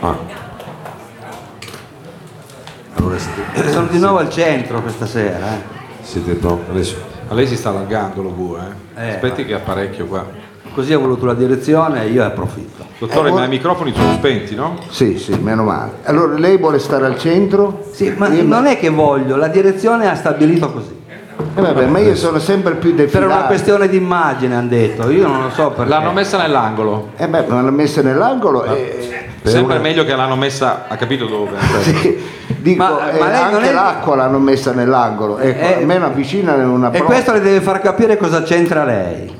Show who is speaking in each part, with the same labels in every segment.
Speaker 1: Ah.
Speaker 2: siamo di nuovo al centro questa sera. eh.
Speaker 1: Siete pronti? Adesso.
Speaker 3: Ma lei si sta allargando lo vuoi, eh?
Speaker 2: Eh,
Speaker 3: Aspetti che apparecchio qua.
Speaker 2: Così ha voluto la direzione e io approfitto.
Speaker 3: Dottore,
Speaker 4: Eh,
Speaker 3: ma
Speaker 4: vuol-
Speaker 3: i microfoni sono spenti, no?
Speaker 4: Sì, sì, meno male. Allora lei vuole stare al centro?
Speaker 2: Sì, ma
Speaker 4: Io-
Speaker 2: non è che voglio, la direzione ha stabilito così.
Speaker 4: Eh, vabbè, ma io sono sempre più
Speaker 2: Per
Speaker 4: defilato.
Speaker 2: una questione di immagine hanno detto, io non lo so perché.
Speaker 3: L'hanno messa nell'angolo.
Speaker 4: Eh beh, ma l'ha messa nell'angolo e...
Speaker 3: Sempre meglio che l'hanno messa, ha capito dove.
Speaker 4: Sì. Dico,
Speaker 2: Ma-
Speaker 4: eh,
Speaker 2: ma lei non
Speaker 4: anche
Speaker 2: è-
Speaker 4: l'acqua l'hanno messa nell'angolo, ecco,
Speaker 2: Eh,
Speaker 4: almeno avvicina una
Speaker 2: E
Speaker 4: prova.
Speaker 2: questo le deve far capire cosa c'entra lei.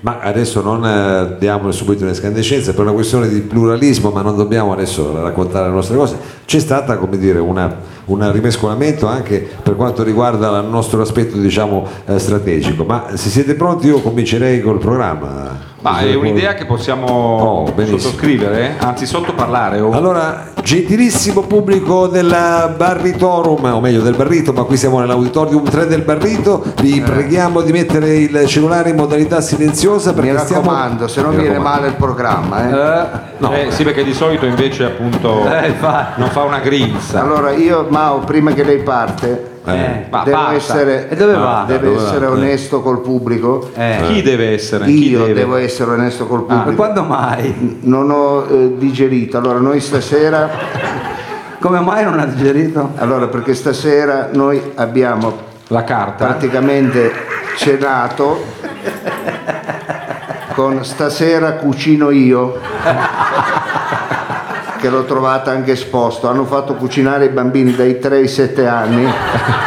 Speaker 1: Ma adesso non eh, diamo subito un'escandescenza per una questione di pluralismo, ma non dobbiamo adesso raccontare le nostre cose. C'è stata, come dire, una- un rimescolamento anche per quanto riguarda il nostro aspetto, diciamo, eh, strategico. Ma se siete pronti io comincerei col programma.
Speaker 3: Ma è un'idea che possiamo
Speaker 1: Oh, benissimo.
Speaker 3: sottoscrivere, anzi sottoparlare. o-
Speaker 1: Allora, gentilissimo pubblico del Barritorum, o meglio del Barrito, ma qui siamo nell'auditorium 3 del Barrito, vi preghiamo di mettere il cellulare in modalità silenziosa perché
Speaker 4: Mi
Speaker 1: stiamo...
Speaker 4: raccomando, se no
Speaker 1: Mi
Speaker 4: viene
Speaker 1: raccomando.
Speaker 4: male il programma. eh.
Speaker 3: No. Eh, sì, perché di solito invece appunto
Speaker 2: Eh, infatti.
Speaker 3: non fa una grinza.
Speaker 4: Allora io, Mao, prima che lei parte,
Speaker 2: esatto. Eh,
Speaker 3: ma
Speaker 4: devo
Speaker 3: parta.
Speaker 4: essere,
Speaker 2: E dove va?
Speaker 4: Deve
Speaker 1: Dove va?
Speaker 4: essere
Speaker 1: Eh.
Speaker 4: onesto col pubblico.
Speaker 2: Eh,
Speaker 3: Chi deve essere? Chi
Speaker 4: Io
Speaker 3: deve?
Speaker 4: devo essere onesto col
Speaker 2: Ma
Speaker 4: pubblico.
Speaker 2: quando mai?
Speaker 4: Non ho eh, digerito, allora noi stasera,
Speaker 2: Come mai non ha digerito?
Speaker 4: allora perché stasera noi abbiamo
Speaker 3: La carta.
Speaker 4: praticamente cenato con stasera cucino io che l'ho trovata anche esposto hanno fatto cucinare i bambini dai 3 ai 7 anni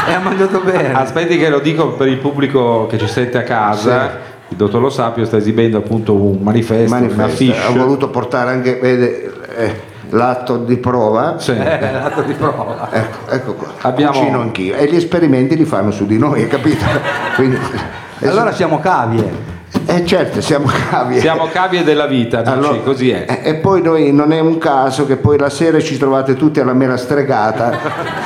Speaker 2: E ha mangiato bene.
Speaker 3: Aspetti che lo dico per il pubblico che ci sente a casa. Il dottor Lo Sapio sta esibendo appunto un manifesto,
Speaker 4: Manifesta.
Speaker 3: una fiche.
Speaker 4: ho voluto portare anche vede, eh, l'atto di prova
Speaker 3: Sì.
Speaker 2: Eh, l'atto di prova.
Speaker 4: ecco, ecco qua
Speaker 3: Abbiamo-
Speaker 4: cucino anch'io e gli esperimenti li fanno su di noi hai capito? Quindi,
Speaker 2: Allora siamo cavie.
Speaker 4: eh, certo siamo cavi
Speaker 3: Siamo cavie della vita, dici,
Speaker 4: Allora- eh,
Speaker 3: così è.
Speaker 4: E e poi noi non è un caso che poi la sera ci trovate tutti alla mela stregata,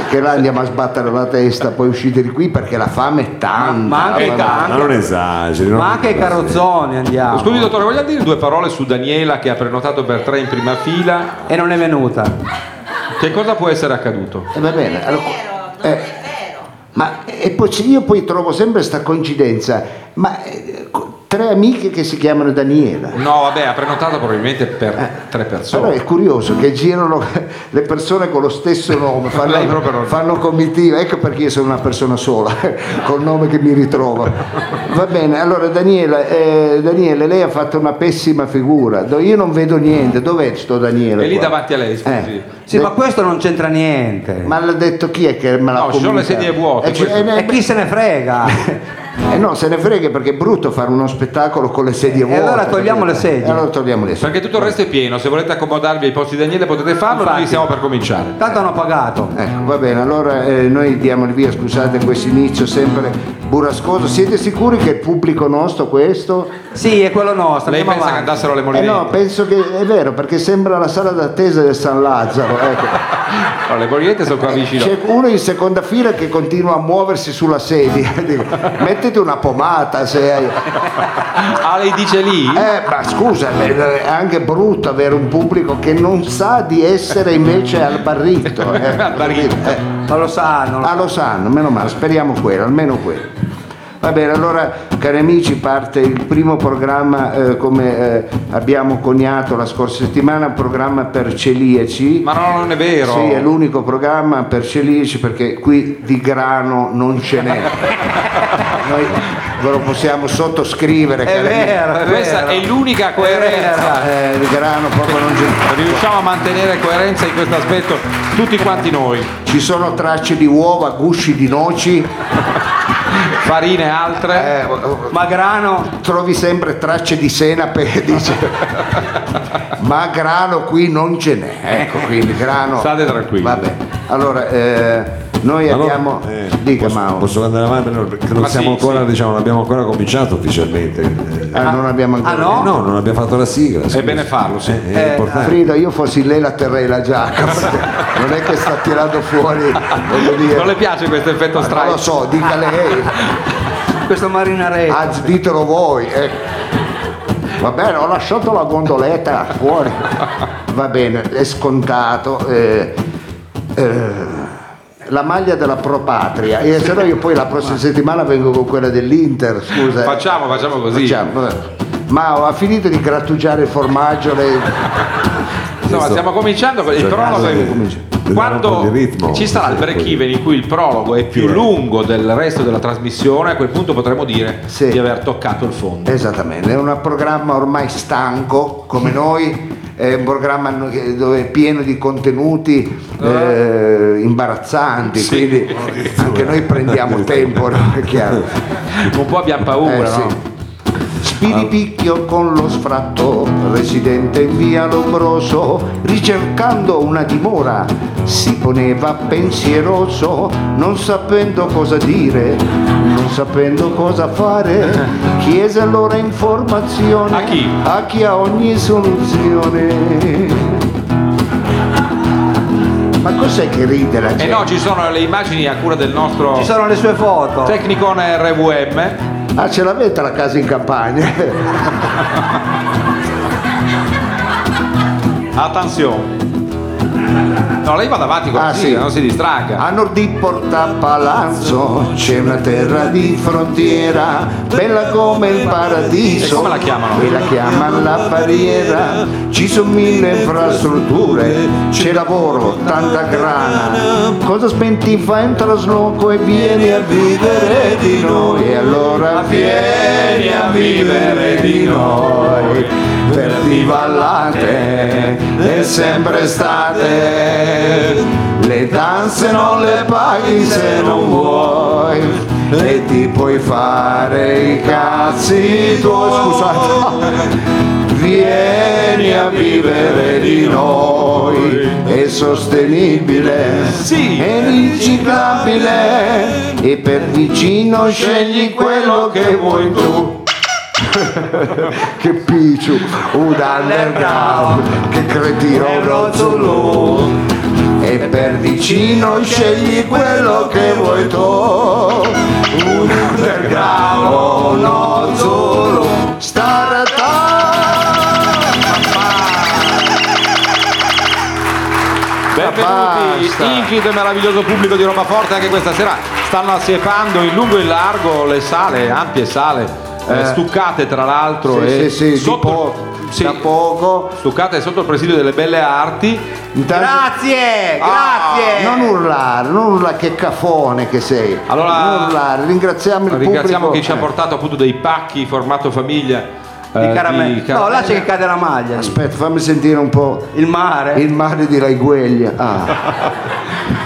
Speaker 4: che là andiamo a sbattere la testa, poi uscite di qui perché la fame è tanta.
Speaker 2: Ma anche
Speaker 4: la-
Speaker 2: tanto.
Speaker 1: Ma non esageri. non-
Speaker 2: Ma anche i carrozzoni andiamo.
Speaker 3: Scusi dottore, vogliamo dire due parole su Daniela che ha prenotato per tre in prima fila?
Speaker 2: E non è venuta.
Speaker 3: Che cosa può essere accaduto?
Speaker 4: Eh, va bene.
Speaker 5: Non è
Speaker 4: allora-
Speaker 5: vero,
Speaker 4: eh,
Speaker 5: non è vero.
Speaker 4: ma eh, e poi se io poi trovo sempre questa coincidenza, ma eh, co- tre amiche che si chiamano Daniela.
Speaker 3: No, vabbè, ha prenotato probabilmente per tre
Speaker 4: Eh, Allora
Speaker 3: persone.
Speaker 4: è curioso che girano le persone con lo stesso nome,
Speaker 3: Lei proprio
Speaker 4: fanno,
Speaker 3: non-
Speaker 4: fanno comitiva, ecco perché io sono una persona sola, col nome che mi ritrovo. Va bene, allora Daniela, eh, Daniele, lei ha fatto una pessima figura, Do- io non vedo niente, dov'è sto Daniele?
Speaker 3: È lì
Speaker 4: qua?
Speaker 3: davanti a lei, scusi.
Speaker 4: Eh.
Speaker 2: Sì,
Speaker 4: De-
Speaker 2: ma questo non c'entra niente.
Speaker 4: Ma l'ha detto chi è che me l'ha
Speaker 3: No, ci sono le sedie
Speaker 4: comunicato?
Speaker 3: vuote,
Speaker 4: Eh, ci-
Speaker 3: questo-
Speaker 4: eh, ne-
Speaker 2: E chi se ne frega?
Speaker 4: eh, no, se ne frega perché è brutto fare uno spettacolo con le sedie vuote.
Speaker 2: allora togliamo
Speaker 4: capito?
Speaker 2: le sedie.
Speaker 4: E allora togliamo le sedie.
Speaker 3: Perché tutto il resto è pieno, se volete accomodarvi ai posti di Daniele potete farlo,
Speaker 2: Infatti.
Speaker 3: noi siamo per cominciare.
Speaker 2: Tanto hanno pagato.
Speaker 4: Ecco, va bene, allora eh, noi diamo il via, scusate questo inizio sempre burrascoso. Siete sicuri che è pubblico nostro questo?
Speaker 2: Sì, è quello nostro.
Speaker 3: Lei pensa
Speaker 2: andiamo
Speaker 3: che
Speaker 2: avanti.
Speaker 3: andassero le
Speaker 4: Eh no,
Speaker 3: molinette?
Speaker 4: penso che è vero, perché sembra la sala d'attesa del San Lazzaro. ecco.
Speaker 3: No, le molinette sono qua vicino.
Speaker 4: Eh, C'è uno in seconda fila che continua a muoversi sulla sedia. Dico, mettiti una pomata se hai...
Speaker 3: Ah, lei dice lì?
Speaker 4: Eh, ma scusa, è anche brutto avere un pubblico che non sa di essere invece al barrito. eh.
Speaker 3: Al barrito.
Speaker 4: Eh.
Speaker 2: Ma lo sanno. lo-
Speaker 4: Ah, lo sanno, meno male, speriamo quello, almeno quello. Va bene, allora cari amici parte il primo programma eh, come eh, abbiamo coniato la scorsa settimana, un programma per celiaci.
Speaker 3: Ma no, non è vero.
Speaker 4: Sì, è l'unico programma per celiaci perché qui di grano non ce n'è. Noi ve lo possiamo sottoscrivere,
Speaker 2: È
Speaker 4: cari amici.
Speaker 2: vero, è
Speaker 3: Questa
Speaker 2: vero.
Speaker 3: è l'unica coerenza.
Speaker 4: Eh, di grano proprio non ce n'è.
Speaker 3: Riusciamo a mantenere coerenza in questo aspetto tutti quanti noi,
Speaker 4: Ci sono tracce di uova, gusci di noci.
Speaker 3: farine e altre.
Speaker 4: eh,
Speaker 2: Ma grano.
Speaker 4: trovi sempre tracce di senape dice ma grano qui non ce n'è ecco quindi grano
Speaker 3: State tranquilli.
Speaker 4: vabbè allora eh, noi
Speaker 1: Ma no,
Speaker 4: abbiamo
Speaker 1: eh,
Speaker 4: dica
Speaker 1: posso,
Speaker 4: Mao
Speaker 1: posso andare avanti? No, perché non
Speaker 3: Ma
Speaker 1: siamo
Speaker 3: sì,
Speaker 1: ancora,
Speaker 3: sì.
Speaker 1: diciamo, non abbiamo ancora cominciato ufficialmente. Eh,
Speaker 4: Ah, non abbiamo ancora
Speaker 2: Ah, no?
Speaker 1: eh, non abbiamo fatto la sigla. scusa.
Speaker 3: È bene farlo, sì.
Speaker 1: Eh, È,
Speaker 2: Eh,
Speaker 1: importante.
Speaker 4: Frida io fossi lei la terrei la giacca perché non è che sta tirando fuori voglio dire
Speaker 3: Non le piace questo effetto
Speaker 4: Ma non
Speaker 3: strano?
Speaker 4: lo so dica lei
Speaker 2: Questo marinaretto.
Speaker 4: anzi Ah, ditelo voi ecco. va bene ho lasciato la gondoletta fuori va bene è scontato eh, eh, la maglia della Propatria e se no io poi la prossima settimana vengo con quella dell'Inter, scusa.
Speaker 3: Facciamo, facciamo così.
Speaker 4: Facciamo, vabbè. Mao ha finito di grattugiare il formaggio, le...
Speaker 3: No, ma stiamo cominciando
Speaker 4: Cioè,
Speaker 3: con il
Speaker 1: Cercando
Speaker 3: prologo.
Speaker 4: eh,
Speaker 1: di-
Speaker 3: è-
Speaker 1: di dare un po'
Speaker 3: Quando
Speaker 1: di ritmo.
Speaker 3: ci sarà il
Speaker 1: Sì,
Speaker 3: break
Speaker 1: poi-
Speaker 3: even in cui il prologo è più
Speaker 1: Sì.
Speaker 3: lungo del resto della trasmissione, a quel punto potremmo dire
Speaker 4: Sì.
Speaker 3: di aver toccato il fondo.
Speaker 4: Esattamente, è un programma ormai stanco come noi, è un programma no- che- dove è pieno di contenuti eh, imbarazzanti,
Speaker 3: Sì.
Speaker 4: quindi anche noi prendiamo tempo, no? è chiaro.
Speaker 3: Un po' abbiamo paura,
Speaker 4: Eh, sì.
Speaker 3: no? Ah.
Speaker 4: Spiripicchio con lo sfratto, residente in via Lombroso, ricercando una dimora, si poneva pensieroso, non sapendo cosa dire, non sapendo cosa fare, chiese allora informazione
Speaker 3: A chi?
Speaker 4: a chi ha ogni soluzione. Ma cos'è che ride la gente?
Speaker 3: E Eh, no, ci sono le immagini a cura del nostro
Speaker 2: Ci sono le sue foto.
Speaker 3: tecnico RVM.
Speaker 4: Ah, ce l'avete la casa in campagna?
Speaker 3: Attenzione. No, lei va davanti con
Speaker 4: Ah,
Speaker 3: la
Speaker 4: sì.
Speaker 3: sigla, non si distragga.
Speaker 4: A nord di Porta Palazzo c'è una terra di frontiera, bella come il
Speaker 3: E
Speaker 4: paradiso.
Speaker 3: come la chiamano?
Speaker 4: E la chiamano la barriera. Ci sono mille infrastrutture, c'è lavoro, tanta grana. Cosa spenti fa in trasloco e vieni a vivere di noi? E allora vieni a vivere di noi. Verdi vallate e sempre estate. Le danze non le paghi se non vuoi e ti puoi fare i cazzi tuoi. Scusate. Vieni a vivere di noi, è sostenibile,
Speaker 3: Sì.
Speaker 4: è riciclabile e per vicino scegli quello che vuoi tu. che picciu, un underground, che cretino rozzolù e per vicino scegli quello che vuoi tu un underground uno solo starata
Speaker 3: Benvenuti,
Speaker 4: Basta.
Speaker 3: inquieto e meraviglioso pubblico di Roma Forte, anche questa sera stanno assiepando in lungo e in largo le sale, ampie sale, eh,
Speaker 4: Eh.
Speaker 3: stuccate tra l'altro
Speaker 4: sì,
Speaker 3: e
Speaker 4: sì, sì, di po-
Speaker 3: sì,
Speaker 4: da poco
Speaker 3: stuccate sotto il presidio delle belle arti.
Speaker 4: intanto
Speaker 2: Grazie,
Speaker 3: Ah,
Speaker 2: grazie.
Speaker 4: non urlare, non urlare che cafone che sei.
Speaker 3: Allora-
Speaker 4: non urlare, ringraziamo il
Speaker 3: Ringraziamo
Speaker 4: pubblico.
Speaker 3: chi ci ha
Speaker 4: Eh,
Speaker 3: portato appunto dei pacchi formato famiglia eh,
Speaker 2: Di caramelle.
Speaker 3: di
Speaker 2: No,
Speaker 3: caramelle.
Speaker 2: là c'è che cade la maglia.
Speaker 4: Aspetta, fammi sentire un po'.
Speaker 2: Il mare.
Speaker 4: Il mare di Raigueglia. Ah.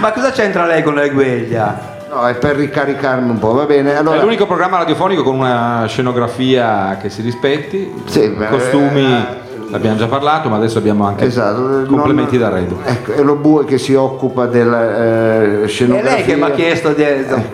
Speaker 2: Ma cosa c'entra lei con la gueglia?
Speaker 4: No, è per ricaricarmi un po', va bene.
Speaker 3: È
Speaker 4: Allora,
Speaker 3: l'unico programma radiofonico con una scenografia che si rispetti,
Speaker 4: Sì, beh,
Speaker 3: costumi,
Speaker 4: eh,
Speaker 3: abbiamo già parlato, ma adesso abbiamo anche
Speaker 4: Esatto,
Speaker 3: complementi
Speaker 4: non-
Speaker 3: d'arredo.
Speaker 4: Ecco, è lo bue che si occupa della eh,
Speaker 2: È
Speaker 4: scenografia.
Speaker 2: lei che mi ha chiesto di.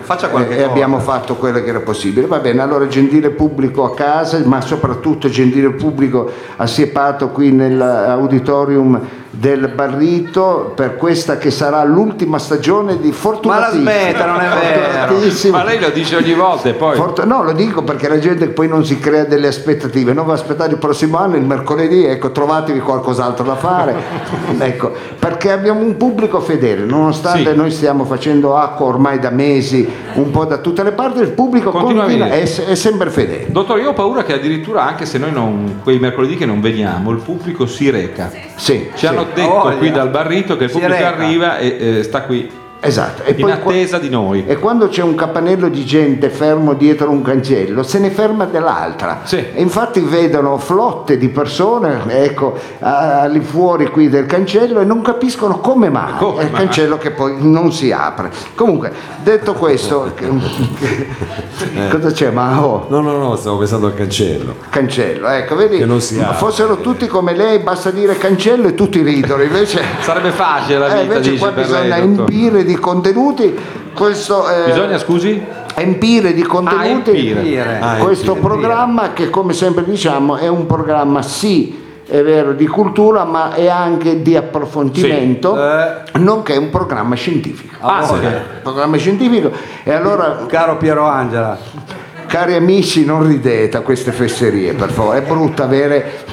Speaker 2: Faccia qualche
Speaker 4: e
Speaker 2: cosa.
Speaker 4: Eh, abbiamo fatto quello che era possibile. Va bene, allora gentile pubblico a casa, ma soprattutto gentile pubblico assiepato qui nell'auditorium del Barrito per questa che sarà l'ultima stagione di
Speaker 2: Ma la
Speaker 4: Fortunatissimo.
Speaker 2: smetta, non è vero.
Speaker 4: Fortunatissimo.
Speaker 3: Ma lei lo dice ogni volta e poi...
Speaker 4: Fortu- no, lo dico perché la gente poi non si crea delle aspettative, non va a aspettare il prossimo anno, il mercoledì, ecco, trovatevi qualcos'altro da fare. ecco, perché abbiamo un pubblico fedele, nonostante
Speaker 3: Sì.
Speaker 4: noi stiamo facendo acqua ormai da mesi, un po' da tutte le parti, il pubblico
Speaker 3: Continua
Speaker 4: continua,
Speaker 3: a venire.
Speaker 4: è, è sempre fedele.
Speaker 3: Dottore, io ho paura che addirittura anche se noi non, quei mercoledì che non veniamo, il pubblico si reca. Ci
Speaker 4: Sì, sì,
Speaker 3: hanno
Speaker 2: Ha
Speaker 3: detto
Speaker 2: voglia.
Speaker 3: qui dal barrito che il
Speaker 2: Si
Speaker 3: pubblico
Speaker 2: reca.
Speaker 3: arriva e eh, sta qui
Speaker 4: esatto. E
Speaker 3: in
Speaker 4: poi qua- Eh,
Speaker 3: attesa di noi.
Speaker 4: E quando c'è un campanello di gente fermo dietro un cancello, se ne ferma dell'altra.
Speaker 3: Sì.
Speaker 4: E infatti vedono flotte di persone, ecco, a- all'infuori qui del cancello e non capiscono come mai.
Speaker 3: Come
Speaker 4: È il
Speaker 3: mai?
Speaker 4: cancello che poi non si apre. Comunque, detto questo, che- che- cosa c'è Mao?
Speaker 1: No, no, no, stavo pensando al cancello.
Speaker 4: Cancello, ecco, vedi,
Speaker 1: Che non si apre.
Speaker 4: fossero tutti come lei, basta dire cancello e tutti ridono, invece...
Speaker 3: Sarebbe facile la
Speaker 4: Eh,
Speaker 3: vita,
Speaker 4: invece
Speaker 3: dice
Speaker 4: qua
Speaker 3: per
Speaker 4: bisogna
Speaker 3: lei, dottore.
Speaker 4: empire di contenuti questo eh,
Speaker 3: Bisogna, scusi?
Speaker 4: empire di contenuti
Speaker 3: empire.
Speaker 2: Dire.
Speaker 1: Ah,
Speaker 4: questo
Speaker 2: Ah, empire.
Speaker 4: programma che come sempre diciamo è un programma sì è vero di cultura ma è anche di approfondimento
Speaker 2: Sì. Eh.
Speaker 4: nonché un programma scientifico
Speaker 3: Ah,
Speaker 2: Ah,
Speaker 3: sì.
Speaker 2: ok.
Speaker 4: programma scientifico e allora
Speaker 2: Caro Piero Angela,
Speaker 4: Cari amici, non ridete a queste fesserie, per favore. È brutto avere.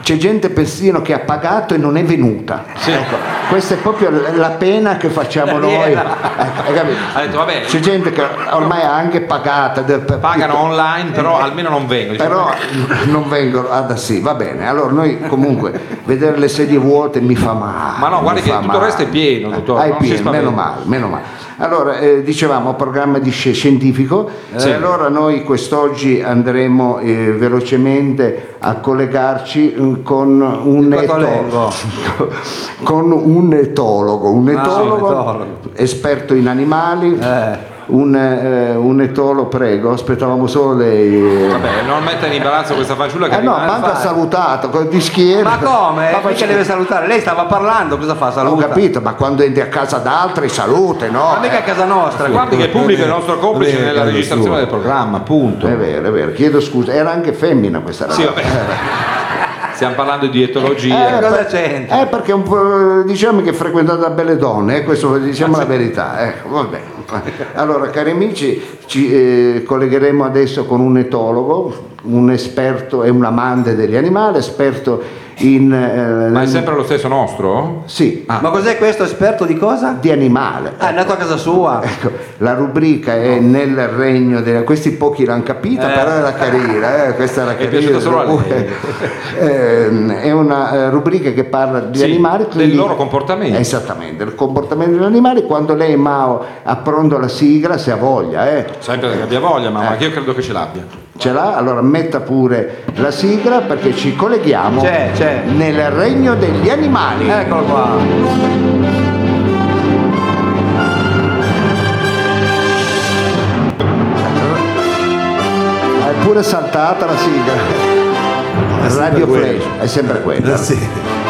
Speaker 4: C'è gente persino che ha pagato e non è venuta.
Speaker 3: Sì.
Speaker 4: Ecco, questa è proprio la pena che facciamo
Speaker 2: La
Speaker 4: noi.
Speaker 2: piena.
Speaker 4: Ecco, hai capito?
Speaker 3: Ha detto, vabbè,
Speaker 4: C'è gente che ormai ha anche pagata. del- per-
Speaker 3: pagano online, però almeno non vengono. diciamo. Dice,
Speaker 4: Però non vengono. Ah, da sì, va bene. Allora noi comunque vedere le sedie vuote mi fa male.
Speaker 3: Ma no, guardi
Speaker 4: mi
Speaker 3: che
Speaker 4: fa
Speaker 3: tutto il
Speaker 4: male.
Speaker 3: resto è pieno, dottore,
Speaker 4: Ah, è
Speaker 3: non si
Speaker 4: pieno,
Speaker 3: spaventi.
Speaker 4: meno male, meno male. Allora, eh, dicevamo, programma di sci- scientifico,
Speaker 3: Eh,
Speaker 4: e allora noi quest'oggi andremo eh, velocemente a collegarci mm, con un,
Speaker 2: Quattro
Speaker 4: eto- con un etologo,
Speaker 3: Ah,
Speaker 4: un etologo,
Speaker 2: etologo.
Speaker 4: esperto in animali,
Speaker 2: Eh.
Speaker 4: un, eh, un etologo, prego, aspettavamo solo eh, lei.
Speaker 3: Vabbè, non metta in imbarazzo questa fanciulla che
Speaker 4: Eh no,
Speaker 3: arriva-
Speaker 2: ma-
Speaker 4: manca
Speaker 2: fare.
Speaker 4: salutato, con di
Speaker 2: Ma
Speaker 4: schiena.
Speaker 2: come? Ma
Speaker 4: faccia-
Speaker 2: mica deve salutare. Lei stava parlando, cosa fa?
Speaker 4: Ho
Speaker 2: Saluta.
Speaker 4: capito, ma quando entri a casa d'altri salute, no? Eh,
Speaker 2: Ma mica a casa nostra.
Speaker 3: Guardi che il pubblico è il nostro complice
Speaker 1: Non è-
Speaker 3: nella
Speaker 1: non è
Speaker 3: registrazione
Speaker 1: suo.
Speaker 3: del programma, appunto.
Speaker 4: È vero, è vero, chiedo scusa, era anche femmina questa
Speaker 3: Sì,
Speaker 4: ragazza.
Speaker 3: vabbè. Stiamo parlando di
Speaker 2: Eh,
Speaker 3: etologia.
Speaker 2: cosa
Speaker 4: per-
Speaker 2: c'entra?
Speaker 4: eh, perché è un po', diciamo che è frequentata da belle donne, eh, questo diciamo
Speaker 2: Ah,
Speaker 4: la verità. eh, vabbè. Allora, cari amici, ci eh, collegheremo adesso con un etologo, un esperto e un amante degli animali, esperto in... eh,
Speaker 3: Ma è sempre lo stesso nostro?
Speaker 4: Sì,
Speaker 2: Ma cos'è questo esperto di cosa?
Speaker 4: di animale.
Speaker 2: Ah, è andato a casa sua.
Speaker 4: Ecco, la rubrica è nel regno della... questi pochi l'hanno capita,
Speaker 2: Eh.
Speaker 4: però era carina, eh, questa era
Speaker 3: È
Speaker 4: carina.
Speaker 3: piaciuta solo a lei.
Speaker 4: Ehm, è una eh, rubrica che parla di
Speaker 3: Sì,
Speaker 4: animali.
Speaker 3: del loro comportamento.
Speaker 4: Esattamente, del comportamento degli animali. Quando lei, Mao, appronto la sigla, se ha voglia, eh,
Speaker 3: Sempre che abbia voglia, ma ma io credo che ce l'abbia.
Speaker 4: ce l'ha, allora metta pure la sigla perché ci colleghiamo
Speaker 2: C'è, c'è.
Speaker 4: nel regno degli animali.
Speaker 2: Eccolo qua.
Speaker 4: È pure saltata la sigla. Radio Flash, è sempre quella.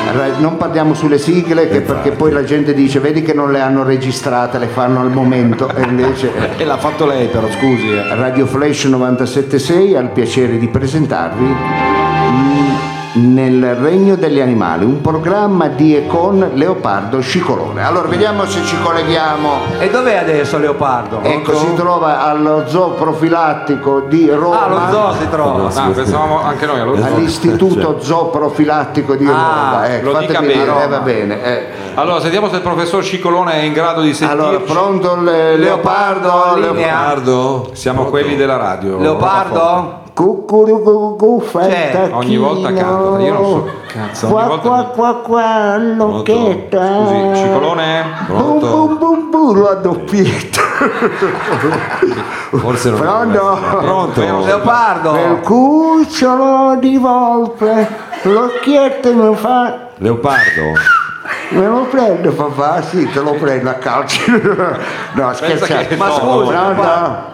Speaker 4: Allora, Non parliamo sulle sigle che- perché poi la gente dice vedi che non le hanno registrate, le fanno al momento e invece
Speaker 3: E l'ha fatto lei però, scusi. eh.
Speaker 4: Radio Flash 976 ha il piacere di presentarvi mm, Nel Regno degli Animali, un programma di e con Leopardo Scicolone. Allora vediamo se ci colleghiamo.
Speaker 2: E dov'è adesso Leopardo?
Speaker 4: Ecco, si trova allo zoo profilattico di Roma.
Speaker 2: Ah, lo zoo si trova.
Speaker 3: Ah, pensavamo anche noi allora.
Speaker 4: Eh, all'istituto zooprofilattico di Roma. Eh,
Speaker 3: Ah, lo dica
Speaker 4: fatemi
Speaker 3: bene.
Speaker 4: dire, eh, va bene. eh.
Speaker 3: Allora, sentiamo se il professor Scicolone è in grado di sentirci.
Speaker 4: Allora, pronto il leopardo,
Speaker 2: Leopardo,
Speaker 4: leopardo.
Speaker 2: linea.
Speaker 1: Leopardo?
Speaker 3: Siamo quelli della radio.
Speaker 2: Leopardo?
Speaker 4: Cucurucucu,
Speaker 2: Cioè,
Speaker 4: fantattino.
Speaker 3: ogni volta canta, io non so, cazzo, ogni
Speaker 4: Qua,
Speaker 3: volta
Speaker 4: qua,
Speaker 3: mi-
Speaker 4: qua, qua, l'occhietta.
Speaker 3: Scusi, Scicolone?
Speaker 4: Bum,
Speaker 1: Pronto?
Speaker 4: bum, bum, bum, la doppietta.
Speaker 1: Forse non
Speaker 4: Pronto?
Speaker 1: Pronto?
Speaker 4: Quel
Speaker 2: Leopardo?
Speaker 4: cucciolo di volpe, l'occhietto mi fa...
Speaker 1: Leopardo?
Speaker 4: Me lo prendo papà, sì, te lo prendo a calcio. no, scherzate.
Speaker 3: che- Ma
Speaker 2: scusa,
Speaker 4: Pronto?
Speaker 2: papà.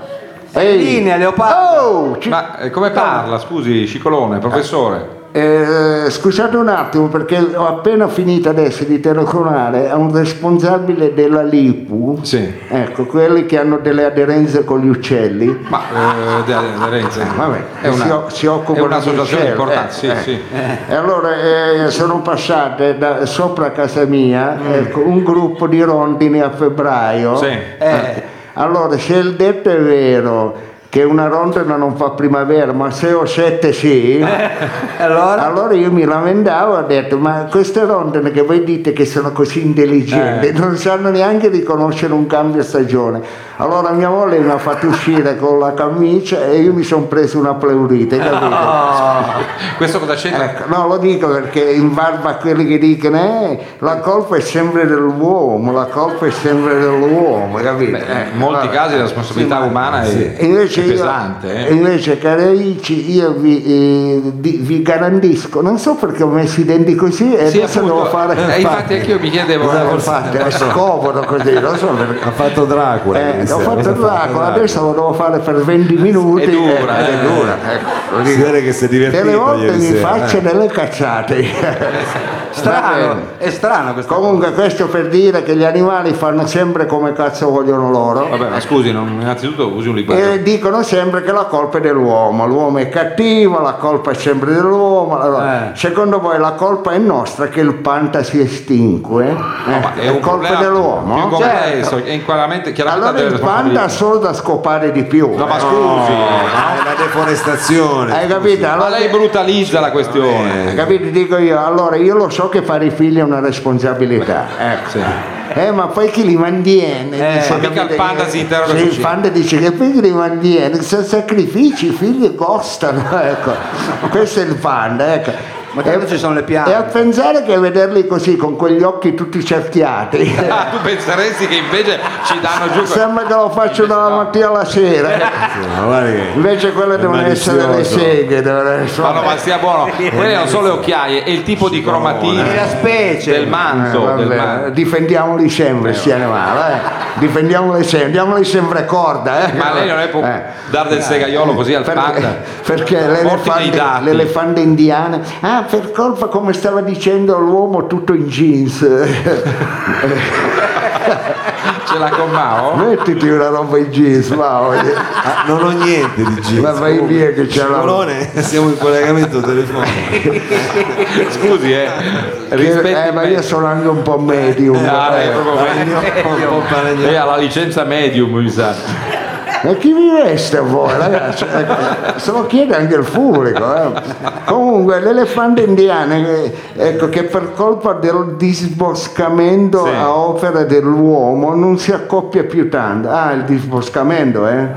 Speaker 4: Ehi.
Speaker 2: linea, Leopardo.
Speaker 4: Oh, ci-
Speaker 3: Ma eh, come parla, scusi, Scicolone, professore?
Speaker 4: Eh, scusate un attimo perché ho appena finito adesso di telefonare a un responsabile della LIPU,
Speaker 3: Sì.
Speaker 4: ecco, quelli che hanno delle aderenze con gli uccelli.
Speaker 3: Ma eh, De- De- De Renzi.
Speaker 4: Ah. Vabbè,
Speaker 3: è una-
Speaker 4: si, o- si occupano
Speaker 3: è un'associazione
Speaker 4: di
Speaker 3: importante, sì,
Speaker 4: uccelli, eh,
Speaker 3: sì.
Speaker 4: eh. E allora eh, sono passate da sopra casa mia ecco, un gruppo di rondini a febbraio.
Speaker 3: Mm. Sì.
Speaker 4: Eh, Allora, se il detto è vero che una rondina non fa primavera, ma se ho sette sì,
Speaker 2: Allora?
Speaker 4: allora io mi lamentavo e ho detto ma queste rondine che voi dite che sono così
Speaker 3: Eh.
Speaker 4: intelligenti non sanno neanche riconoscere un cambio stagione allora mia moglie mi ha fatto uscire con la camicia e io mi sono preso una pleurite capito?
Speaker 2: Oh,
Speaker 4: eh.
Speaker 3: Questo cosa c'entra?
Speaker 4: Ecco, no lo dico perché in barba a quelli che dicono eh, la colpa è sempre dell'uomo la colpa è sempre dell'uomo capito?
Speaker 3: Eh, in molti casi la responsabilità umana è,
Speaker 4: E Invece
Speaker 3: è
Speaker 4: io-
Speaker 3: pesante. eh.
Speaker 4: e invece, cari amici, io vi, eh, di- vi garantisco, non so perché ho messo i denti così e
Speaker 3: Sì,
Speaker 4: adesso
Speaker 3: appunto,
Speaker 4: devo fare. Eh,
Speaker 3: eh, infatti anche io mi chiedevo eh,
Speaker 4: Cosa devo
Speaker 3: cosa-
Speaker 4: fare? È scomodo cioè, così, non so perché.
Speaker 1: Ha fatto Dracula.
Speaker 4: Eh,
Speaker 1: ieri
Speaker 4: ho
Speaker 1: sera.
Speaker 4: fatto
Speaker 1: Cosa ha
Speaker 4: il racco,
Speaker 1: Esatto.
Speaker 4: adesso lo devo fare per 20 minuti.
Speaker 3: È dura,
Speaker 4: eh,
Speaker 3: eh.
Speaker 4: è dura, ecco, lo
Speaker 1: Si
Speaker 4: dico.
Speaker 1: vede che si è divertito
Speaker 4: Delle volte
Speaker 1: ieri
Speaker 4: mi
Speaker 1: sera,
Speaker 4: faccio
Speaker 1: eh.
Speaker 4: delle cazzate. Va
Speaker 2: Strano,
Speaker 4: bene.
Speaker 2: è strano questo.
Speaker 4: Comunque questo per dire che gli animali fanno sempre come cazzo vogliono loro.
Speaker 3: Vabbè, ma scusi, non- innanzitutto usi un linguaggio.
Speaker 4: E dicono sempre che la colpa è dell'uomo, l'uomo è cattivo, la colpa è sempre dell'uomo. Allora,
Speaker 2: Eh.
Speaker 4: Secondo voi la colpa è nostra che il panta si estingue? Eh,
Speaker 3: Ma
Speaker 4: è colpa
Speaker 3: problema
Speaker 4: dell'uomo?
Speaker 3: più
Speaker 4: Cioè,
Speaker 3: complesso, è in chiaramente chiaramente
Speaker 4: allora
Speaker 3: delle
Speaker 4: il panda ha solo da scopare di più. eh?
Speaker 3: No, ma scusi.
Speaker 1: Ah, è la deforestazione.
Speaker 4: Hai capito?
Speaker 3: Ma
Speaker 4: Allora,
Speaker 3: lei brutalizza la questione.
Speaker 4: hai Eh. capito? Dico io, allora io lo so che fare i figli è una responsabilità. Ecco. Eh, ma poi chi li mantiene?
Speaker 3: Eh,
Speaker 4: Dice,
Speaker 3: ma mica
Speaker 4: capito?
Speaker 3: il panda si interroga
Speaker 4: Sì,
Speaker 3: su
Speaker 4: il
Speaker 3: ciò.
Speaker 4: panda dice che poi chi li mantiene? Se sacrifici, i figli costano. Ecco. Questo è il panda. Ecco.
Speaker 2: Ma tanto
Speaker 4: E-
Speaker 2: ci sono le piante.
Speaker 4: E a pensare che vederli così, con quegli occhi tutti cerchiati,
Speaker 3: Ah, tu penseresti che invece ci danno giù.
Speaker 4: sembra che lo faccio dalla mattina alla sera.
Speaker 1: Sì, ma guarda che-
Speaker 4: Invece quelle
Speaker 1: È
Speaker 4: devono essere le
Speaker 1: malizioso.
Speaker 4: seghe, devono essere-
Speaker 3: Ma no, ma stia buono. Quelle non sono le occhiaie, è il tipo di
Speaker 2: È la
Speaker 3: cromatina
Speaker 2: specie.
Speaker 3: del
Speaker 4: Eh,
Speaker 3: manto.
Speaker 4: vabbè,
Speaker 3: del manto.
Speaker 4: difendiamoli sempre, sti animali, eh. difendiamoli sempre, diamoli sempre a corda. eh.
Speaker 3: Ma lei non è può
Speaker 4: Eh,
Speaker 3: dare del segaiolo così al
Speaker 4: Perché,
Speaker 3: panda.
Speaker 4: perché
Speaker 3: Porti dei
Speaker 4: l'elefante,
Speaker 3: dati.
Speaker 4: l'elefante indiana, ah, per colpa come stava dicendo l'uomo tutto in jeans,
Speaker 3: Ce la con Mao?
Speaker 4: mettiti una roba in jeans, va, voglio-
Speaker 1: Ah, non ho niente di giro.
Speaker 4: Ma vai via che c'è la-
Speaker 1: Scivolone, siamo in collegamento telefonico.
Speaker 3: Scusi, eh. Rispetti
Speaker 4: Che- eh,
Speaker 3: il
Speaker 4: ma
Speaker 3: medico.
Speaker 4: io sono anche un po' medium,
Speaker 3: Ah, lei è
Speaker 4: eh.
Speaker 3: proprio meglio.
Speaker 1: Un po' paragnolo.
Speaker 3: Lei ha la licenza medium, mi sa.
Speaker 4: Ma chi vi veste a voi, ragazzi? Ecco, Se lo chiede anche il pubblico. eh. Comunque, l'elefante indiano, eh, ecco, che per colpa del disboscamento
Speaker 3: Sì.
Speaker 4: a opera dell'uomo non si accoppia più tanto. Ah, il disboscamento, eh?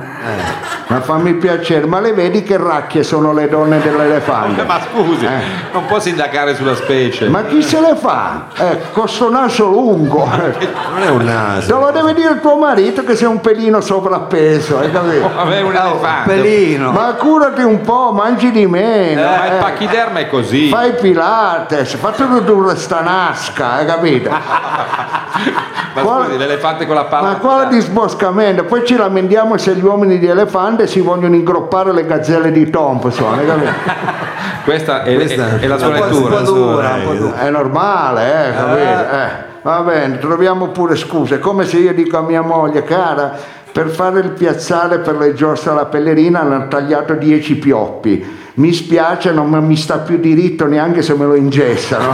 Speaker 4: Ma fammi piacere, ma le vedi che racchie sono le donne dell'elefante?
Speaker 3: Ma scusi,
Speaker 4: Eh.
Speaker 3: non può sindacare sulla specie.
Speaker 4: Ma chi se le fa? Ecco, sto naso lungo.
Speaker 1: Non è un
Speaker 4: Te
Speaker 1: naso.
Speaker 4: lo deve dire il tuo marito che sei un pelino sovrappeso, hai capito?
Speaker 3: Vabbè, un
Speaker 2: Un
Speaker 4: Oh,
Speaker 3: elefante.
Speaker 2: pelino.
Speaker 4: Ma curati un po', mangi di meno.
Speaker 3: Ma il
Speaker 4: eh.
Speaker 3: pachiderma è così.
Speaker 4: Fai Pilates, fatti ridurre sta nasca, hai capito?
Speaker 3: Ma
Speaker 4: Qual-
Speaker 3: scusi, l'elefante con la palla.
Speaker 4: Ma quale disboscamento? Poi ci lamentiamo se gli uomini di elefante si vogliono ingroppare le gazzelle di Thompson, hai capito?
Speaker 3: Questa è,
Speaker 1: Questa
Speaker 3: è- è la sua
Speaker 2: Un po'
Speaker 3: lettura.
Speaker 2: un po' dura, un po' dura.
Speaker 4: È normale, eh, capito? Eh, Va bene, troviamo pure scuse, come se io dico a mia moglie, cara, per fare il piazzale per le giostre alla pellerina hanno tagliato 10 pioppi. Mi spiace, non mi sta più diritto neanche se me lo ingessano.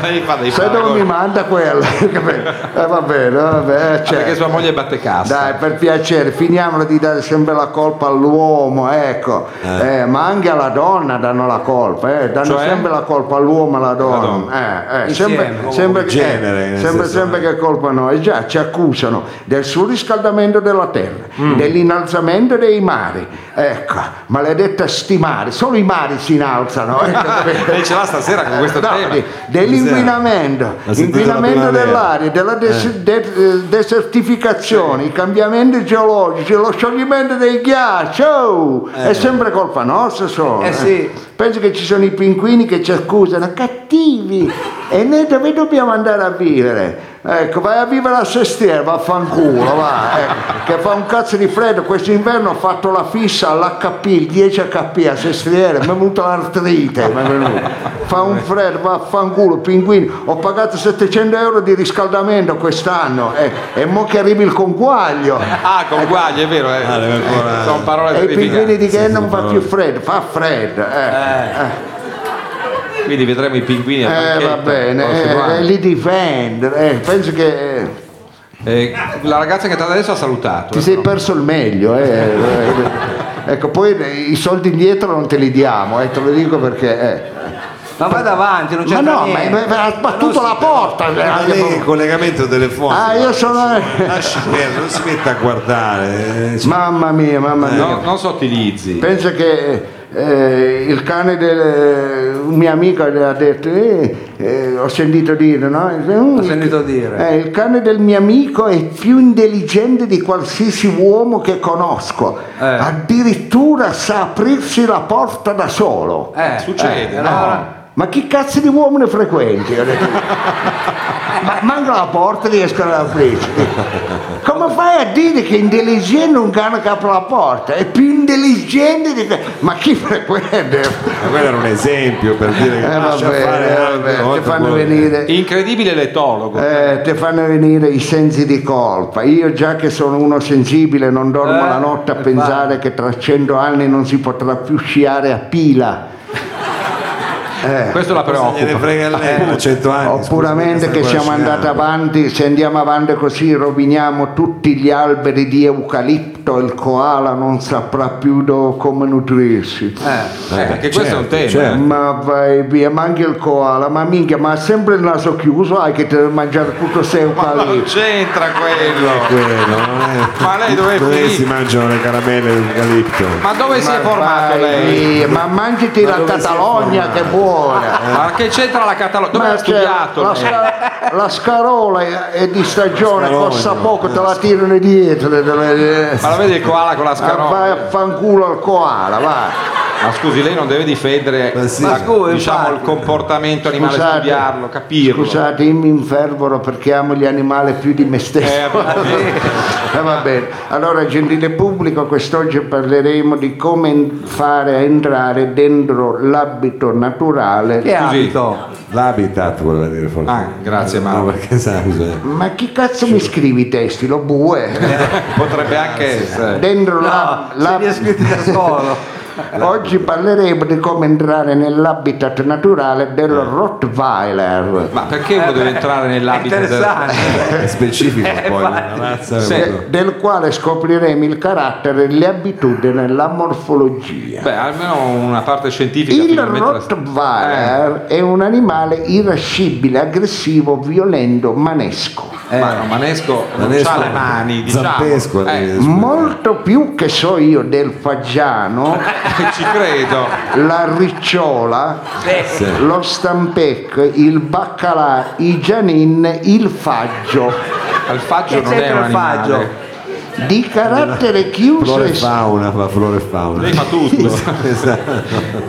Speaker 3: Lei fa dei
Speaker 4: Sai dove
Speaker 3: paragoni.
Speaker 4: mi manda quella? eh, va bene, va bene, eh, cioè.
Speaker 3: Perché sua moglie batte cassa.
Speaker 4: Dai, per piacere, finiamola di dare sempre la colpa all'uomo, ecco. Eh, ma anche alla donna danno la colpa, eh, danno
Speaker 3: Cioè?
Speaker 4: sempre la colpa all'uomo e alla donna. eh, eh,
Speaker 2: Insieme,
Speaker 4: sempre,
Speaker 2: come
Speaker 4: sempre, che-
Speaker 1: genere, nel
Speaker 4: sembra
Speaker 1: senso,
Speaker 4: sempre
Speaker 1: eh.
Speaker 4: che è colpa noi. Già, ci accusano del surriscaldamento della terra, dell'innalzamento dei mari. Ecco, maledetta sti mari, solo i mari si innalzano. Ecco,
Speaker 3: Lei ce l'ha stasera con questo
Speaker 4: Eh, No,
Speaker 3: tema.
Speaker 4: di- dell'inquinamento,
Speaker 1: L'ha sentito la
Speaker 4: inquinamento
Speaker 1: primavera.
Speaker 4: dell'aria, della des- de- eh, desertificazione, i cambiamenti geologici, lo scioglimento dei ghiacci, oh!
Speaker 1: Eh.
Speaker 4: è sempre colpa nostra solo.
Speaker 2: Eh sì.
Speaker 4: Penso che ci sono i pinguini che ci accusano, cattivi, e noi dove dobbiamo andare a vivere? Ecco, vai a vivere a Sestiere, vaffanculo, va, ecco, che fa un cazzo di freddo, questo inverno ho fatto la fissa all'HP, il 10 HP a Sestiere, mi è venuta l'artrite, mi è venuta. fa un freddo, vaffanculo, pinguini, ho pagato 700 euro di riscaldamento quest'anno eh, e mo che arrivi il conguaglio.
Speaker 3: Ah, con guagli, è vero. eh.
Speaker 1: Ah, deve ancora-
Speaker 3: Sono parole
Speaker 4: Ecco. E i pinguini
Speaker 3: terrificanti.
Speaker 4: di che non fa
Speaker 1: però-
Speaker 4: più freddo, fa freddo. eh.
Speaker 3: Quindi vedremo i pinguini a
Speaker 4: Eh,
Speaker 3: banchetta
Speaker 4: va
Speaker 3: il
Speaker 4: bene,
Speaker 3: prossimo
Speaker 4: eh,
Speaker 3: anno.
Speaker 4: li difendere. eh, penso che eh,
Speaker 3: Eh, la ragazza che è entrata adesso ha salutato.
Speaker 4: ti
Speaker 3: eh,
Speaker 4: sei
Speaker 3: però.
Speaker 4: perso il meglio. eh, eh, Ecco, poi eh, i soldi indietro non te li diamo, eh, te lo dico perché. eh.
Speaker 2: Ma vada avanti, non
Speaker 4: Ma
Speaker 2: c'entra
Speaker 4: no, ma,
Speaker 2: niente.
Speaker 4: ma ha sbattuto la porta. eh,
Speaker 1: Ma lei in collegamento telefonico.
Speaker 4: Ah, io sono.
Speaker 1: Lasci perdere, non si mette a guardare. eh, cioè,
Speaker 4: Mamma mia, mamma mia.
Speaker 3: No, non sottilizzi.
Speaker 4: Pensa che eh, il cane del eh, un mio amico ha detto, eh, eh, ho sentito dire, no? Ho "Mm, Eh,
Speaker 2: sentito dire.
Speaker 4: il cane del mio amico è più intelligente di qualsiasi uomo che conosco,
Speaker 2: Eh.
Speaker 4: addirittura sa aprirsi la porta da solo.
Speaker 2: Eh,
Speaker 3: Succede,
Speaker 2: eh,
Speaker 3: no?
Speaker 2: allora-
Speaker 4: Ma chi cazzo di uomo ne frequenti? Ho detto. Ma manca la porta riescono ad aprirsi. Come fai a dire che è intelligente un cane che apre la porta? È più intelligente di te. Ma chi frequenta?
Speaker 1: Ma quello era un esempio per dire che
Speaker 4: Eh
Speaker 1: Eh, lascia
Speaker 4: vabbè,
Speaker 1: fare
Speaker 4: eh,
Speaker 1: anche
Speaker 4: vabbè,
Speaker 1: una volta
Speaker 4: ti fanno
Speaker 1: quello che-
Speaker 4: venire.
Speaker 3: Incredibile l'etologo.
Speaker 4: Eh, ti fanno venire i sensi di colpa. Io già che sono uno sensibile non dormo
Speaker 2: Eh,
Speaker 4: la notte a
Speaker 2: e
Speaker 4: pensare che tra cento anni non si potrà più sciare a pila.
Speaker 3: Questo la
Speaker 1: Se gliene
Speaker 3: preoccupa.
Speaker 1: frega lei, 100
Speaker 3: Ah,
Speaker 1: anni.
Speaker 4: Eh, Ho
Speaker 1: scusi,
Speaker 4: puramente
Speaker 1: questa
Speaker 4: che
Speaker 1: qua
Speaker 4: siamo
Speaker 1: scena.
Speaker 4: andati avanti, se andiamo avanti così roviniamo tutti gli alberi di eucalipto, il koala non saprà più do- come nutrirsi.
Speaker 3: Eh, perché questo è un tema.
Speaker 1: certo.
Speaker 4: Ma vai via, ma anche il koala, ma minchia, ma sempre il naso chiuso, hai che ti devi mangiare tutto sei
Speaker 3: Ma non
Speaker 4: eucalipto.
Speaker 3: c'entra quello.
Speaker 1: Quello, non è-
Speaker 3: Ma lei dov'è finito?
Speaker 1: si mangiano le caramelle d'eucalipto?
Speaker 3: Ma dove si è formato
Speaker 4: vai
Speaker 3: lei?
Speaker 4: via, ma mangiati la
Speaker 1: dove si è
Speaker 4: Catalogna che è buona.
Speaker 3: Ma che c'entra la Catalogna? Ah, Dove
Speaker 4: Ma
Speaker 3: ha
Speaker 4: c'è
Speaker 3: studiato
Speaker 4: la,
Speaker 3: lei?
Speaker 4: sca- la scarola è- è di stagione,
Speaker 1: Scarola,
Speaker 4: costa poco, te la
Speaker 1: eh.
Speaker 4: tirano dietro. te la-
Speaker 3: Ma la vedi il koala con la
Speaker 4: Ah, vai
Speaker 3: scarola?
Speaker 4: a fanculo al koala, va.
Speaker 3: Ma scusi, lei non deve difendere
Speaker 1: Ma sì.
Speaker 3: la-
Speaker 1: Ma
Speaker 2: come,
Speaker 3: diciamo,
Speaker 2: infatti?
Speaker 3: il comportamento animale,
Speaker 4: Scusate.
Speaker 3: studiarlo, capirlo.
Speaker 4: Scusate, io mi infervoro perché amo gli animali più di me
Speaker 3: Eh,
Speaker 4: stesso.
Speaker 3: abbiamo detto.
Speaker 4: Eh, va bene. Allora, gentile pubblico, quest'oggi parleremo di come en- fare a entrare dentro l'abito naturale.
Speaker 2: Che abito?
Speaker 1: L'habitat voleva dire forse.
Speaker 3: Ah, grazie, Mauro.
Speaker 1: No, perché sai, bisogna-
Speaker 4: Ma chi cazzo mi scrivi i testi? Lo bue?
Speaker 3: Potrebbe anche essere.
Speaker 4: Dentro
Speaker 2: No,
Speaker 4: la-
Speaker 2: Ah, se
Speaker 4: Ah, la-
Speaker 2: li è scritti da solo.
Speaker 4: Oggi parleremo di come entrare nell'habitat naturale del Rottweiler.
Speaker 3: Eh. Ma perché uno deve entrare nell'abito
Speaker 2: È interessante.
Speaker 4: Eh,
Speaker 1: È specifico poi, una
Speaker 2: infatti.
Speaker 1: razza
Speaker 3: Sì.
Speaker 1: proprio-
Speaker 4: del quale scopriremo il carattere, le abitudini e la morfologia.
Speaker 3: Beh, almeno una parte scientifica.
Speaker 4: Il
Speaker 3: finalmente la- Eh.
Speaker 4: Rottweiler è un animale irascibile, aggressivo, violento, manesco.
Speaker 3: Eh, Ma no, Manesco non
Speaker 1: Adesso-
Speaker 3: ha le mani, diciamo.
Speaker 1: Zampesco,
Speaker 3: Eh,
Speaker 1: eh, scusa.
Speaker 4: Molto più che so io del fagiano,
Speaker 3: ci credo.
Speaker 4: la ricciola,
Speaker 3: Eh,
Speaker 1: Sì.
Speaker 4: lo stampec, il baccalà, i gianin, il faggio.
Speaker 3: Il faggio
Speaker 2: Che
Speaker 3: non è
Speaker 2: c'entra
Speaker 3: un
Speaker 2: il faggio?
Speaker 3: animale.
Speaker 4: Di carattere chiuso
Speaker 1: Flora e
Speaker 4: e
Speaker 1: fauna, fa flora e fauna.
Speaker 3: Lei fa tutto.
Speaker 1: Esatto.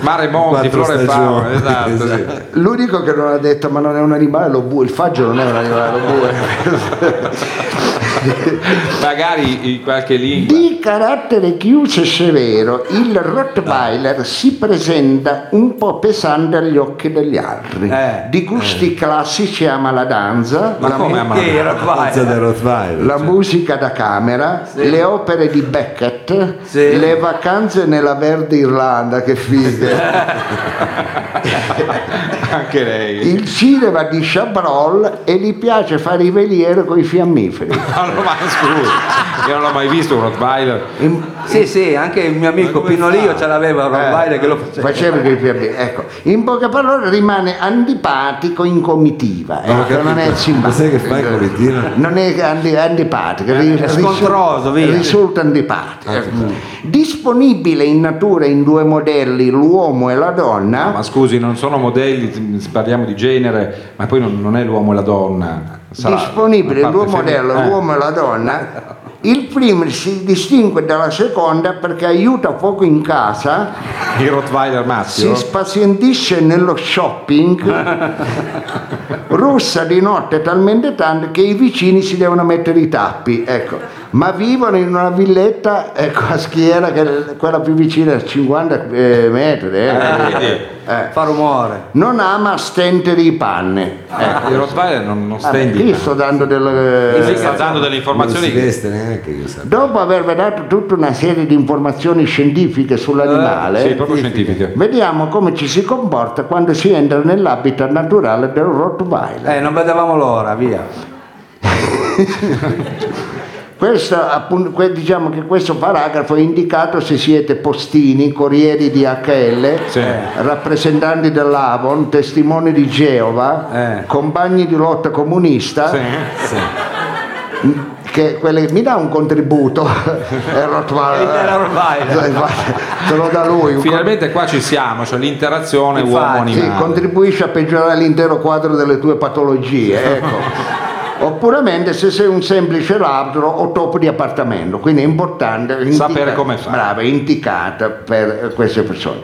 Speaker 3: Mare Monti,
Speaker 1: Quattro
Speaker 3: Flora e Fauna,
Speaker 1: stagioni,
Speaker 3: esatto, sì.
Speaker 1: esatto.
Speaker 4: L'unico che non ha detto ma non è un animale lo bue, il faggio non è un animale lo bue.
Speaker 3: Magari in qualche lingua.
Speaker 4: Di carattere chiuso e severo, il Rottweiler si presenta un po' pesante agli occhi degli altri.
Speaker 2: Eh,
Speaker 4: di gusti classici ama la danza,
Speaker 3: Ma
Speaker 4: la,
Speaker 3: come
Speaker 4: mu-
Speaker 3: ama?
Speaker 2: Che era
Speaker 1: Razza del
Speaker 2: qua? eh.
Speaker 1: Rottweiler.
Speaker 4: la musica da camera, le opere di Beckett,
Speaker 2: Sì.
Speaker 4: le vacanze nella verde Irlanda, che figa.
Speaker 3: Anche lei.
Speaker 4: il cinema di Chabrol e gli piace fare i veliere con i fiammiferi.
Speaker 3: Allora, ma scusi, io non l'ho mai visto un Rottweiler.
Speaker 4: In-
Speaker 2: Sì, sì, anche il mio amico
Speaker 1: come
Speaker 2: Pinolio
Speaker 1: fa?
Speaker 2: ce l'aveva un
Speaker 4: Eh.
Speaker 2: Rottweiler che lo faceva.
Speaker 4: Faceva che fiammiferi. Ecco, in poche parole rimane antipatico in comitiva,
Speaker 1: Ho
Speaker 4: ecco, non è
Speaker 1: capito. Ma sai che fa il
Speaker 4: simpatico.
Speaker 1: comitino?
Speaker 4: Non è anti- antipatico, ri- risu-
Speaker 2: scontroso, via.
Speaker 4: risulta antipatico. ecco. Disponibile in natura in due modelli, l'uomo e la donna.
Speaker 3: Ma scusi, non sono modelli, parliamo di genere, ma poi non, non è l'uomo e la donna. Sarà
Speaker 4: disponibile
Speaker 3: una
Speaker 4: due
Speaker 3: parte
Speaker 4: modelli,
Speaker 3: femminile. Eh.
Speaker 4: l'uomo e la donna. Il primo si distingue dalla seconda perché aiuta poco in casa,
Speaker 3: eh, Il Rottweiler
Speaker 4: si
Speaker 3: maschio?
Speaker 4: spazientisce nello shopping, russa di notte talmente tanto che i vicini si devono mettere i tappi, ecco. ma vivono in una villetta ecco, a schiera, che è quella più vicina a 50 eh, metri. eh.
Speaker 3: quindi-
Speaker 4: Eh.
Speaker 2: Fa rumore.
Speaker 4: Non ama stendere i panne.
Speaker 3: Eh, il Rottweiler non, non stendi.
Speaker 4: Io sto dando delle...
Speaker 3: Lei sta dando delle
Speaker 1: Non
Speaker 3: informazioni
Speaker 1: si
Speaker 3: che
Speaker 1: veste neanche io sapevo.
Speaker 4: Dopo avervi dato tutta una serie di informazioni scientifiche sull'animale,
Speaker 3: Eh, sì, proprio scientifiche.
Speaker 4: vediamo come ci si comporta quando si entra nell'habitat naturale del Rottweiler.
Speaker 2: Eh, non vedevamo l'ora, via.
Speaker 4: Questo, appunto, que- diciamo che questo paragrafo è indicato se siete postini, corrieri di HL,
Speaker 3: Sì.
Speaker 4: rappresentanti dell'Avon, testimoni di Geova,
Speaker 2: Eh.
Speaker 4: compagni di lotta comunista,
Speaker 3: Sì.
Speaker 4: che quelle- mi dà un contributo il Rottweiler.
Speaker 2: Era Rottweiler.
Speaker 4: Te lo dà lui, un
Speaker 3: Finalmente qua ci siamo, cioè l'interazione
Speaker 2: Infatti,
Speaker 4: Sì,
Speaker 3: uomo-animale.
Speaker 4: contribuisce a peggiorare l'intero quadro delle tue patologie, ecco. Oppure se sei un semplice ladro o topo di appartamento, quindi è importante
Speaker 3: Sapere come fare.
Speaker 4: Brava, è indicata per eh, queste persone.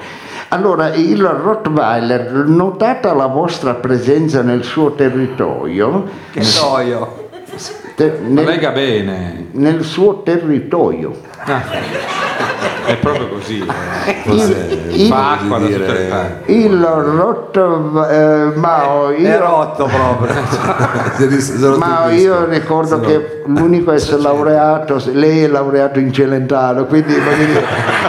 Speaker 4: Allora, il Rottweiler, notata la vostra presenza nel suo territorio,
Speaker 2: Che so io.
Speaker 4: te- nel,
Speaker 3: Lega bene.
Speaker 4: nel suo territorio,
Speaker 3: È proprio così. eh.
Speaker 1: Forse
Speaker 4: Il-
Speaker 3: Fa acqua da
Speaker 1: dire-
Speaker 3: tutte le parti.
Speaker 4: Il rotto eh, Mao,
Speaker 2: È
Speaker 4: io,
Speaker 2: rotto proprio.
Speaker 1: Se li- se lo
Speaker 4: Mao,
Speaker 1: tutti-
Speaker 4: io ricordo che l'unico a essere laureato, lei è laureato in Celentano, quindi voglio dire...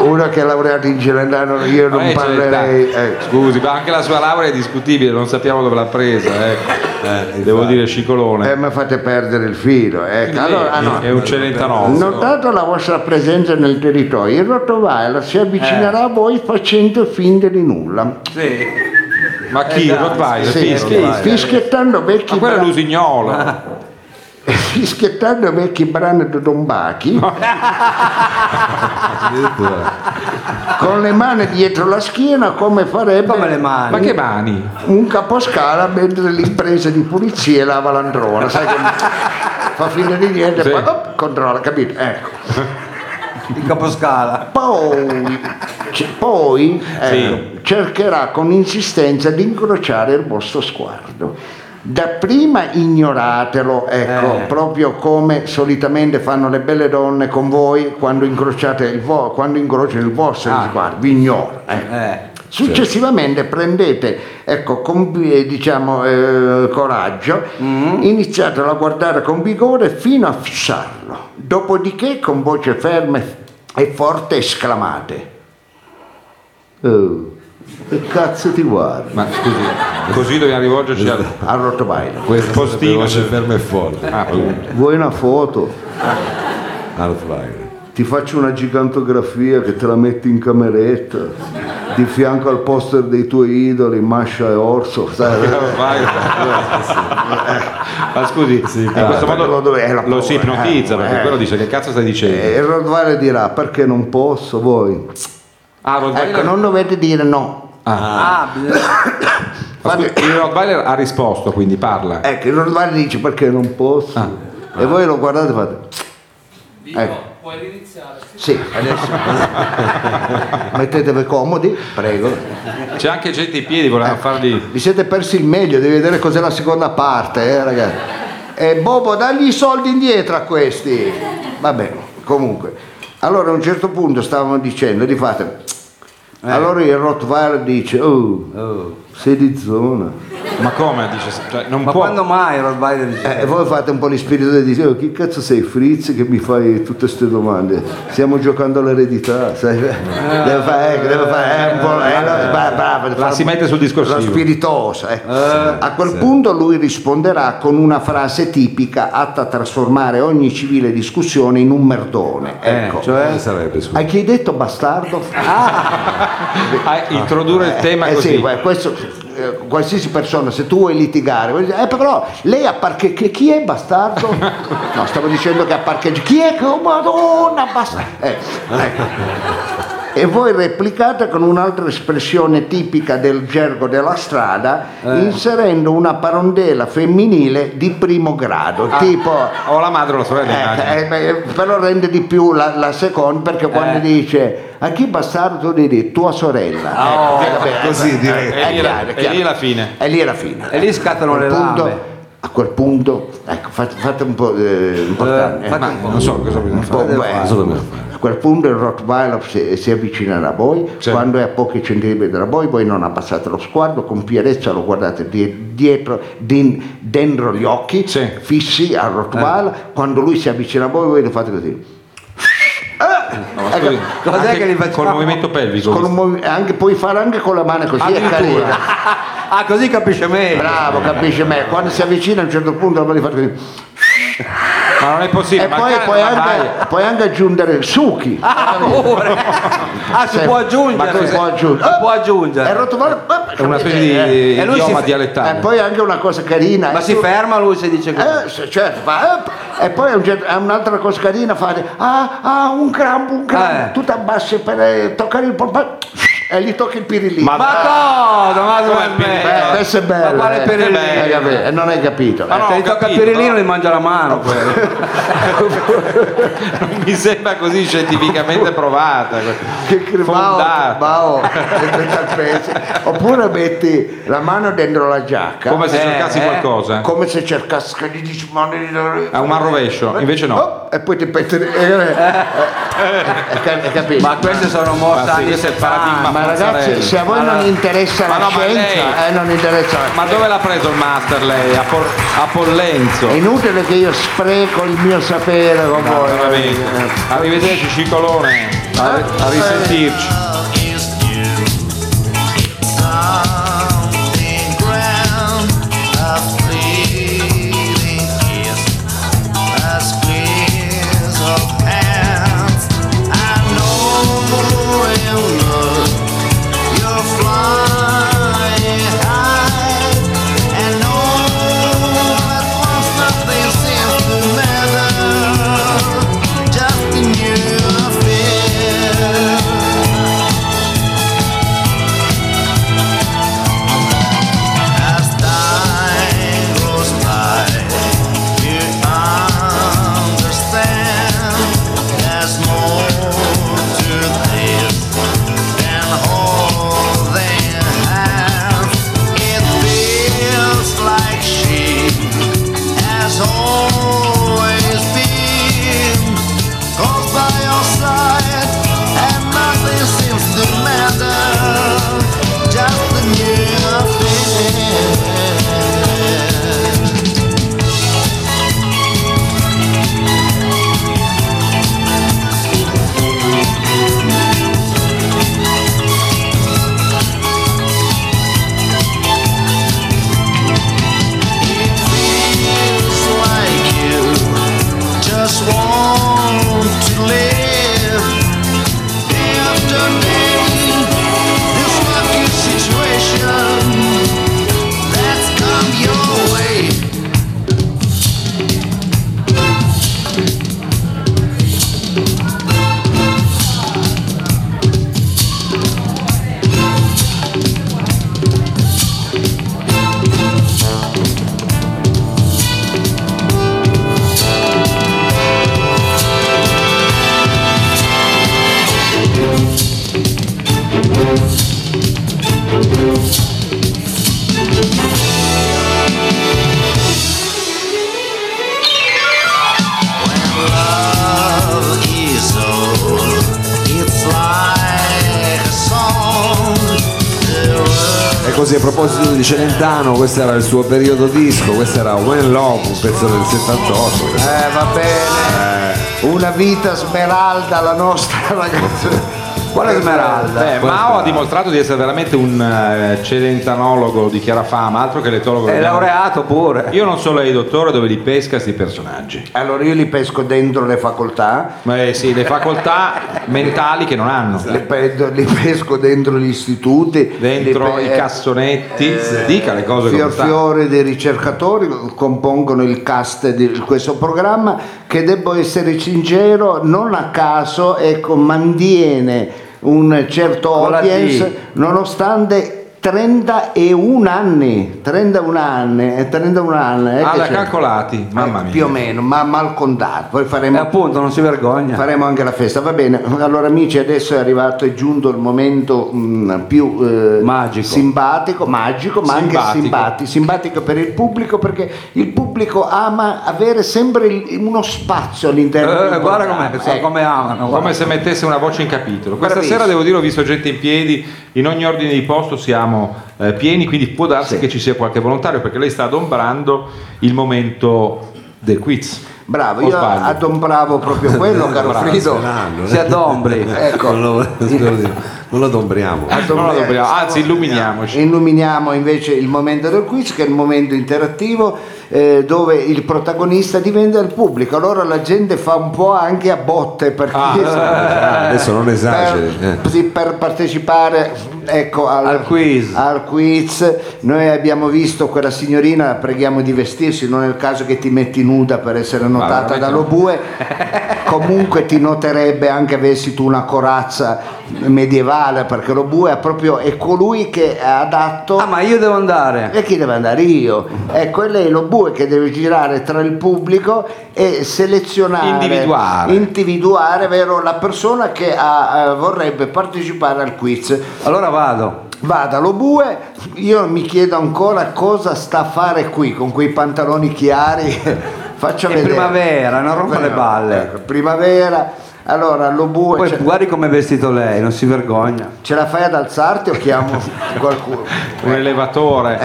Speaker 4: Uno che è laureato in Celentano, io non
Speaker 3: Eh,
Speaker 4: parlerei...
Speaker 3: cioè,
Speaker 4: eh.
Speaker 3: dai, Scusi, ma anche la sua laurea è discutibile, non sappiamo dove l'ha presa. ecco.
Speaker 1: Eh,
Speaker 3: Devo
Speaker 1: infatti.
Speaker 3: dire scicolone.
Speaker 4: Eh, mi fate perdere il filo, ecco. Allora, ah, no.
Speaker 3: È un
Speaker 4: Ho
Speaker 3: celentanozzo.
Speaker 4: notato la vostra presenza nel territorio, il Rottweiler si
Speaker 3: Eh.
Speaker 4: avvicinerà a voi facendo finta di nulla,
Speaker 2: Sì.
Speaker 3: Ma chi?
Speaker 2: Eh, dai,
Speaker 3: Rottweiler?
Speaker 2: sì,
Speaker 3: Fischia?
Speaker 2: sì, Rottweiler.
Speaker 4: fischiettando
Speaker 3: Ma
Speaker 4: vecchi,
Speaker 3: quello è
Speaker 4: bra- Ah.
Speaker 3: l'usignolo.
Speaker 4: fischiettando vecchi brani di Dombachi,
Speaker 1: Addirittura.
Speaker 4: con le mani dietro la schiena come farebbe
Speaker 2: Come le mani.
Speaker 3: Ma che mani?
Speaker 4: un caposcala mentre l'impresa di pulizia lava l'androna, sai che fa finta di niente,
Speaker 3: Sì.
Speaker 4: poi op, controlla, capito? Ecco.
Speaker 2: Il caposcala.
Speaker 4: Poi, c- poi, ecco, cercherà con insistenza di incrociare il vostro sguardo. Dapprima ignoratelo, ecco, proprio come solitamente fanno le belle donne con voi quando, incrociate il vo- quando incrociano il vostro sguardo, vi ignora. ecco.
Speaker 2: Eh.
Speaker 4: Successivamente prendete ecco, con, eh, diciamo, eh, coraggio, Mm. iniziatelo a guardare con vigore fino a fissarlo, dopodiché con voce ferma e forte esclamate. Oh, che cazzo ti guardi?
Speaker 3: Ma scusi, così dobbiamo rivolgerci al.
Speaker 4: A Rottweiler.
Speaker 1: Questa
Speaker 3: Postino,
Speaker 1: postino c'è
Speaker 3: sì.
Speaker 1: fermo e forte.
Speaker 3: Ah, appunto.
Speaker 4: Vuoi una foto?
Speaker 1: Art Wagner.
Speaker 4: Ti faccio una gigantografia che te la metti in cameretta, di fianco al poster dei tuoi idoli, Mascia e Orso, sai?
Speaker 3: Vai.
Speaker 4: Eh,
Speaker 3: Ma scusi, in questo modo
Speaker 4: Lo
Speaker 3: lo,
Speaker 4: dove- eh, la paura,
Speaker 3: si ipnotizza
Speaker 4: eh,
Speaker 3: perché
Speaker 4: eh.
Speaker 3: quello dice che cazzo stai dicendo?
Speaker 4: E Eh, il Rottweiler dirà perché non posso voi.
Speaker 3: ah, Rottweiler,
Speaker 4: Ecco, non dovete dire no.
Speaker 2: Ah, bisogna-
Speaker 3: Ma scusi, il Rottweiler ha risposto, quindi parla.
Speaker 4: Ecco, il Rottweiler dice perché non posso. E voi lo guardate e fate. Ecco. Sì, adesso. Mettetevi comodi, prego.
Speaker 3: C'è anche gente in piedi,
Speaker 4: Eh.
Speaker 3: volevano fargli.
Speaker 4: Vi siete persi il meglio, devi vedere cos'è la seconda parte, eh, ragazzi. E Bobo, dagli i soldi indietro a questi. Vabbè, comunque. Allora a un certo punto stavano dicendo, di fate. Allora il Rottweiler dice, oh,
Speaker 2: Oh.
Speaker 4: sei di zona.
Speaker 3: Ma come? Dice, cioè, non
Speaker 2: Ma
Speaker 3: può.
Speaker 2: quando mai Rottweiler dice?
Speaker 4: Eh, E voi fate un po' l'spirito di dire, "Oh, chi cazzo sei Fritz che mi fai tutte queste domande? Stiamo giocando all'eredità, sai? eh? Deve fare, ecco, deve fare, eh, un po', eh, no, bra- bravo, deve
Speaker 3: La
Speaker 4: fare
Speaker 3: si
Speaker 4: un po'
Speaker 3: mette sul discorsivo.
Speaker 4: La spiritosa, eh. A quel punto lui risponderà con una frase tipica atta a trasformare ogni civile discussione in un merdone.
Speaker 3: Eh,
Speaker 4: Ecco.
Speaker 1: Cioè? Sarebbe, scusa.
Speaker 4: Hai chi hai detto bastardo?
Speaker 3: Ah, introdurre il tema
Speaker 4: Eh, eh,
Speaker 3: così.
Speaker 4: sì, guarda, questo, eh, qualsiasi persona, se tu vuoi litigare, vuoi dire, eh, però lei ha parcheggiato. Chi è bastardo? no, stavo dicendo che ha parcheggiato. Chi è che oh, madonna bastardo? Eh, ecco. E voi replicate con un'altra espressione tipica del gergo della strada,
Speaker 3: Eh.
Speaker 4: inserendo una parondela femminile di primo grado,
Speaker 3: Ah.
Speaker 4: tipo
Speaker 3: O la madre o la sorella, immagino.
Speaker 4: eh, eh, beh, però rende di più la, la seconda perché quando dice a chi bastardo tu devi dire tua sorella
Speaker 2: Ah, oh,
Speaker 4: Eh, vabbè,
Speaker 1: così
Speaker 4: eh,
Speaker 1: direi.
Speaker 4: eh,
Speaker 3: E lì
Speaker 4: è
Speaker 3: è la-
Speaker 4: chiaro, è
Speaker 3: e
Speaker 4: chiaro.
Speaker 3: lì è la fine.
Speaker 4: e lì è la fine
Speaker 2: E lì scattano
Speaker 4: a quel
Speaker 2: le
Speaker 4: punto,
Speaker 2: lame.
Speaker 4: a quel punto ecco fate, fate un po' eh, importante
Speaker 2: Eh,
Speaker 4: eh,
Speaker 2: fate
Speaker 4: ma-
Speaker 2: un po'.
Speaker 3: Non so cosa bisogna fare.
Speaker 4: un po',
Speaker 2: devo
Speaker 4: eh,
Speaker 2: fare?
Speaker 1: Cosa dobbiamo fare?
Speaker 4: a quel punto il Rottweiler si, si avvicinerà a voi,
Speaker 3: Sì.
Speaker 4: quando è a pochi centimetri da voi, voi non abbassate lo sguardo, con fierezza lo guardate die- dietro, din- dentro gli occhi,
Speaker 3: Sì.
Speaker 4: fissi al Rottweiler, quando lui si avvicina a voi voi lo fate così.
Speaker 3: No, ma
Speaker 4: Ecco,
Speaker 3: scusi,
Speaker 2: cos'è
Speaker 3: anche
Speaker 2: che li facciamo?
Speaker 3: Col movimento pelvico.
Speaker 4: Con un movi- anche- puoi fare anche con la mano così, è
Speaker 3: Addirittura.
Speaker 4: carina.
Speaker 2: Ah, così capisce meglio.
Speaker 4: Bravo, capisci me? Quando si avvicina a un certo punto lo fate così.
Speaker 3: Ma non è possibile.
Speaker 4: E
Speaker 3: ma
Speaker 4: poi
Speaker 3: cara,
Speaker 4: puoi
Speaker 3: ma
Speaker 4: anche, puoi anche aggiungere succhi.
Speaker 2: Ah, pure. Ah, si
Speaker 4: Sì.
Speaker 2: può aggiungere.
Speaker 4: Ma si può aggiungere.
Speaker 2: Si può
Speaker 4: È
Speaker 2: aggiungere.
Speaker 4: Rottweiler-
Speaker 3: È una specie di
Speaker 2: E lui si
Speaker 3: idioma
Speaker 2: fa-
Speaker 3: dialettale.
Speaker 4: Eh, E eh, poi anche una cosa carina.
Speaker 2: Ma
Speaker 4: eh,
Speaker 2: si
Speaker 4: tu-
Speaker 2: ferma lui se dice così.
Speaker 4: Eh, se- certo, fa, eh, p- e poi a un certo- a un'altra cosa carina fate ah, ah un crampo, un crampo,
Speaker 2: Eh.
Speaker 4: tu ti abbassi per eh, toccare il polpaccio e gli tocca il pirillino.
Speaker 3: Ma-
Speaker 2: Ma cosa? Ma
Speaker 3: Com'è
Speaker 2: come
Speaker 3: il pirillino?
Speaker 4: Eh,
Speaker 2: me?
Speaker 4: questo è bello.
Speaker 2: Ma quale
Speaker 4: eh.
Speaker 2: pirillino?
Speaker 4: Eh, vabbè, eh, non hai capito.
Speaker 3: Ma
Speaker 4: eh.
Speaker 3: no,
Speaker 2: Se
Speaker 3: ho
Speaker 2: gli tocca il
Speaker 3: capito.
Speaker 2: pirillino gli mangia la mano quello.
Speaker 3: Non mi sembra così scientificamente provata.
Speaker 4: Che che-
Speaker 3: Fondata.
Speaker 4: bao, bao, che pensa al pezzo. Oppure metti la mano dentro la giacca
Speaker 3: Come se
Speaker 2: Eh,
Speaker 3: cercassi
Speaker 2: eh.
Speaker 3: qualcosa.
Speaker 4: come se cercassi che gli dici ma
Speaker 3: È un rovescio, invece no.
Speaker 4: Oh, e poi ti petti eh, eh, eh, cap- eh, capito?
Speaker 2: Ma queste sono morte
Speaker 3: Ma sì,
Speaker 2: anni
Speaker 3: questo è il
Speaker 2: fa.
Speaker 3: paradigma.
Speaker 4: Ma ragazzi,
Speaker 3: mozzarella.
Speaker 4: se a voi non interessa
Speaker 3: Ma
Speaker 4: la
Speaker 3: no, ma
Speaker 4: scienza,
Speaker 3: lei-
Speaker 4: eh, non interessa la
Speaker 3: Ma dove l'ha preso il master lei? A, Pol- a Pollenzo.
Speaker 4: È inutile che io spreco il mio sapere con
Speaker 3: No,
Speaker 4: voi.
Speaker 3: veramente.
Speaker 4: eh,
Speaker 3: Arrivederci Cicolone, a, a risentirci.
Speaker 5: Just in your fear As time goes by, you understand there's more to this than holding hands. It feels like she has always been close by your side, and nothing seems to matter. Just the new feeling. feels like you just want to live day after day. This lucky situation that's come your way. Love is old. It's like a song. The world
Speaker 1: E così a proposito di Celentano, questo era il suo periodo disco, questo era When Love, un pezzo del 78. questo.
Speaker 4: Eh, va bene.
Speaker 3: Eh.
Speaker 4: Una vita smeralda la nostra, ragazzi.
Speaker 2: Quale smeralda?
Speaker 3: Beh, Mao ha dimostrato di essere veramente un eh, celempanologo di chiara fama, altro che l'etologo.
Speaker 2: È
Speaker 3: vediamo.
Speaker 2: laureato pure.
Speaker 3: Io non so lei, dottore, dove li pesca questi personaggi.
Speaker 4: Allora io li pesco dentro le facoltà,
Speaker 3: Ma eh, sì, le facoltà mentali che non hanno.
Speaker 4: li, pe- li pesco dentro gli istituti,
Speaker 3: Dentro
Speaker 4: li
Speaker 3: i
Speaker 4: pe- eh,
Speaker 3: cassonetti, dica le cose
Speaker 4: Fior
Speaker 3: come stanno.
Speaker 4: fiore dei ricercatori compongono il cast di questo programma che devo essere sincero, non a caso ecco, mantiene un certo
Speaker 2: Con la D.
Speaker 4: audience nonostante 31 anni, 31 anni, eh, 31 anni. eh,
Speaker 3: Ah,
Speaker 4: che
Speaker 3: l'ha
Speaker 4: c'è?
Speaker 3: calcolati, mamma
Speaker 4: Eh,
Speaker 3: mia.
Speaker 4: Più o meno, ma mal contato. Poi
Speaker 2: E
Speaker 4: faremo
Speaker 2: appunto non si vergogna.
Speaker 4: Eh. Faremo anche la festa, va bene. Allora amici, adesso è arrivato, è giunto il momento mh, più eh,
Speaker 2: Magico.
Speaker 4: simpatico, magico, ma anche
Speaker 3: Simpatico.
Speaker 4: simpatico. Simpatico per il pubblico perché il pubblico ama avere sempre il- uno spazio all'interno
Speaker 2: Eh,
Speaker 4: del
Speaker 2: guarda
Speaker 4: programma.
Speaker 2: com'è, so
Speaker 4: Ecco.
Speaker 2: come amano.
Speaker 3: Come
Speaker 2: guarda.
Speaker 3: se mettesse una voce in capitolo. Questa
Speaker 2: Bravissimo.
Speaker 3: sera devo dire ho visto gente in piedi, in ogni ordine di posto siamo eh, pieni, quindi può darsi che ci sia qualche volontario perché lei sta adombrando il momento del quiz.
Speaker 4: Bravo,
Speaker 3: O
Speaker 4: io
Speaker 3: sbaglio?
Speaker 4: adombravo proprio quello, caro
Speaker 1: Bravo,
Speaker 4: Frido.
Speaker 1: Celentano, eh.
Speaker 2: Si adombri.
Speaker 4: Ecco. Eh.
Speaker 1: Non lo, scusi, non lo dombriamo.
Speaker 3: Non lo adombriamo, anzi illuminiamoci.
Speaker 2: Eh.
Speaker 4: Illuminiamo invece il momento del quiz, che è il momento interattivo eh, dove il protagonista diventa il pubblico. Allora la gente fa un po' anche a botte perché
Speaker 3: Ah,
Speaker 1: Adesso non esageri.
Speaker 4: per,
Speaker 1: eh.
Speaker 4: sì, per partecipare ecco, al,
Speaker 2: Al quiz.
Speaker 4: al quiz. Noi abbiamo visto quella signorina, la preghiamo di vestirsi, non è il caso che ti metti nuda per essere notata
Speaker 3: veramente
Speaker 4: dallo bue. comunque ti noterebbe anche avessi tu una corazza medievale perché lo bue ha proprio è colui che ha dato
Speaker 2: Ah, ma io devo andare.
Speaker 4: e chi deve andare io? Ecco, è lei lo bue che deve girare tra il pubblico e selezionare,
Speaker 3: Individuare.
Speaker 4: individuare, vero, la persona che ha- eh, vorrebbe partecipare al quiz.
Speaker 2: Allora vado.
Speaker 4: Vada lo bue, io mi chiedo ancora cosa sta a fare qui con quei pantaloni chiari. Faccia
Speaker 2: È
Speaker 4: vedere.
Speaker 2: primavera, non rompa le balle.
Speaker 4: Ecco, primavera. Allora, lo bue
Speaker 2: Poi
Speaker 4: ce,
Speaker 2: guardi come è vestito lei, non si vergogna.
Speaker 4: ce la fai ad alzarti o chiamo qualcuno?
Speaker 3: un elevatore.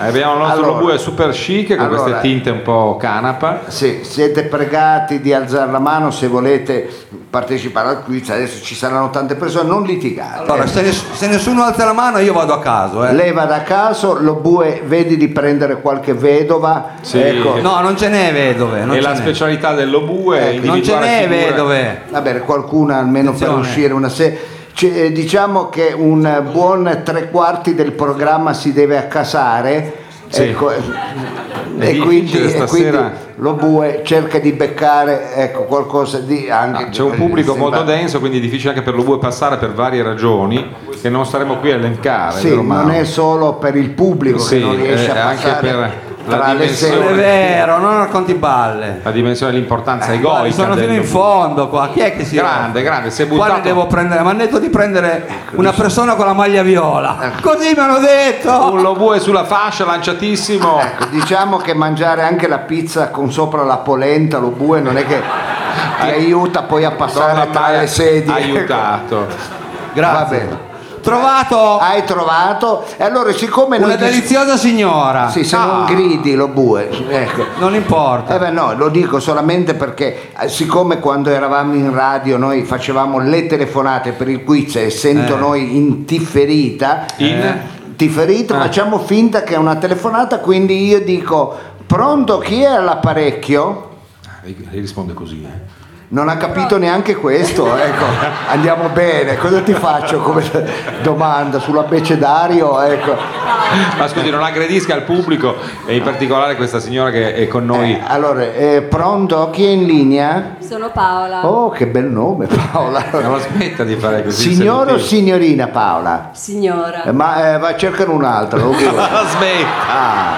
Speaker 3: Abbiamo il nostro
Speaker 4: Allora.
Speaker 3: Lobue super chic con
Speaker 4: Allora.
Speaker 3: queste tinte un po' canapa.
Speaker 4: Se siete pregati di alzare la mano se volete partecipare al quiz, adesso ci saranno tante persone, non litigate.
Speaker 2: Allora, se, ness- se nessuno alza la mano io vado a caso, eh.
Speaker 4: Leva da caso, lo bue, vedi di prendere qualche vedova.
Speaker 3: Sì.
Speaker 4: Ecco.
Speaker 2: No, non ce n'è vedove, non
Speaker 3: e
Speaker 2: ce
Speaker 3: la
Speaker 2: n'è.
Speaker 3: specialità del Lobue è
Speaker 2: Ecco, non ce
Speaker 3: individuare
Speaker 2: n'è
Speaker 3: figure-
Speaker 2: vedove.
Speaker 4: Va bene, qualcuna almeno per
Speaker 2: Attenzione.
Speaker 4: uscire una sera. C'è- eh, diciamo che un eh, buon tre quarti del programma si deve accasare.
Speaker 3: Sì.
Speaker 4: Ecco, eh,
Speaker 3: È
Speaker 4: e,
Speaker 3: difficile
Speaker 4: quindi, e
Speaker 3: stasera.
Speaker 4: quindi lo bue cerca di beccare ecco, qualcosa di anche.
Speaker 3: Ah, C'è un pubblico
Speaker 4: eh,
Speaker 3: molto
Speaker 4: sembra-
Speaker 3: denso, quindi è difficile anche per Lobue passare per varie ragioni che non staremo qui a elencare.
Speaker 4: Sì,
Speaker 3: vero Mauro?
Speaker 4: non è solo per il pubblico
Speaker 3: Sì,
Speaker 4: che non riesce
Speaker 3: eh,
Speaker 4: a
Speaker 3: anche
Speaker 4: passare
Speaker 3: per la
Speaker 4: tra le
Speaker 3: dimensione.
Speaker 2: Non è
Speaker 4: sedi.
Speaker 2: vero, non racconti balle.
Speaker 3: La dimensione dell'importanza
Speaker 2: Eh, Guardi,
Speaker 3: egoica.
Speaker 2: sono
Speaker 3: del
Speaker 2: fino in
Speaker 3: Lobue.
Speaker 2: fondo qua. Chi è che si
Speaker 3: Grande, grande, si è
Speaker 2: Qua ne
Speaker 3: buttato.
Speaker 2: devo prendere, mi hanno detto di prendere una persona con la maglia viola. Così mi hanno detto.
Speaker 3: Un Lobue sulla fascia, lanciatissimo.
Speaker 4: Diciamo che mangiare anche la pizza con sopra la polenta, lo bue, non è che ti aiuta poi a
Speaker 3: Donna
Speaker 4: passare tra
Speaker 3: Maria
Speaker 4: le sedi.
Speaker 3: aiutato.
Speaker 4: Va bene.
Speaker 2: Grazie. Trovato
Speaker 4: Hai trovato? E allora siccome
Speaker 2: una
Speaker 4: noi dis-
Speaker 2: deliziosa signora.
Speaker 4: Sì, se
Speaker 2: Ah,
Speaker 4: non gridi lo bue, ecco.
Speaker 2: Non importa.
Speaker 4: Eh beh, no, lo dico solamente perché eh, siccome quando eravamo in radio noi facevamo le telefonate per il quiz, essendo noi in tifferita,
Speaker 3: In?
Speaker 4: tifferita facciamo finta che è una telefonata, quindi io dico pronto chi è all'apparecchio?
Speaker 3: Lei risponde così. eh.
Speaker 4: Non ha capito neanche questo, ecco, andiamo bene, cosa ti faccio come domanda sull'abbecedario? Ecco.
Speaker 3: Ma scusi, non aggredisca il pubblico e in particolare questa signora che è con noi.
Speaker 4: Eh, allora, eh, pronto? Chi è in linea?
Speaker 6: Sono Paola.
Speaker 4: Oh, che bel nome Paola.
Speaker 3: Non la smetta di fare così.
Speaker 4: Signora o
Speaker 3: sedutiva.
Speaker 4: signorina Paola?
Speaker 6: Signora.
Speaker 4: Eh, Ma eh, va a cercare un'altra, lo dico.
Speaker 3: La smetta,
Speaker 4: Ah,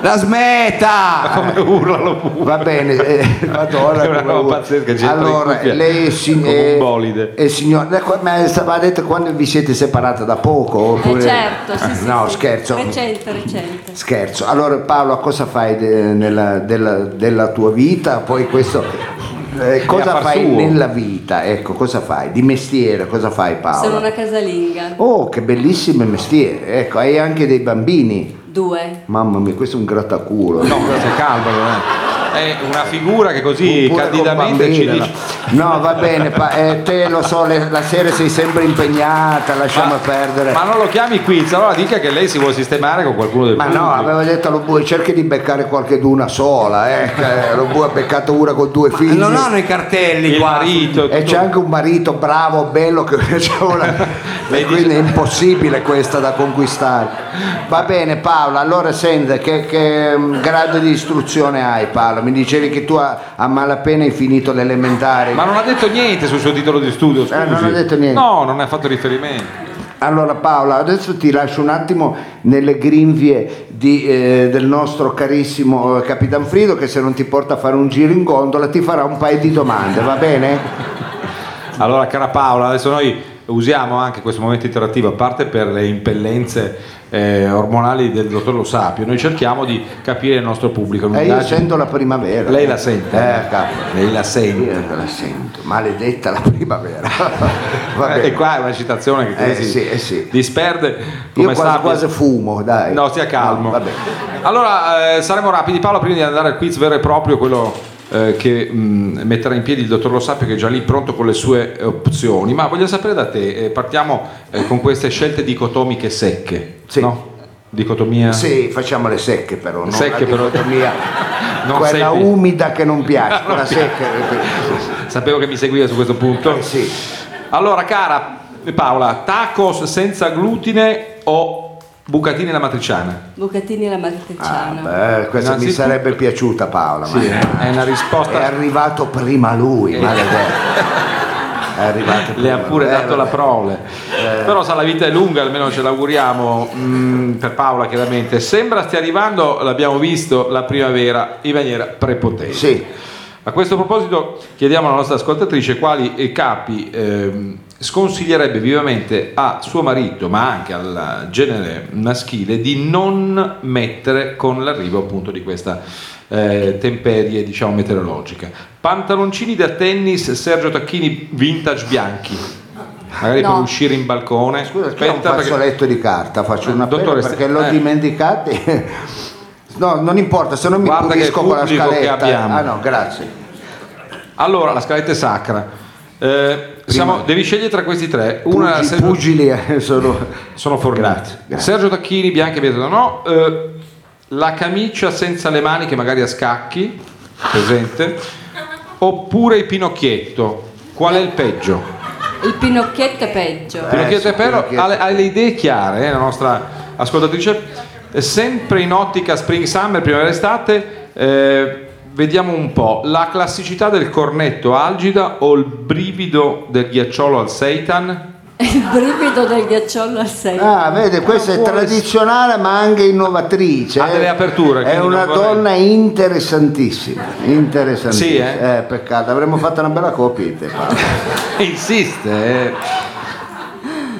Speaker 2: La smetta!
Speaker 3: come urla lo pure.
Speaker 4: va bene, eh, madonna,
Speaker 3: È una
Speaker 4: come
Speaker 3: roba
Speaker 4: vuoi.
Speaker 3: pazzesca, gente in
Speaker 4: Allora,
Speaker 3: cuffia,
Speaker 4: lei è sign-
Speaker 3: come un
Speaker 4: eh,
Speaker 3: bolide.
Speaker 4: è signora, eh, qua- ma stava detto quando vi siete separata da poco?
Speaker 6: Eh,
Speaker 4: Oppure...
Speaker 6: certo, sì, sì,
Speaker 4: Ah, No,
Speaker 6: sì. Eh, certo.
Speaker 4: scherzo.
Speaker 6: Recente, recente.
Speaker 4: Scherzo. Allora Paola, cosa fai de- nella, della, della tua vita? Poi questo eh, cosa
Speaker 3: affar
Speaker 4: fai
Speaker 3: suo.
Speaker 4: nella vita? Ecco, cosa fai? Di mestiere, cosa fai
Speaker 6: Sono
Speaker 4: Paola?
Speaker 6: una casalinga.
Speaker 4: Oh, che bellissimo mestiere. Ecco, hai anche dei bambini.
Speaker 6: Due.
Speaker 4: Mamma mia, questo è un grattaculo.
Speaker 3: No, si calma, non eh. è. È una figura che così
Speaker 4: Pure con
Speaker 3: candidamente ci
Speaker 4: bambini,
Speaker 3: dice.
Speaker 4: no. No, va bene, pa- eh, te lo so, le- la sera sei sempre impegnata, lasciamo perdere.
Speaker 3: Ma non lo chiami quiz, allora dica che lei si vuole sistemare con qualcuno del
Speaker 4: Ma
Speaker 3: pubblico.
Speaker 4: no, avevo detto allo bue, cerchi di beccare qualche d'una sola, eh. che Lo bue ha beccato una con due figli.
Speaker 2: Non hanno i cartelli
Speaker 3: il
Speaker 2: qua.
Speaker 3: marito,
Speaker 4: E c'è
Speaker 3: tutto.
Speaker 4: anche un marito bravo, bello che c'è una...
Speaker 3: Lei
Speaker 4: e quindi
Speaker 3: dice-
Speaker 4: è impossibile questa da conquistare. Va bene Paola, allora senti che, che, mm, grado di istruzione hai Paola? Mi dicevi che tu a, a malapena hai finito l'elementare.
Speaker 3: Ma non ha detto niente sul suo titolo di studio, scusi.
Speaker 4: Eh, non ha detto niente.
Speaker 3: No, non ne ha fatto riferimento.
Speaker 4: Allora Paola, adesso ti lascio un attimo nelle grinvie di, eh, del nostro carissimo eh, Capitan Frido che se non ti porta a fare un giro in gondola ti farà un paio di domande, va bene?
Speaker 3: Allora, cara Paola, adesso noi usiamo anche questo momento interattivo, a parte per le impellenze eh, ormonali del dottor Lo Sapio, noi cerchiamo di capire il nostro pubblico.
Speaker 4: Eh, io
Speaker 3: un'indagine-
Speaker 4: sento la primavera.
Speaker 3: Lei la sente?
Speaker 4: Eh, capo.
Speaker 3: Lei la sente.
Speaker 4: Io la sento, maledetta la primavera. Va bene.
Speaker 3: Eh, E qua è una citazione che
Speaker 4: Eh,
Speaker 3: così
Speaker 4: sì, eh, sì.
Speaker 3: disperde come
Speaker 4: Io quasi,
Speaker 3: sabbia.
Speaker 4: quasi fumo, dai.
Speaker 3: No, stia calmo.
Speaker 4: No, va bene.
Speaker 3: Allora, eh, saremo rapidi, Paolo, prima di andare al quiz vero e proprio, quello eh, che mh, metterà in piedi il dottor Lo Sapio, che è già lì pronto con le sue eh, opzioni. Ma voglio sapere da te, eh, partiamo eh, con queste scelte dicotomiche secche.
Speaker 4: Sì.
Speaker 3: No? Dicotomia.
Speaker 4: Sì, facciamo le secche però, non
Speaker 3: Secche,
Speaker 4: la
Speaker 3: però.
Speaker 4: dicotomia,
Speaker 3: Non
Speaker 4: quella
Speaker 3: sei-
Speaker 4: umida che non piace, quella secca.
Speaker 3: Sapevo che mi seguiva su questo punto.
Speaker 4: Eh, sì.
Speaker 3: Allora, cara Paola, tacos senza glutine o Bucatini e la matriciana.
Speaker 6: Bucatini la matriciana.
Speaker 4: Ah, Beh, eh, questa mi
Speaker 3: Innanzitutto-
Speaker 4: sarebbe piaciuta Paola, ma
Speaker 3: È una
Speaker 4: è
Speaker 3: risposta.
Speaker 4: arrivato prima lui, maledetto. È arrivato
Speaker 3: Eh. Le
Speaker 4: prima
Speaker 3: ha pure
Speaker 4: lui. Eh,
Speaker 3: dato la
Speaker 4: vabbè. Eh.
Speaker 3: prole. Però se la vita è lunga, almeno ce l'auguriamo mm, per Paola chiaramente. Sembra stia arrivando, l'abbiamo visto, la primavera in maniera prepotente.
Speaker 4: Sì.
Speaker 3: A questo proposito chiediamo alla nostra ascoltatrice quali eh, capi ehm, sconsiglierebbe vivamente a suo marito, ma anche al genere maschile, di non mettere con l'arrivo appunto di questa eh, temperie diciamo meteorologica. Pantaloncini da tennis Sergio Tacchini vintage bianchi, magari
Speaker 6: No.
Speaker 3: per uscire in balcone.
Speaker 4: Scusa, c'è un
Speaker 3: Aspetta, perché-
Speaker 4: fazzoletto di carta, faccio una
Speaker 3: Dottore,
Speaker 4: dottore
Speaker 3: se-
Speaker 4: perché l'ho
Speaker 3: eh.
Speaker 4: dimenticato. No, non importa, se non mi
Speaker 3: Guarda che
Speaker 4: pulisco con la
Speaker 3: pubblico che
Speaker 4: scaletta.
Speaker 3: abbiamo.
Speaker 4: Ah no, grazie.
Speaker 3: Allora, la scaletta è sacra. Eh, siamo- devi scegliere tra questi tre. Una
Speaker 4: Pugi-
Speaker 3: Sergio-
Speaker 4: pugili eh, sono
Speaker 3: Sono forniti.
Speaker 4: Grazie, grazie.
Speaker 3: Sergio Tacchini, Bianca e Vieto no. Eh, la camicia senza le mani che magari a scacchi, presente. Oppure il pinocchietto. Qual è il peggio?
Speaker 6: Il pinocchietto è peggio.
Speaker 4: Eh.
Speaker 3: Pinocchietto
Speaker 4: sì,
Speaker 3: e Perro
Speaker 4: Pinocchietto.
Speaker 3: ha, le- ha le idee chiare, eh, la nostra ascoltatrice. Eh, Sempre in ottica spring summer, primavera estate, eh, vediamo un po' la classicità del cornetto algida o il brivido del ghiacciolo al seitan.
Speaker 6: Il brivido del ghiacciolo al seitan.
Speaker 4: Ah, vede, questa è tradizionale ma anche innovatrice.
Speaker 3: Ha
Speaker 4: eh.
Speaker 3: delle aperture,
Speaker 4: È
Speaker 3: quindi non
Speaker 4: una
Speaker 3: vorrei-
Speaker 4: donna interessantissima. Interessantissima.
Speaker 3: Sì, eh?
Speaker 4: Eh, peccato, avremmo fatto una bella copia di te, Paolo.
Speaker 3: Insiste. eh.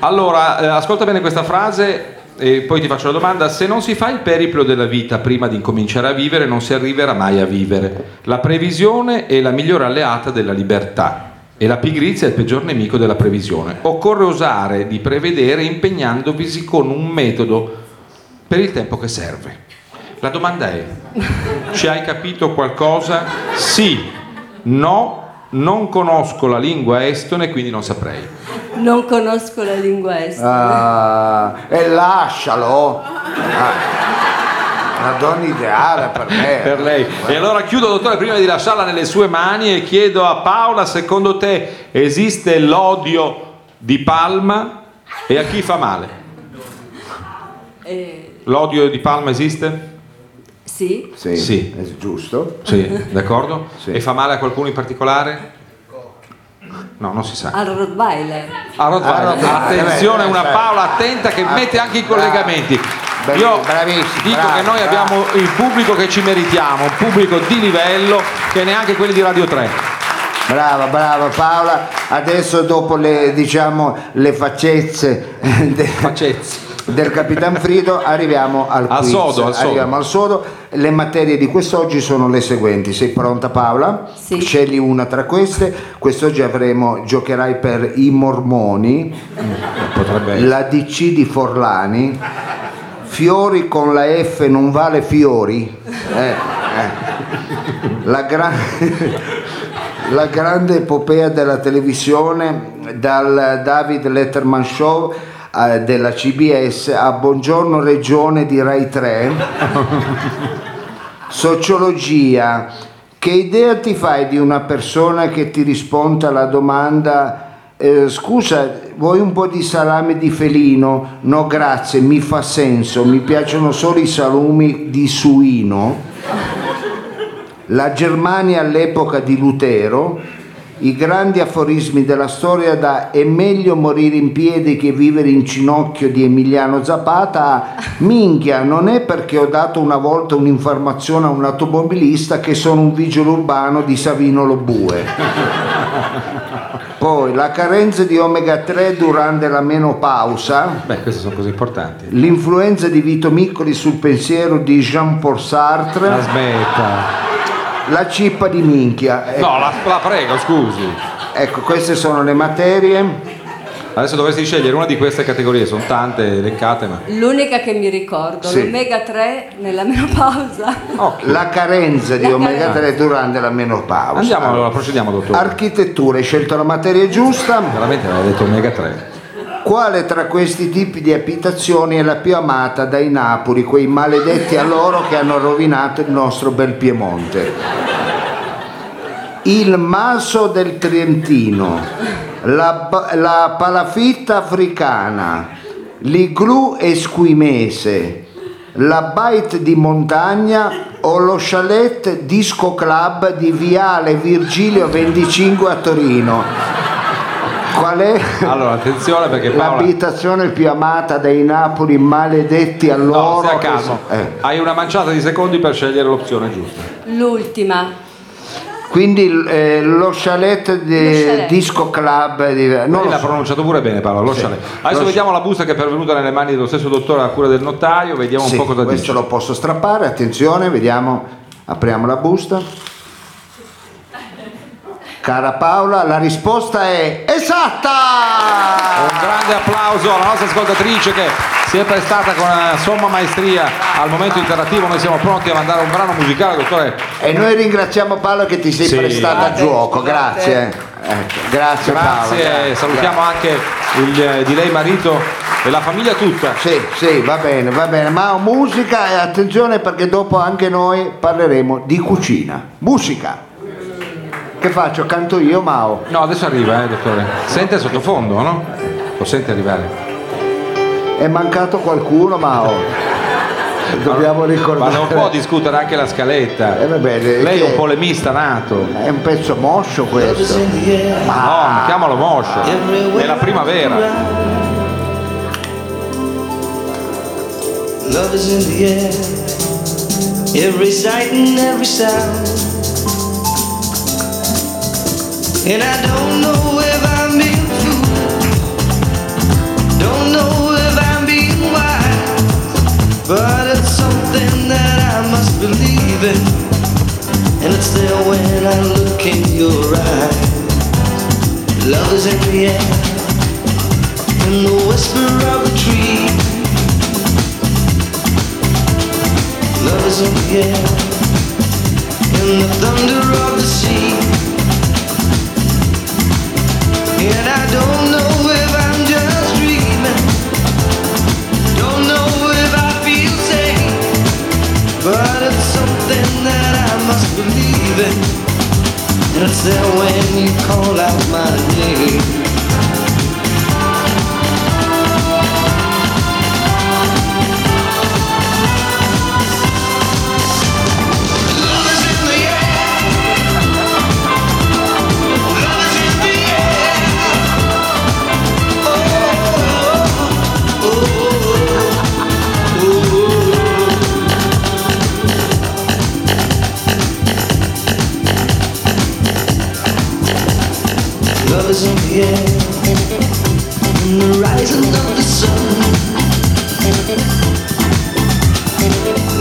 Speaker 3: Allora, eh, ascolta bene questa frase e poi ti faccio la domanda. Se non si fa il periplo della vita prima di incominciare a vivere, non si arriverà mai a vivere. La previsione è la migliore alleata della libertà. E la pigrizia è il peggior nemico della previsione. Occorre osare di prevedere impegnandovisi con un metodo per il tempo che serve. La domanda è, ci hai capito qualcosa? Sì, no, non conosco la lingua estone, quindi non saprei.
Speaker 6: Non conosco la lingua estera.
Speaker 4: Ah, e lascialo. Ah, una donna ideale per me.
Speaker 3: Per lei. E allora chiudo, dottore, prima di lasciarla nelle sue mani e chiedo a Paola, secondo te esiste l'odio di Palma e a chi fa male?
Speaker 6: Eh,
Speaker 3: L'odio di Palma esiste?
Speaker 6: sì,
Speaker 4: Sì,
Speaker 3: Sì.
Speaker 4: è giusto.
Speaker 3: Sì, d'accordo?
Speaker 4: Sì.
Speaker 3: E fa male a qualcuno in particolare? No, non si sa.
Speaker 6: al Rottweiler.
Speaker 3: A Rottweiler.
Speaker 4: A Rottweiler.
Speaker 3: Attenzione,
Speaker 4: Eh,
Speaker 3: una
Speaker 4: beh,
Speaker 3: Paola attenta che
Speaker 4: Ah,
Speaker 3: mette anche i
Speaker 4: bravo.
Speaker 3: collegamenti.
Speaker 4: Bravi-
Speaker 3: Io
Speaker 4: bravissimi,
Speaker 3: dico
Speaker 4: bravi,
Speaker 3: che noi
Speaker 4: bravi.
Speaker 3: abbiamo il pubblico che ci meritiamo, un pubblico di livello che neanche quelli di Radio 3.
Speaker 4: Brava, brava Paola. Adesso dopo le, diciamo, le faccezze eh, de-
Speaker 3: Facezzi.
Speaker 4: del Capitan Frido arriviamo al,
Speaker 3: Al
Speaker 4: quiz.
Speaker 3: sodo, al sodo.
Speaker 4: Arriviamo al sodo. Le materie di quest'oggi sono le seguenti. Sei pronta Paola?
Speaker 6: Sì.
Speaker 4: Scegli una tra queste. Quest'oggi avremo giocherai per i mormoni.
Speaker 3: Potrebbe
Speaker 4: La DC di Forlani, Fiori con la F non vale Fiori. Eh, eh. La, gran- la grande epopea della televisione dal David Letterman Show eh, della CBS a Buongiorno Regione di Rai 3. Sociologia. Che idea ti fai di una persona che ti risponde alla domanda eh, scusa, vuoi un po' di salame di felino? No, grazie, mi fa senso, mi piacciono solo i salumi di suino. La Germania all'epoca di Lutero, i grandi aforismi della storia da è meglio morire in piedi che vivere in ginocchio di Emiliano Zapata a minchia non è perché ho dato una volta un'informazione a un automobilista che sono un vigile urbano di Savino Lobue. Poi la carenza di omega 3 durante la menopausa,
Speaker 3: Beh, queste sono cose importanti.
Speaker 4: l'influenza di Vito Miccoli sul pensiero di Jean-Paul
Speaker 3: La
Speaker 4: Sartre,
Speaker 3: smetta.
Speaker 4: la cippa di minchia.
Speaker 3: No, la, la prego, scusi.
Speaker 4: Ecco, queste sono le materie.
Speaker 3: Adesso dovresti scegliere una di queste categorie, sono tante elencate, ma.
Speaker 6: L'unica che mi ricordo,
Speaker 4: Sì. Oh.
Speaker 6: l'omega 3 nella menopausa.
Speaker 3: Occhio.
Speaker 4: La carenza di
Speaker 6: La
Speaker 4: omega
Speaker 6: carenza.
Speaker 4: 3 durante la menopausa.
Speaker 3: Andiamo allora, procediamo, dottore.
Speaker 4: Architettura, hai scelto la materia giusta.
Speaker 3: Veramente aveva detto Omega 3.
Speaker 4: Quale tra questi tipi di abitazioni è la più amata dai Napoli, quei maledetti a loro che hanno rovinato il nostro bel Piemonte? Il maso del Trentino, la, ba- la palafitta africana, l'igloo esquimese, la bite di montagna o lo chalet disco club di Viale Virgilio 25 a Torino. Qual è?
Speaker 3: Allora, attenzione perché Paola...
Speaker 4: L'abitazione più amata dai Napoli maledetti all'oro.
Speaker 3: No, stai
Speaker 4: che
Speaker 3: calmo.
Speaker 4: si- eh.
Speaker 3: Hai una manciata di secondi per scegliere l'opzione giusta.
Speaker 6: L'ultima.
Speaker 4: Quindi eh, lo chalet
Speaker 6: Lo
Speaker 4: di
Speaker 6: chalet.
Speaker 4: disco club di... non
Speaker 3: Lei
Speaker 4: lo
Speaker 3: l'ha
Speaker 4: so.
Speaker 3: pronunciato pure bene Paolo, lo sciale. Adesso vediamo la busta che è pervenuta nelle mani dello stesso dottore a cura del notaio, vediamo
Speaker 4: Sì,
Speaker 3: un po' cosa
Speaker 4: questo
Speaker 3: dice.
Speaker 4: lo posso strappare, attenzione, vediamo, apriamo la busta. Cara Paola, la risposta è
Speaker 3: Un
Speaker 4: esatta!
Speaker 3: grande applauso alla nostra ascoltatrice che sempre è stata con una somma maestria al momento interattivo, noi siamo pronti a mandare un brano musicale, dottore.
Speaker 4: E noi ringraziamo Paola che ti sei
Speaker 3: Sì.
Speaker 4: prestata a
Speaker 6: Scusate,
Speaker 4: gioco,
Speaker 6: scusate.
Speaker 4: grazie. Ecco, grazie, Paola.
Speaker 3: Grazie,
Speaker 4: grazie,
Speaker 3: salutiamo anche il eh, di lei marito e la famiglia tutta.
Speaker 4: Sì, sì, va bene, va bene, ma musica e attenzione perché dopo anche noi parleremo di cucina. Musica! Che faccio? Canto io, Mao.
Speaker 3: No, adesso arriva, eh, dottore. Sente sottofondo, no? Lo sente arrivare.
Speaker 4: È mancato qualcuno, Mao. Dobbiamo
Speaker 3: Ma non
Speaker 4: ricordare.
Speaker 3: può discutere anche la scaletta.
Speaker 4: Eh, va bene,
Speaker 3: lei è
Speaker 4: che-
Speaker 3: un polemista nato.
Speaker 4: È un pezzo moscio questo. Ah.
Speaker 3: No, non chiamalo Moscio. È la primavera.
Speaker 5: Love is in the air, every sight and every sound. And I don't know if I'm being fool, don't know if I'm being wise, but it's something that I must believe in. And it's there when I look in your eyes. Love is in the air, in the whisper of the trees. Love is in the air, in the thunder of the sea. And I don't know if I'm just dreaming, don't know if I feel safe, but it's something that I must believe in. And it's there when you call out my name. Love is in the air. Love is in the air. Oh, oh, oh. Love is in the air, in the rising of the sun.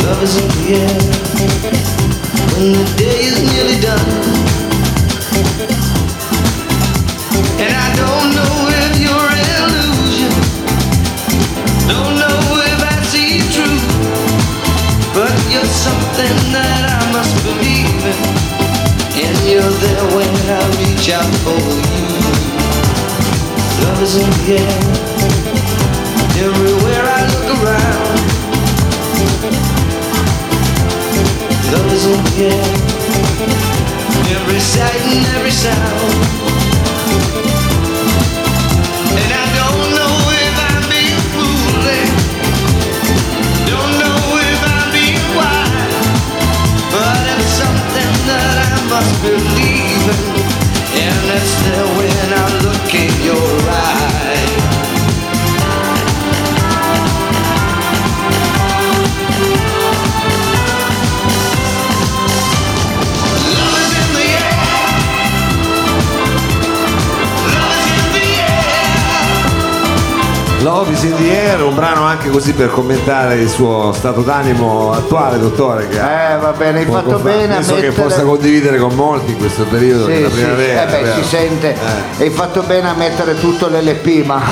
Speaker 5: Love is in the air when the day is nearly done. And I don't know if you're an illusion, don't know if I see true, but you're something that I must believe in, and you're there when I reach out for you. Love is in the air, everywhere I look around. Love is in the air. Every sight and every sound. And I don't know if I'm being foolish. Don't know if I'm being wise. But it's something that I must believe in. And it's there when I look in your eyes. Love is in the air. Love is
Speaker 1: Love is
Speaker 5: in the air.
Speaker 1: in the air, un brano anche così per commentare il suo stato d'animo attuale, dottore. Che ha
Speaker 4: Eh, va bene, hai
Speaker 1: poco
Speaker 4: fatto
Speaker 1: fa.
Speaker 4: bene a
Speaker 1: Penso
Speaker 4: mettere...
Speaker 1: che possa condividere con molti questo periodo
Speaker 4: Sì,
Speaker 1: della
Speaker 4: sì,
Speaker 1: primavera. Eh.
Speaker 4: eh beh,
Speaker 1: vero?
Speaker 4: si sente.
Speaker 3: Eh.
Speaker 4: Hai fatto bene a mettere tutto l'LP, ma...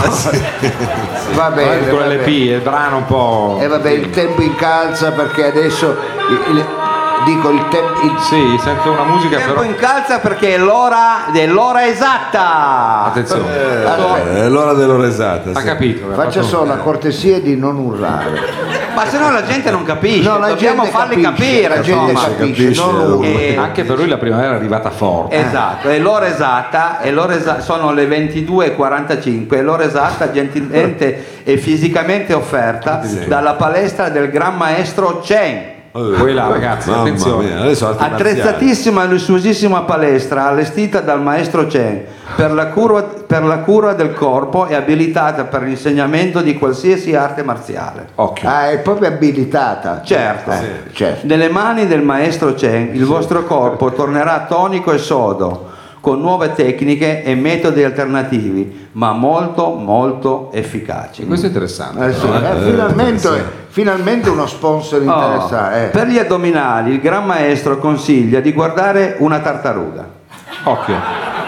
Speaker 4: Va bene.
Speaker 3: Con
Speaker 4: va
Speaker 3: l'LP,
Speaker 4: bene. Eh,
Speaker 3: il brano un po'.
Speaker 4: E vabbè, il tempo incalza perché adesso il- il- dico il tempo.
Speaker 3: Sì, sento una musica
Speaker 7: Il tempo
Speaker 3: però...
Speaker 7: in calza perché è l'ora, è l'ora esatta.
Speaker 3: Attenzione,
Speaker 1: Eh, è l'ora dell'ora esatta.
Speaker 3: ha
Speaker 1: sì.
Speaker 3: capito. ha
Speaker 4: Faccia
Speaker 3: fatto-
Speaker 4: solo la cortesia di non urlare.
Speaker 7: Ma se no la gente non capisce,
Speaker 4: No, la
Speaker 7: dobbiamo
Speaker 4: gente
Speaker 7: farli
Speaker 4: capisce,
Speaker 7: capire.
Speaker 4: la gente
Speaker 7: insomma.
Speaker 4: capisce, non
Speaker 1: capisce.
Speaker 7: Eh,
Speaker 3: Anche per lui la primavera è arrivata forte.
Speaker 4: Eh.
Speaker 7: Esatto, è l'ora esatta, è l'ora esa- sono le 22.45, è l'ora esatta gentilmente e fisicamente offerta dalla palestra del gran maestro Chen.
Speaker 1: Eh,
Speaker 3: Quella, ragazzi,
Speaker 1: mamma
Speaker 3: attenzione.
Speaker 1: mia, adesso altri marziali.
Speaker 7: Attrezzatissima e lussuosissima palestra allestita dal maestro Chen per la, cura, per la cura del corpo e abilitata per l'insegnamento di qualsiasi arte marziale.
Speaker 3: Occhio.
Speaker 4: Ah, è proprio abilitata.
Speaker 7: Certo.
Speaker 4: Eh, certo.
Speaker 7: Nelle mani del maestro Chen il vostro corpo tornerà tonico e sodo con nuove tecniche e metodi alternativi, ma molto molto efficaci.
Speaker 3: Questo è interessante.
Speaker 4: Eh, sì, eh, finalmente, finalmente uno sponsor
Speaker 7: Oh,
Speaker 4: interessato. eh.
Speaker 7: Per gli addominali il gran maestro consiglia di guardare una tartaruga.
Speaker 3: Occhio.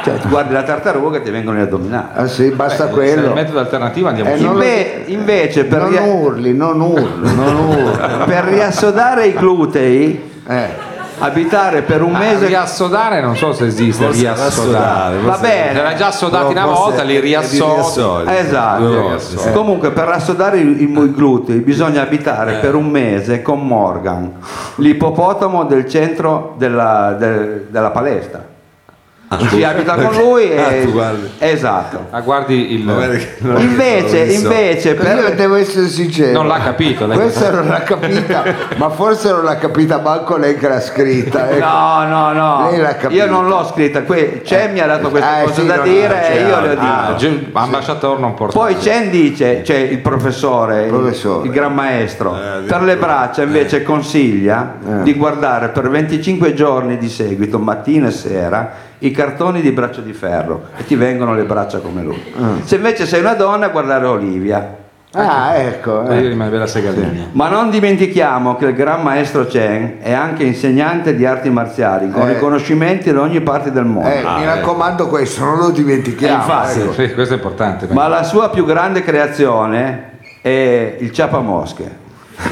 Speaker 7: Cioè, tu guardi la tartaruga e ti vengono gli addominali.
Speaker 4: Ah, sì,
Speaker 3: Se
Speaker 4: basta
Speaker 3: il
Speaker 4: quello.
Speaker 3: metodo alternativo andiamo
Speaker 4: Eh,
Speaker 3: su.
Speaker 4: non lo-
Speaker 7: Inve- invece per,
Speaker 4: Non
Speaker 7: ria-
Speaker 4: urli, non urli, non urli.
Speaker 7: per riassodare i glutei,
Speaker 4: Eh.
Speaker 7: abitare per un
Speaker 3: Ah,
Speaker 7: mese...
Speaker 3: riassodare non so se esiste
Speaker 1: Forse
Speaker 3: riassodare. Eh,
Speaker 1: riassodare,
Speaker 7: Va
Speaker 1: forse-
Speaker 7: bene.
Speaker 3: Era già assodati una
Speaker 1: No, forse
Speaker 3: volta,
Speaker 1: è
Speaker 3: li
Speaker 1: di
Speaker 3: riassodi.
Speaker 1: riassodi. Due
Speaker 7: Esatto.
Speaker 1: volte, sì.
Speaker 7: Comunque per rassodare i, i glutei bisogna abitare
Speaker 1: Eh.
Speaker 7: per un mese con Morgan, l'ippopotamo del centro della, del- della palestra. si abita con lui
Speaker 1: Ah,
Speaker 7: e...
Speaker 1: tu guardi.
Speaker 7: esatto.
Speaker 3: Ah, guardi il...
Speaker 1: Ma guarda che non-
Speaker 7: Invece,
Speaker 1: non lo so.
Speaker 7: invece
Speaker 4: Io
Speaker 7: per...
Speaker 4: devo essere sincero.
Speaker 3: Non l'ha capito, lei.
Speaker 4: Questa non l'ha capita, ma forse non l'ha capita manco lei che l'ha scritta. ecco.
Speaker 7: No, no, no,
Speaker 4: Lei l'ha capito.
Speaker 7: io non l'ho scritta, que- Chen mi ha dato questa
Speaker 4: Eh,
Speaker 7: cosa
Speaker 4: sì,
Speaker 7: da
Speaker 4: no, no,
Speaker 7: dire
Speaker 4: c'è
Speaker 7: e io le ho
Speaker 4: altro.
Speaker 7: detto.
Speaker 3: Ah, ge- ambasciatore non porta.
Speaker 7: Poi Chen dice, cioè il professore, il-
Speaker 4: Professore. Eh.
Speaker 7: il gran maestro,
Speaker 1: Eh,
Speaker 7: per le braccia invece consiglia di guardare per 25 giorni di seguito, mattina e sera, i cartoni di braccio di ferro e ti vengono le braccia come lui. Se invece sei una donna, guardare Olivia.
Speaker 4: Ah, ecco.
Speaker 3: Eh,
Speaker 4: eh.
Speaker 3: io rimaneva la segardegna.
Speaker 7: Ma non dimentichiamo che il gran maestro Chen è anche insegnante di arti marziali con
Speaker 4: Eh.
Speaker 7: riconoscimenti in ogni parte del mondo.
Speaker 4: Eh,
Speaker 3: "Ah,
Speaker 4: mi raccomando questo, non lo dimentichiamo.
Speaker 7: Eh, infatti.
Speaker 4: ecco.
Speaker 3: Sì, questo è importante.
Speaker 7: Ma la sua più grande creazione è il ciapamosche,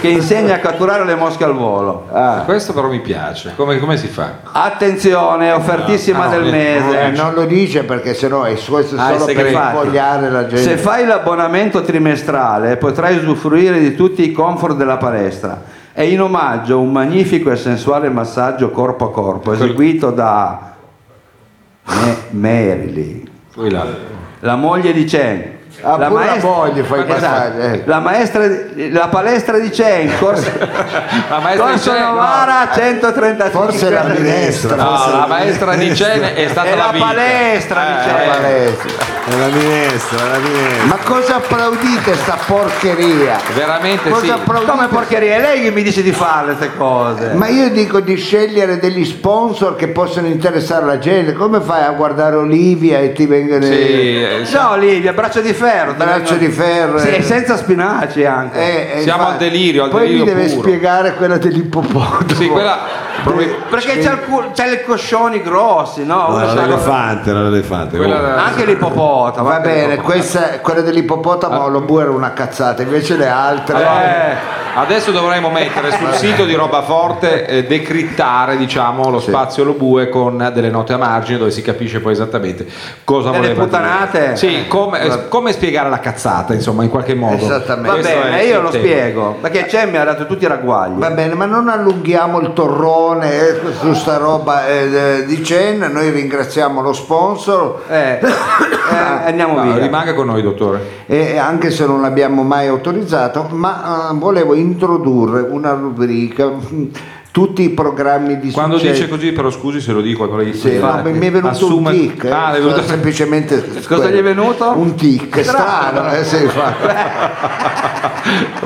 Speaker 7: che insegna a catturare le mosche al volo.
Speaker 4: Ah,
Speaker 3: Questo però mi piace. Come, come si fa?
Speaker 7: Attenzione, offertissima
Speaker 3: Ah, no,
Speaker 7: del
Speaker 3: eh,
Speaker 4: eh,
Speaker 7: mese.
Speaker 4: non lo dice perché sennò è questo
Speaker 3: Ah, è
Speaker 4: solo per
Speaker 3: segreto.
Speaker 4: invogliare la gente.
Speaker 7: Se fai l'abbonamento trimestrale potrai usufruire di tutti i comfort della palestra. E in omaggio un magnifico e sensuale massaggio corpo a corpo eseguito da Me- Marilyn,
Speaker 3: Poi là.
Speaker 7: la moglie di Chen.
Speaker 4: Ah,
Speaker 7: la
Speaker 4: pure la
Speaker 7: maestra-
Speaker 4: moglie fai
Speaker 7: Esatto.
Speaker 4: passare, eh.
Speaker 7: La maestra di- la palestra di Chen, corso,
Speaker 3: La maestra di
Speaker 7: Corso
Speaker 3: Cene, no.
Speaker 7: Novara 135
Speaker 4: Forse la minestra,
Speaker 3: No,
Speaker 4: forse
Speaker 3: la maestra di Cene è stata
Speaker 7: È la
Speaker 3: vita.
Speaker 7: palestra di
Speaker 3: Eh,
Speaker 7: Cene.
Speaker 4: la palestra.
Speaker 1: È la minestra, è la minestra.
Speaker 4: Ma cosa applaudite sta porcheria?
Speaker 3: Veramente
Speaker 4: Cosa
Speaker 3: sì.
Speaker 4: applaudite?
Speaker 7: come porcheria è lei che mi dice di fare queste cose
Speaker 4: Ma io dico di scegliere degli sponsor che possono interessare la gente. Come fai a guardare Olivia e ti vengono
Speaker 3: Sì,
Speaker 4: i
Speaker 3: eh, sì.
Speaker 7: no Livia braccio di ferro ti
Speaker 4: braccio
Speaker 7: vengono-
Speaker 4: di ferro?
Speaker 7: Sì, e
Speaker 4: eh.
Speaker 7: senza spinaci anche
Speaker 4: Eh, eh,
Speaker 3: Siamo al delirio, al
Speaker 4: Poi
Speaker 3: delirio
Speaker 4: mi deve
Speaker 3: puro.
Speaker 4: spiegare quella dell'ippopotamo.
Speaker 3: Sì, quella probabil-
Speaker 7: perché c'è, il cu- c'è le coscioni grossi no?
Speaker 1: No,
Speaker 7: Uno
Speaker 1: era
Speaker 7: sa-
Speaker 1: l'elefante, era l'elefante.
Speaker 3: Quella-
Speaker 7: anche l'ippopotamo
Speaker 4: Va
Speaker 7: anche
Speaker 4: bene,
Speaker 7: l'ippopotamo.
Speaker 4: questa, quella dell'ippopotamo lo bue era una cazzata, invece le altre.
Speaker 3: Ah. Eh, adesso dovremmo mettere sul sito di Roba Forte eh, decrittare diciamo, lo spazio lo bue con delle note a margine dove si capisce poi esattamente cosa
Speaker 7: Delle
Speaker 3: voleva dire.
Speaker 7: puttanate.
Speaker 3: Sì, come, eh, come spiegare la cazzata, insomma, in qualche modo.
Speaker 4: Esattamente.
Speaker 7: va
Speaker 3: Questo
Speaker 7: bene
Speaker 3: è
Speaker 7: io
Speaker 3: il
Speaker 7: lo
Speaker 3: tema.
Speaker 7: spiego perché Chen mi ha dato tutti i ragguagli
Speaker 4: Va bene, ma non allunghiamo il torrone eh, su sta roba eh, di Chen, noi ringraziamo lo sponsor
Speaker 7: Eh, eh, andiamo
Speaker 3: Ma
Speaker 7: via
Speaker 3: rimanga con noi, dottore.
Speaker 4: eh, e anche se non l'abbiamo mai autorizzato, ma eh, volevo introdurre una rubrica, mm, tutti i programmi di
Speaker 3: Quando
Speaker 4: successo.
Speaker 3: dice così, però scusi se lo dico a quello
Speaker 4: Sì, no, mi mi è venuto un tic, eh,
Speaker 3: Ah, è
Speaker 4: sono
Speaker 3: venuto-
Speaker 4: semplicemente
Speaker 7: cosa gli è venuto?
Speaker 4: Un tic, strano, eh, sì, fa-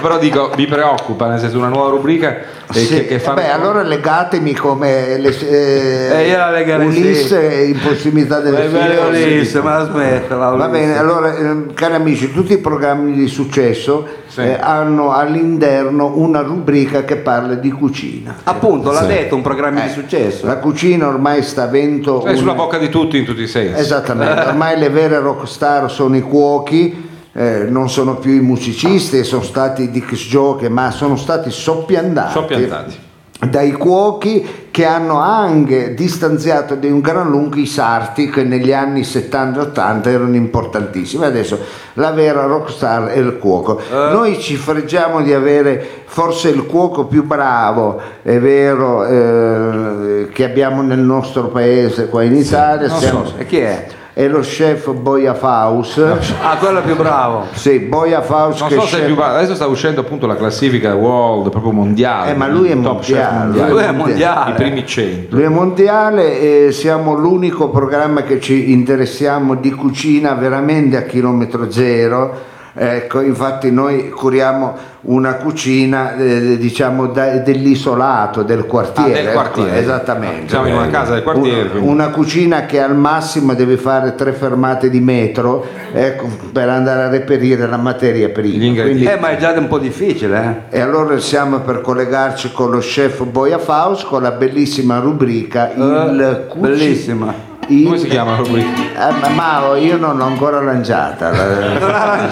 Speaker 3: però dico, mi preoccupa, nel senso una nuova rubrica eh,
Speaker 4: Sì,
Speaker 3: che, che fa...
Speaker 4: Beh, allora legatemi come le, eh,
Speaker 7: Eh, io la legherei,
Speaker 4: Ulisse in prossimità delle
Speaker 7: Eh, beh,
Speaker 4: file.
Speaker 7: Ulisse, ma smettila
Speaker 4: Va
Speaker 7: Ulisse.
Speaker 4: bene, allora ehm, cari amici, tutti i programmi di successo eh, hanno all'interno una rubrica che parla di cucina.
Speaker 7: appunto l'ha detto un programma
Speaker 4: Eh.
Speaker 7: di successo
Speaker 4: La cucina ormai sta avendo
Speaker 7: Cioè,
Speaker 3: È
Speaker 4: un- Esatto.
Speaker 3: sulla bocca di tutti in tutti i sensi.
Speaker 4: Esattamente, ormai le vere rockstar sono i cuochi, eh, non sono più i musicisti, sono stati i disc jockey, ma sono stati soppiantati.
Speaker 3: Soppiantati.
Speaker 4: dai cuochi che hanno anche distanziato di un gran lungo i sarti che negli anni 70-80 erano importantissimi. Adesso la vera rockstar è il cuoco. Noi ci freggiamo di avere forse il cuoco più bravo, è vero, eh, che abbiamo nel nostro paese qua in Italia.
Speaker 7: Non
Speaker 4: siamo-
Speaker 7: so, e chi è?
Speaker 4: È lo chef Boia Faus.
Speaker 7: Ah, quello è più bravo.
Speaker 4: Sì, Boia Faus
Speaker 3: Non
Speaker 4: che
Speaker 3: so
Speaker 4: è
Speaker 3: se è
Speaker 4: chef-
Speaker 3: più bravo, adesso sta uscendo appunto la classifica world proprio mondiale.
Speaker 4: Eh, ma lui è
Speaker 3: il top chef
Speaker 4: mondiale,
Speaker 7: Lui è mondiale.
Speaker 3: I primi 100.
Speaker 4: Lui è mondiale e siamo l'unico programma che ci interessiamo di cucina veramente a chilometro zero. Ecco, infatti noi curiamo una cucina eh, diciamo da- dell'isolato, del quartiere.
Speaker 3: Ah,
Speaker 4: ecco,
Speaker 3: del quartiere.
Speaker 4: Esattamente.
Speaker 3: Siamo in una casa del quartiere,
Speaker 4: Un-
Speaker 3: quindi.
Speaker 4: una cucina che al massimo deve fare tre fermate di metro ecco, per andare a reperire la materia prima.
Speaker 3: Gli ingredienti.
Speaker 4: Quindi-
Speaker 7: Eh, ma è già un po' difficile, eh.
Speaker 4: e allora siamo per collegarci con lo chef Boia Faust con la bellissima rubrica Il
Speaker 7: Eh,
Speaker 4: cuci-
Speaker 7: bellissima.
Speaker 4: il-
Speaker 3: Come si chiama lui?
Speaker 4: Eh, ma Mao, io non l'ho ancora lanciata. La-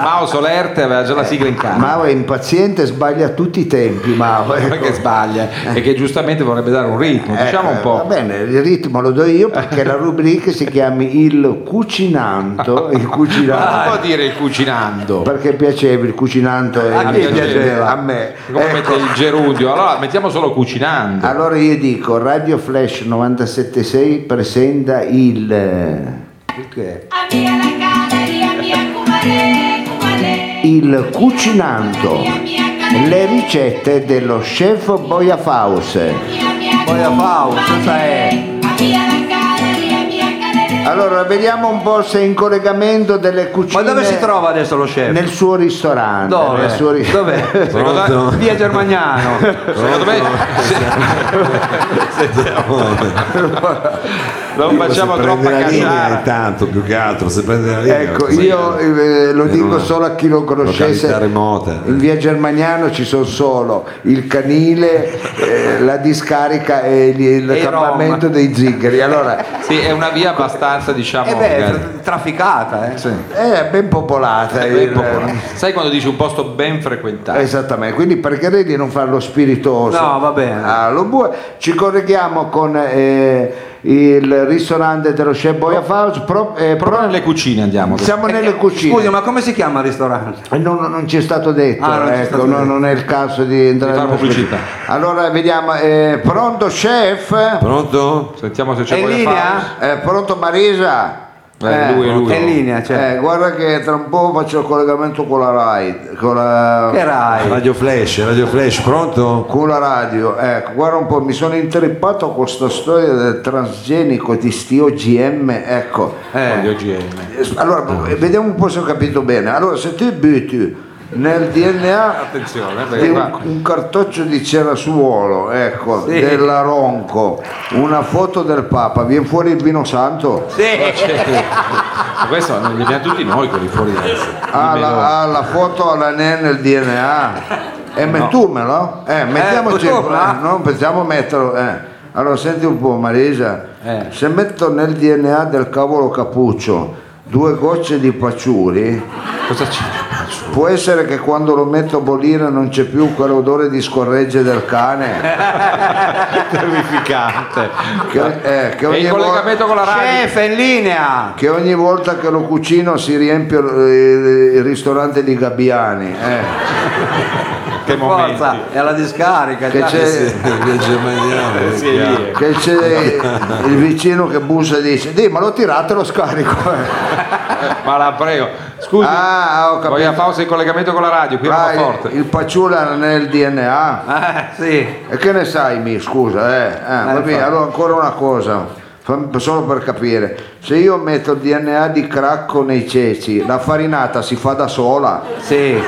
Speaker 3: Mao Solerte aveva già la sigla in casa.
Speaker 4: Mao è impaziente, sbaglia a tutti i tempi. Mao, ecco.
Speaker 3: Perché sbaglia e che giustamente vorrebbe dare un ritmo,
Speaker 4: Ecco,
Speaker 3: diciamo un
Speaker 4: Va
Speaker 3: po'.
Speaker 4: bene, il ritmo lo do io perché la rubrica si chiami Il
Speaker 3: Ma non
Speaker 4: cucinanto. Il
Speaker 3: si
Speaker 4: cucinanto.
Speaker 3: può dire il cucinando.
Speaker 4: Perché piaceva il cucinanto e
Speaker 7: A chi piaceva?
Speaker 4: a me.
Speaker 3: Come
Speaker 4: Ecco.
Speaker 3: mette il gerundio? Allora mettiamo solo cucinando.
Speaker 4: Allora io dico Radio Flash 976 presenta il
Speaker 8: Amiga la galeria mia Cumare, Cumare.
Speaker 4: il cucinanto le ricette dello chef Boia Faus.
Speaker 7: Poi a Fau, questa è.
Speaker 8: Amiga la galeria mia galeria.
Speaker 4: Allora vediamo un po' se è in collegamento delle
Speaker 7: Ma
Speaker 4: cucine
Speaker 7: dove si trova adesso lo chef?
Speaker 4: nel Eh, suo ristorante,
Speaker 7: Dove?
Speaker 4: nel suo ris-
Speaker 7: Dov'è?
Speaker 1: Pronto?
Speaker 7: Via Germagnano.
Speaker 3: Secondo me non facciamo
Speaker 1: Oh, Se prende
Speaker 3: troppa
Speaker 1: la linea
Speaker 3: cacciara.
Speaker 1: intanto più che altro se prende la linea
Speaker 4: Ecco,
Speaker 1: così.
Speaker 4: io eh, lo
Speaker 1: In
Speaker 4: dico
Speaker 1: una
Speaker 4: solo a chi lo conoscesse.
Speaker 1: località remota. eh.
Speaker 4: In via Germaniano ci sono solo il canile, eh, la discarica e gli- il
Speaker 7: E i
Speaker 4: campamento
Speaker 7: Rom.
Speaker 4: dei zingari. Allora,
Speaker 3: Sì, è una via abbastanza, diciamo,
Speaker 7: Eh beh, è
Speaker 3: magari-
Speaker 7: tra- trafficata, eh.
Speaker 4: è ben popolata. eh,
Speaker 3: ben
Speaker 4: il-
Speaker 3: popolare. Sai quando dici un posto ben frequentato?
Speaker 4: Esattamente, quindi perché di non farlo spiritoso?
Speaker 7: No, va bene.
Speaker 4: Ah, lo bue- Ci colleghiamo con eh, il ristorante dello Chef Boia Faust. pro- eh, pro-
Speaker 3: Proprio nelle cucine andiamo. adesso.
Speaker 4: siamo nelle cucine.
Speaker 7: Scusi, ma come si chiama il ristorante?
Speaker 4: Eh, Non, non ci è stato detto,
Speaker 7: Ah, non ci è
Speaker 4: ecco,
Speaker 7: stato
Speaker 4: no,
Speaker 7: detto.
Speaker 4: non è il caso di entrare
Speaker 3: Di fare
Speaker 4: nello
Speaker 3: pubblicità.
Speaker 4: specifico. Allora vediamo, eh, pronto chef?
Speaker 1: pronto?
Speaker 3: Sentiamo se
Speaker 7: È
Speaker 3: c'è
Speaker 7: in
Speaker 3: voglia
Speaker 7: linea?
Speaker 4: Eh, pronto Marisa?
Speaker 3: Eh, lui, lui.
Speaker 7: È in linea, cioè.
Speaker 4: Eh, guarda che tra un po' faccio il collegamento con la Rai, con la,
Speaker 7: Che
Speaker 4: eh.
Speaker 7: rai?
Speaker 1: Radio Flash Radio Flash pronto?
Speaker 4: con la radio. Ecco, guarda un po', mi sono intrippato con questa storia del transgenico di sti OGM, ecco.
Speaker 3: farlo. Gli
Speaker 7: Eh.
Speaker 3: OGM.
Speaker 4: Eh, Allora, vediamo un po' se ho capito bene. Allora, se tu butti nel DNA
Speaker 3: Attenzione, eh,
Speaker 4: Di
Speaker 3: perché
Speaker 4: un,
Speaker 3: qua
Speaker 4: un cartoccio di cerasuolo, ecco,
Speaker 7: Sì.
Speaker 4: della Ronco, una foto del Papa, viene fuori il vino santo?
Speaker 3: ma questo non li abbiamo tutti noi quelli fuori da
Speaker 4: Ah, la, ah, la foto alla NE nel DNA. E mettumelo? Eh, mettiamoci,
Speaker 7: Eh,
Speaker 4: eh,
Speaker 7: potrebbe.
Speaker 4: non pensiamo a metterlo. eh. Allora senti un po' Marisa,
Speaker 7: Eh.
Speaker 4: se metto nel DNA del cavolo cappuccio due gocce di paciuri,
Speaker 3: Cosa c'è?
Speaker 4: può essere che quando lo metto a bollire non c'è più quell'odore di scorregge del cane?
Speaker 3: Terrificante.
Speaker 4: Che, eh, che
Speaker 3: E
Speaker 4: ogni
Speaker 3: il
Speaker 4: vol-
Speaker 3: collegamento con la radio.
Speaker 7: Chef è in linea.
Speaker 4: che ogni volta che lo cucino si riempie eh, il ristorante di Gabbiani eh.
Speaker 3: Che momenti.
Speaker 7: Forza, è alla discarica.
Speaker 4: che,
Speaker 7: già.
Speaker 4: c'è,
Speaker 1: Via Germaniano
Speaker 3: Sì, eh, è lì.
Speaker 4: che c'è il vicino che bussa e dice dì ma lo tirate lo scarico eh."
Speaker 3: Ma la prego. Scusi.
Speaker 4: ah ho
Speaker 3: Voglio
Speaker 4: capito
Speaker 3: pausa in collegamento con la radio, qui
Speaker 4: Ah,
Speaker 3: è forte.
Speaker 4: il, il paciula nel DNA
Speaker 7: Eh, sì.
Speaker 4: e che ne sai mi scusa eh? Eh, va bene
Speaker 7: infatti.
Speaker 4: allora ancora una cosa fam- solo per capire se io metto il DNA di cracco nei ceci la farinata si fa da sola
Speaker 7: Sì.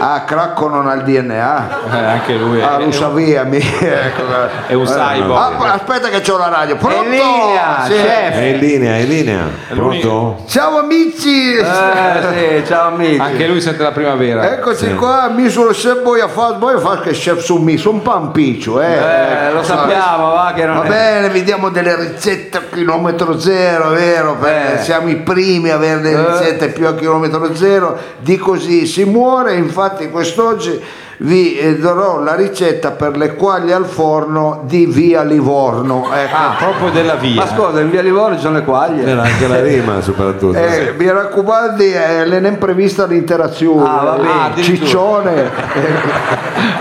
Speaker 4: ah cracco non ha il DNA
Speaker 3: Eh, anche lui. è-
Speaker 4: Ah,
Speaker 3: è
Speaker 4: lo
Speaker 3: un-
Speaker 4: saviami. Ecco.
Speaker 3: È un cyborg.
Speaker 4: Ah, pa- aspetta che c'ho la radio. Pronto?
Speaker 7: È in linea,
Speaker 4: Sì.
Speaker 7: chef.
Speaker 1: è in linea è in linea
Speaker 3: l'unico.
Speaker 1: pronto?
Speaker 4: Ciao amici.
Speaker 7: Eh, sì, ciao amici.
Speaker 3: anche lui sente la primavera.
Speaker 4: Eccoci qua, mi sono chef Boia Fast, Boia Fast che chef su mi, sono un pampiccio, eh.
Speaker 7: Eh, lo sappiamo, va che non
Speaker 4: Va
Speaker 7: è.
Speaker 4: bene, vediamo delle ricette a chilometro zero, vero? Perché
Speaker 7: Eh.
Speaker 4: siamo i primi a avere le ricette più a chilometro zero, di così si muore, infatti quest'oggi vi eh, darò la ricetta per le quaglie al forno di via Livorno. Ecco.
Speaker 7: Ah,
Speaker 3: proprio della via.
Speaker 7: Ma scusa, in via Livorno ci sono le quaglie.
Speaker 1: Era anche la rima soprattutto.
Speaker 4: Eh, mi raccomando, eh, le n'è prevista l'interazione.
Speaker 7: Ah, va bene.
Speaker 3: Ah, addirittura.
Speaker 4: Ciccione.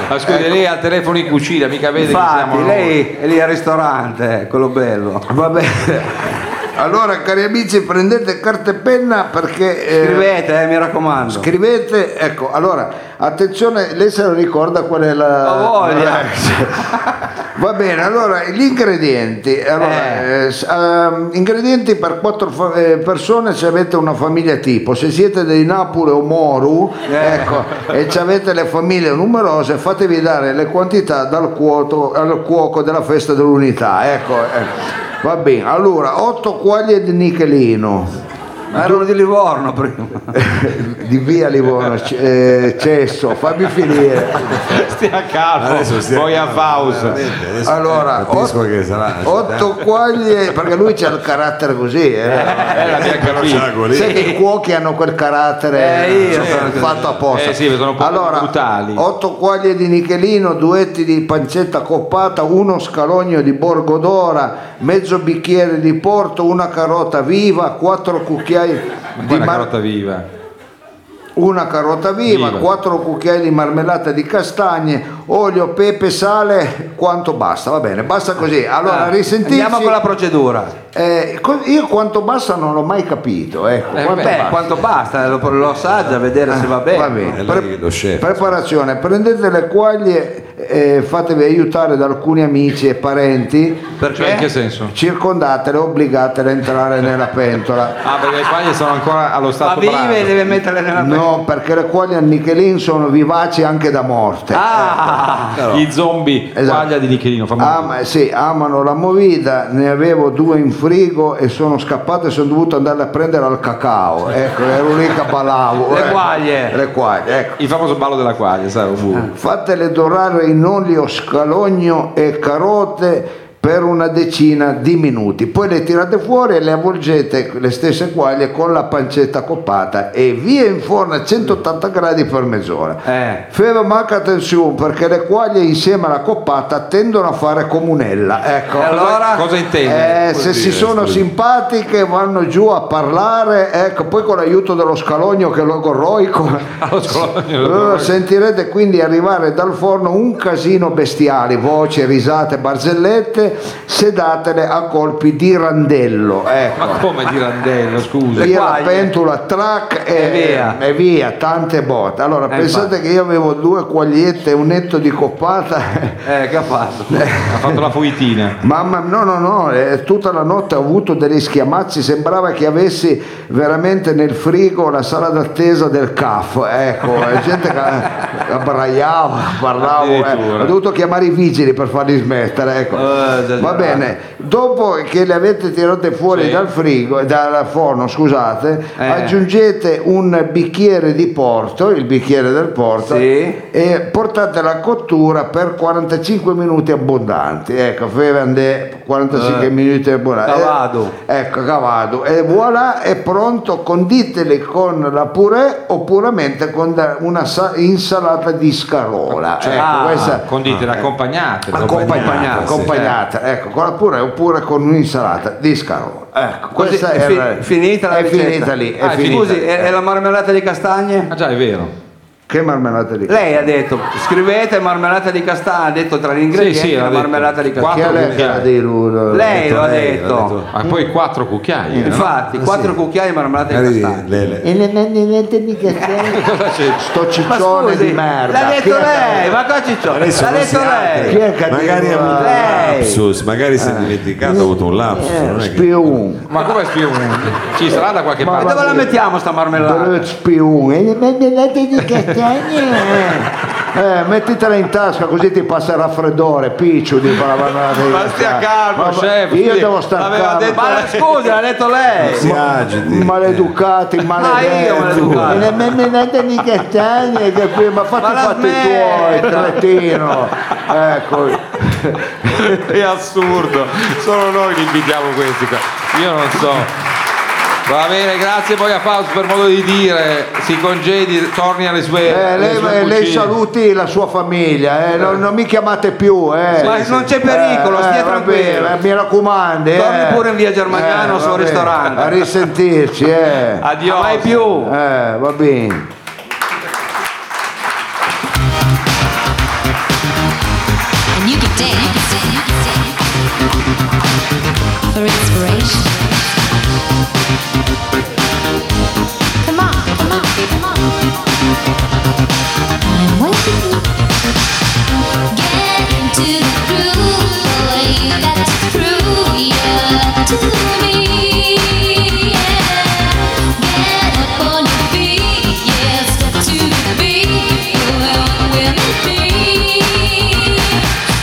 Speaker 3: Ma scusi, lei ha il telefono in cucina, mica vede che siamo
Speaker 7: Infatti,
Speaker 3: noi.
Speaker 7: lei è lì al ristorante, eh, quello bello.
Speaker 4: Va bene. Allora, cari amici, prendete carta e penna perché. eh,
Speaker 7: Scrivete, eh, mi raccomando.
Speaker 4: Scrivete, ecco, allora, attenzione, lei se lo ricorda qual è la...
Speaker 7: Ho voglia.
Speaker 4: Va bene, allora, gli ingredienti. Allora, eh, s- ehm, ingredienti per quattro fa- eh, persone se avete una famiglia tipo. Se siete di Napoli o Moru, ecco, e ci avete le famiglie numerose, fatevi dare le quantità dal cuoto, al cuoco della festa dell'unità. Ecco, eh. va bene. Allora, 8 quaglie di nichelino.
Speaker 7: Ma erano di Livorno prima.
Speaker 4: Eh, di via Livorno C- eh, Cesso, fammi finire.
Speaker 3: Stia calmo,
Speaker 7: Oh,
Speaker 1: Adesso stiamo-
Speaker 3: poi a Faus.
Speaker 1: Veramente, adesso
Speaker 4: Allora,
Speaker 1: capisco
Speaker 4: ot-
Speaker 1: che sarà
Speaker 4: otto quaglie, perché lui c'ha il carattere così, eh.
Speaker 3: Eh, l'abbiamo capito.
Speaker 4: Sai che i cuochi hanno quel carattere
Speaker 7: Eh, io
Speaker 4: eh,
Speaker 7: sono così.
Speaker 4: fatto apposta.
Speaker 3: Eh sì, sono un po'
Speaker 4: allora,
Speaker 3: brutali.
Speaker 4: Otto quaglie di nichelino, duetti di pancetta coppata, uno scalogno di borgodora, mezzo bicchiere di porto, una carota viva, quattro cucchiai di
Speaker 3: Guarda,
Speaker 4: mar-
Speaker 3: carota viva.
Speaker 4: una carota viva,
Speaker 3: Viva.
Speaker 4: quattro cucchiai di marmellata di castagne, olio, pepe, sale, quanto basta, va bene, basta così. Allora, risentite.
Speaker 7: Ah, Andiamo con la procedura.
Speaker 4: io quanto basta non l'ho mai capito, ecco.
Speaker 3: Eh,
Speaker 4: Quanto-
Speaker 3: beh,
Speaker 7: Beh, quanto basta, lo, lo assaggia, vedere se va bene.
Speaker 4: va bene.
Speaker 1: È eh, lei lo chef.
Speaker 4: Preparazione, prendete le quaglie, eh, fatevi aiutare da alcuni amici e parenti,
Speaker 7: Perché?
Speaker 3: Cioè, in che senso?
Speaker 4: circondatele, obbligatele a entrare nella pentola.
Speaker 3: Ah, perché le quaglie sono ancora allo
Speaker 7: Ma
Speaker 3: stato
Speaker 7: vive
Speaker 3: bravo.
Speaker 7: deve metterle nella
Speaker 4: No, perché le quaglie a Nichelin sono vivaci anche da morte. Eh,
Speaker 7: Ah,
Speaker 3: I zombie,
Speaker 4: Esatto.
Speaker 3: quaglia di Nichelino, famoso.
Speaker 4: Ama- eh, sì, amano la movida, ne avevo due in frigo e sono scappato e sono dovuto andare a prendere al cacao. Ecco, ero lì che ballavo.
Speaker 7: Le
Speaker 4: ecco.
Speaker 7: quaglie.
Speaker 4: Le quaglie, ecco.
Speaker 3: Il famoso ballo della quaglia, sai, un burro.
Speaker 4: Fatele dorare in olio scalogno e carote per una decina di minuti, poi le tirate fuori e le avvolgete le stesse quaglie con la pancetta coppata e via in forno a 180 gradi per mezz'ora.
Speaker 7: Eh.
Speaker 4: Ferma manca attenzione perché le quaglie insieme alla coppata tendono a fare comunella. Ecco.
Speaker 7: E allora?
Speaker 3: Cosa intende?
Speaker 4: Eh, se si sono simpatiche vanno giù a parlare, ecco, poi con l'aiuto dello scalogno che è logorroico
Speaker 7: Ah,
Speaker 3: Allo scologno.
Speaker 4: allora sentirete quindi arrivare dal forno un casino bestiale, voci, risate, barzellette, sedatele a colpi di randello. Ecco.
Speaker 3: Ma come di randello, scusa.
Speaker 4: Via la
Speaker 7: quaglie.
Speaker 4: pentola, track e,
Speaker 7: E via.
Speaker 4: e via, tante botte. Allora, pensate che io avevo due quagliette e un netto di coppata.
Speaker 7: eh, che ha fatto?
Speaker 3: Ha fatto la fuitina.
Speaker 4: Mamma, no, no, no, eh, tutta la notte ho avuto degli schiamazzi, sembrava che avessi veramente nel frigo la sala d'attesa del CAF, ecco, la gente che- eh, abbraiava, parlavo,
Speaker 3: Addirittura.
Speaker 4: ho dovuto chiamare i vigili per farli smettere, ecco.
Speaker 7: Eh, esagerato.
Speaker 4: Va bene, dopo che le avete tirate fuori
Speaker 3: Sì.
Speaker 4: dal frigo, dal forno, scusate,
Speaker 7: Eh.
Speaker 4: aggiungete un bicchiere di porto, il bicchiere del porto,
Speaker 7: Sì.
Speaker 4: e portate la cottura per 45 minuti abbondanti ecco fevande 45
Speaker 7: Eh,
Speaker 4: minuti abbondanti
Speaker 7: cavado.
Speaker 4: Eh, ecco cavado e voilà è pronto conditeli con la purè o puramente con da- una sa- insalata di scarola
Speaker 3: Cioè,
Speaker 4: ecco,
Speaker 7: ah,
Speaker 4: questa-
Speaker 3: Conditela,
Speaker 4: eh.
Speaker 3: accompagnate.
Speaker 4: accompagnata, accompagnata, ecco con la purè oppure con un'insalata di scarola ecco
Speaker 7: Così
Speaker 4: questa
Speaker 7: è
Speaker 4: è,
Speaker 7: fi-
Speaker 4: la-
Speaker 7: finita la
Speaker 4: è
Speaker 7: ricetta.
Speaker 4: finita lì è
Speaker 7: Ah,
Speaker 4: finita.
Speaker 7: Scusi, è, è la marmellata di castagne?
Speaker 3: Ah già, è vero.
Speaker 4: che marmellata lì
Speaker 7: Lei ha detto, scrivete marmellata di castagne, ha detto tra gli ingredienti
Speaker 3: sì, l'ha
Speaker 7: la
Speaker 3: detto.
Speaker 7: marmellata di
Speaker 4: chi
Speaker 7: castagne.
Speaker 4: è lei che l'ha detto?
Speaker 7: Lei lo ha
Speaker 1: lei, l'ha
Speaker 7: detto.
Speaker 3: Ma poi quattro cucchiai. eh, no?
Speaker 7: Infatti, quattro cucchiai di marmellata di
Speaker 1: Magari
Speaker 7: castagne.
Speaker 1: lei- lei-
Speaker 4: E le mani niente di castello. Sto
Speaker 7: Ma
Speaker 4: ciccione
Speaker 7: scusi,
Speaker 4: di merda.
Speaker 7: l'ha
Speaker 4: Chi
Speaker 7: detto
Speaker 4: è-
Speaker 7: lei, ma qua ci c'ho,
Speaker 1: Adesso
Speaker 7: l'ha
Speaker 1: non
Speaker 7: detto
Speaker 1: si apre.
Speaker 7: lei.
Speaker 4: Chi è che ha
Speaker 1: magari
Speaker 4: detto-
Speaker 1: ha avuto un
Speaker 7: Lei.
Speaker 1: lapsus, magari si è dimenticato, ha avuto un lapsus.
Speaker 4: Eh,
Speaker 1: non è che-
Speaker 4: spion.
Speaker 3: Ma come spione? Ci sarà da qualche
Speaker 7: E
Speaker 3: parte.
Speaker 7: dove la mettiamo sta marmellata?
Speaker 4: Però spion. E le marmellate di castagne. Eh, mettitela in tasca così ti passa il raffreddore, picciu di paravanate.
Speaker 3: Ma stia calmo, chef,
Speaker 4: Eh, Io
Speaker 3: scusi,
Speaker 4: devo star
Speaker 3: l'aveva
Speaker 4: calmo.
Speaker 3: detto-
Speaker 7: Ma la- scusi, l'ha detto lei.
Speaker 1: Si agiti.
Speaker 4: Maleducati, maledetti.
Speaker 7: maleducato.
Speaker 4: E le marmellate di castagne, che qui- ma fatti
Speaker 7: Ma
Speaker 4: i
Speaker 7: la
Speaker 4: fatti tuoi,
Speaker 7: smetta.
Speaker 4: cretino. Ecco.
Speaker 3: È assurdo. Solo noi li invitiamo questi qua. Io non so. Va bene, grazie poi a Faust per modo di dire, si congedi, torni alle sue...
Speaker 4: Eh,
Speaker 3: alle
Speaker 4: lei,
Speaker 3: sue
Speaker 4: eh, lei
Speaker 3: cucine.
Speaker 4: saluti la sua famiglia, eh, Non, non mi chiamate più. eh.
Speaker 7: Ma non c'è
Speaker 4: Eh,
Speaker 7: pericolo, stia
Speaker 4: va
Speaker 7: tranquillo.
Speaker 4: bene, eh, mi raccomando.
Speaker 7: Torni
Speaker 4: eh.
Speaker 7: pure in via Germagnano al suo
Speaker 4: va bene.
Speaker 7: ristorante.
Speaker 4: A risentirci. eh.
Speaker 3: Addio.
Speaker 7: mai più.
Speaker 4: Eh, va bene.
Speaker 9: and you can dance for inspiration. Come on, come on, come on. I'm waiting. Get into the groove, boy. You got to prove you're to me. Yeah. Get up on your feet, yeah. Step to the beat, boy. What will it be?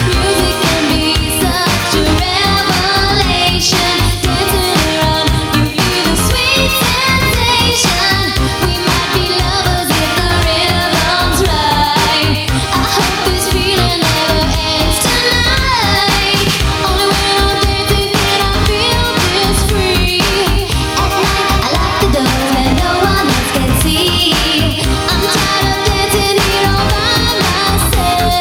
Speaker 9: Music can be such a revelation. Dancing around, you feel the sweet sensation. We might be lovers if the rhythm's right. I hope this feeling never ends tonight. Only when I'm dancing can I feel this free. At night, I lock the doors where no one else can see. I'm tired of dancing here all by myself.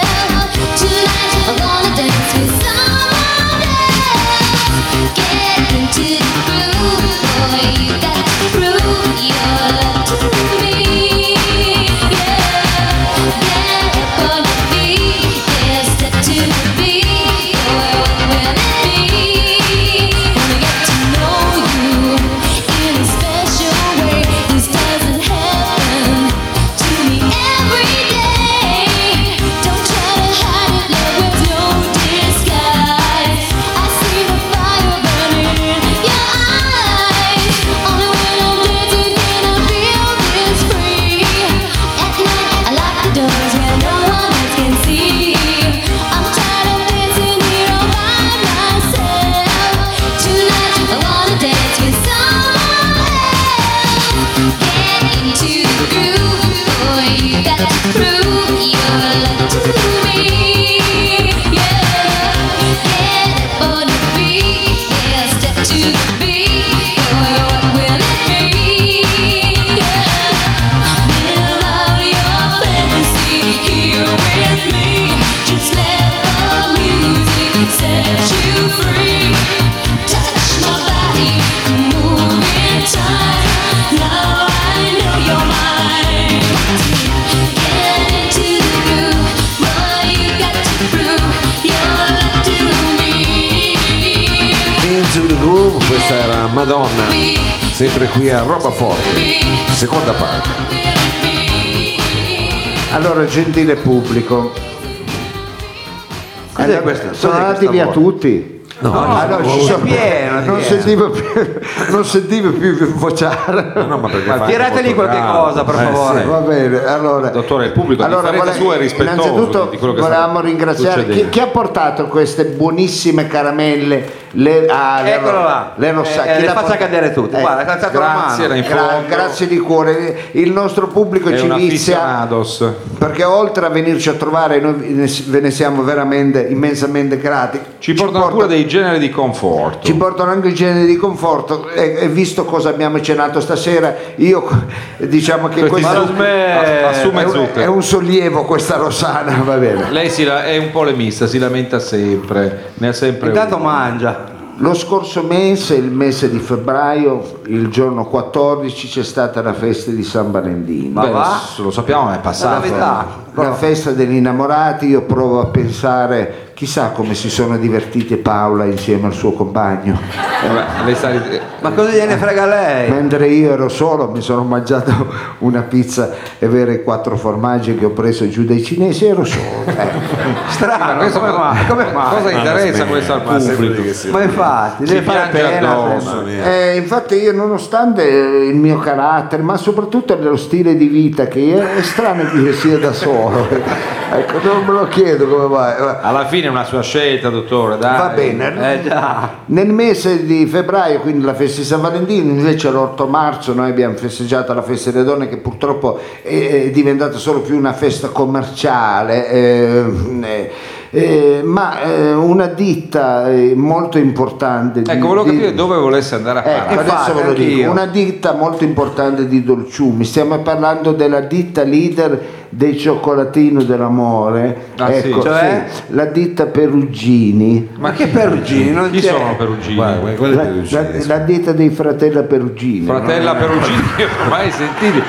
Speaker 9: Tonight, I'm gonna dance with someone else. Get into the groove, boy. You got to prove your love to me. Yeah. Get up on your feet, yeah. Step to the beat, boy. What will it be? Wanna get to know you in a special way. This doesn't happen to me every day. Don't try to hide it, love with no disguise. I see the fire burning in your eyes. Only when I'm dancing can I feel this free. At night, I lock the doors where no one else can see. I'm tired of dancing here all by myself. Tonight, I wanna dance with someone else. Get into the groove, boy. You got to prove your love to me. Yeah. Get up on your feet, yeah. Step to the beat, boy. What will it be? Yeah. Live out your fantasy here with me. Just let the music set you free. Touch my body, move in time. Now I know you're mine. Get into the groove, boy. You got to prove your love to me.
Speaker 1: Into the Groove, questa era Madonna, sempre qui a Roba Forte, seconda parte.
Speaker 4: Allora, gentile pubblico. Allora,
Speaker 7: questa? Cos'è
Speaker 4: sono andati
Speaker 7: questa
Speaker 4: via
Speaker 7: voce?
Speaker 4: tutti.
Speaker 1: No,
Speaker 4: Ah, no, ci sono-
Speaker 7: pieno,
Speaker 4: non,
Speaker 7: pieno.
Speaker 4: sentivo più, non sentivo più vociare.
Speaker 1: no, ma perché
Speaker 7: Ma
Speaker 1: fa
Speaker 7: tirateli
Speaker 1: molto
Speaker 7: qualche
Speaker 1: caldo.
Speaker 7: cosa, per
Speaker 1: Eh,
Speaker 7: favore.
Speaker 1: sì.
Speaker 4: Va bene, allora.
Speaker 3: Dottore, il pubblico, a differenza
Speaker 4: vorrei-
Speaker 3: sua, è rispettoso
Speaker 4: Innanzitutto
Speaker 3: di quello che sta
Speaker 4: volevamo ringraziare chi,
Speaker 3: succedendo.
Speaker 4: chi ha portato queste buonissime caramelle. Le, ah, le
Speaker 7: Eccola
Speaker 4: ro-
Speaker 7: là.
Speaker 4: Le
Speaker 7: Eh,
Speaker 4: rossa,
Speaker 7: eh,
Speaker 4: chi
Speaker 7: le
Speaker 4: l'ha
Speaker 7: faccia
Speaker 4: portata?
Speaker 7: cadere tutte. Guarda, è alzata la
Speaker 3: Grazie,
Speaker 7: mano.
Speaker 3: era in
Speaker 4: Eh, gra-
Speaker 3: fondo.
Speaker 4: grazie di cuore. Il nostro pubblico
Speaker 3: È
Speaker 4: ci
Speaker 3: un
Speaker 4: inizia
Speaker 3: aficionados.
Speaker 4: perché oltre a venirci a trovare noi ne- ve ne siamo veramente immensamente grati
Speaker 3: Ci portano
Speaker 4: porta-
Speaker 3: pure dei generi di conforto.
Speaker 4: ci portano anche il genere di conforto e, e visto cosa abbiamo cenato stasera io diciamo che
Speaker 3: Questi
Speaker 4: questo
Speaker 3: zucche-
Speaker 7: me-
Speaker 3: assume
Speaker 4: è, un,
Speaker 3: zucche.
Speaker 4: è un sollievo questa Rosana va bene
Speaker 3: Lei si la- è un polemista, si lamenta sempre, ne ha sempre
Speaker 7: Intanto
Speaker 3: uno.
Speaker 7: mangia.
Speaker 4: lo scorso mese il mese di febbraio il giorno 14 c'è stata la festa di San Valentino
Speaker 7: Ma
Speaker 3: Beh,
Speaker 7: va?
Speaker 3: s- lo sappiamo, ma è
Speaker 7: La
Speaker 3: passato.
Speaker 7: verità.
Speaker 4: la festa degli innamorati io provo a pensare chissà come si sono divertite Paola insieme al suo compagno
Speaker 3: Vabbè, lei sa-
Speaker 7: Ma cosa gliene frega lei?
Speaker 4: mentre io ero solo mi sono mangiato una pizza e vere quattro formaggi che ho preso giù dai cinesi ero solo eh.
Speaker 3: Ma
Speaker 7: Strano,
Speaker 3: questo-
Speaker 7: come mai? Come mai?
Speaker 3: Cosa interessa
Speaker 1: smetti,
Speaker 3: questo al
Speaker 1: ma sempre
Speaker 3: pubblico?
Speaker 1: che si-
Speaker 7: Ma infatti,
Speaker 3: Ci
Speaker 7: deve fare
Speaker 3: piange
Speaker 7: pena.
Speaker 3: addosso.
Speaker 4: Eh, infatti io nonostante eh, il mio carattere ma soprattutto lo stile di vita che è, è strano che io sia da solo ecco non me lo chiedo come mai ma-
Speaker 3: Alla fine è una sua scelta, dottore, dai.
Speaker 4: Va bene.
Speaker 7: Eh già.
Speaker 4: Ah. Nel mese di febbraio, quindi la festa di San Valentino, invece l'8 marzo noi abbiamo festeggiato la festa delle donne che purtroppo è, è diventata solo più una festa commerciale. eh, eh, Eh, ma eh, una ditta eh, molto importante di-
Speaker 3: Ecco, volevo
Speaker 4: di-
Speaker 3: capire dove volesse andare a
Speaker 4: Ecco,
Speaker 3: fare.
Speaker 4: adesso ve lo dico, una ditta molto importante di dolciumi, stiamo parlando della ditta leader dei cioccolatini dell'amore,
Speaker 3: Ah, sì.
Speaker 4: ecco,
Speaker 2: Cioè?
Speaker 4: sì, la ditta Perugini,
Speaker 2: Ma che Perugini? Non
Speaker 3: Chi
Speaker 2: c'è.
Speaker 3: sono Perugini?
Speaker 1: quello
Speaker 4: la, la- la ditta dei fratella Perugini.
Speaker 3: Fratella Perugini, che ormai sentiti.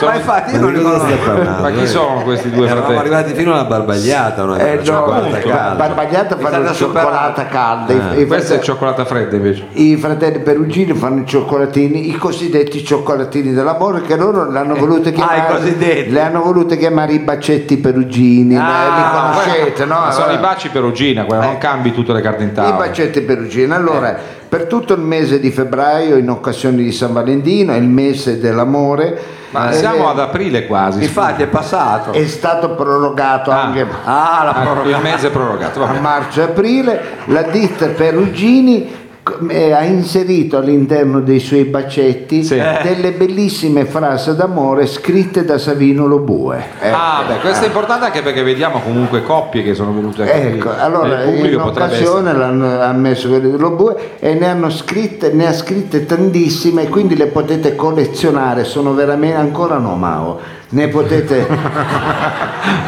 Speaker 3: Sono-
Speaker 2: Ma infatti io
Speaker 1: Ma
Speaker 2: non
Speaker 1: di cosa
Speaker 2: ricordo.
Speaker 1: stai parlando?
Speaker 3: Ma chi
Speaker 1: Eh,
Speaker 3: sono questi due
Speaker 1: Eravamo
Speaker 3: fratelli?
Speaker 1: arrivati fino alla barbagliata, una
Speaker 4: Eh, no,
Speaker 1: 50
Speaker 4: appunto,
Speaker 1: calcio.
Speaker 4: Barbagliata
Speaker 2: Mi state
Speaker 4: fanno la
Speaker 2: superando.
Speaker 4: cioccolata calda, i- i,
Speaker 3: Eh. Questa è
Speaker 4: fratelli,
Speaker 3: cioccolata fredda invece.
Speaker 4: i fratelli Perugini fanno i cioccolatini, i cosiddetti cioccolatini dell'amore che loro l'hanno
Speaker 3: Ah,
Speaker 4: voluto
Speaker 2: i
Speaker 4: chiamare,
Speaker 2: cosiddetti.
Speaker 4: li hanno voluto chiamare i bacetti Perugini, ma eh, li conoscete, no?
Speaker 3: Ah, Ma sono
Speaker 4: Allora- Eh.
Speaker 3: i baci perugina, guarda, non cambi tutte le carte in
Speaker 4: I
Speaker 3: tavola.
Speaker 4: bacetti perugini. Allora,
Speaker 3: Eh.
Speaker 4: per tutto il mese di febbraio, in occasione di San Valentino, è il mese dell'amore.
Speaker 3: Ma
Speaker 4: Eh,
Speaker 3: siamo
Speaker 4: eh,
Speaker 3: ad aprile quasi.
Speaker 2: Infatti è passato.
Speaker 4: È stato prorogato
Speaker 3: Ah.
Speaker 4: anche
Speaker 2: Ah, la
Speaker 3: Ah,
Speaker 2: proroga.
Speaker 3: il mese è prorogato.
Speaker 4: a
Speaker 3: vabbè.
Speaker 4: marzo e aprile. La ditta Perugini com- eh, ha inserito all'interno dei suoi bacetti
Speaker 3: Sì. Eh.
Speaker 4: delle bellissime frasi d'amore scritte da Savino Lobue. Ecco.
Speaker 3: Ah, beh, questo è importante anche perché vediamo comunque coppie che sono venute qui.
Speaker 4: Ecco, allora
Speaker 3: Eh, Il pubblico
Speaker 4: in
Speaker 3: potrebbe
Speaker 4: occasione l'hanno ha messo quello di Lobue e ne hanno scritte, ne ha scritte tantissime, quindi le potete collezionare, sono veramente ancora no Mao. Ne potete
Speaker 3: essere-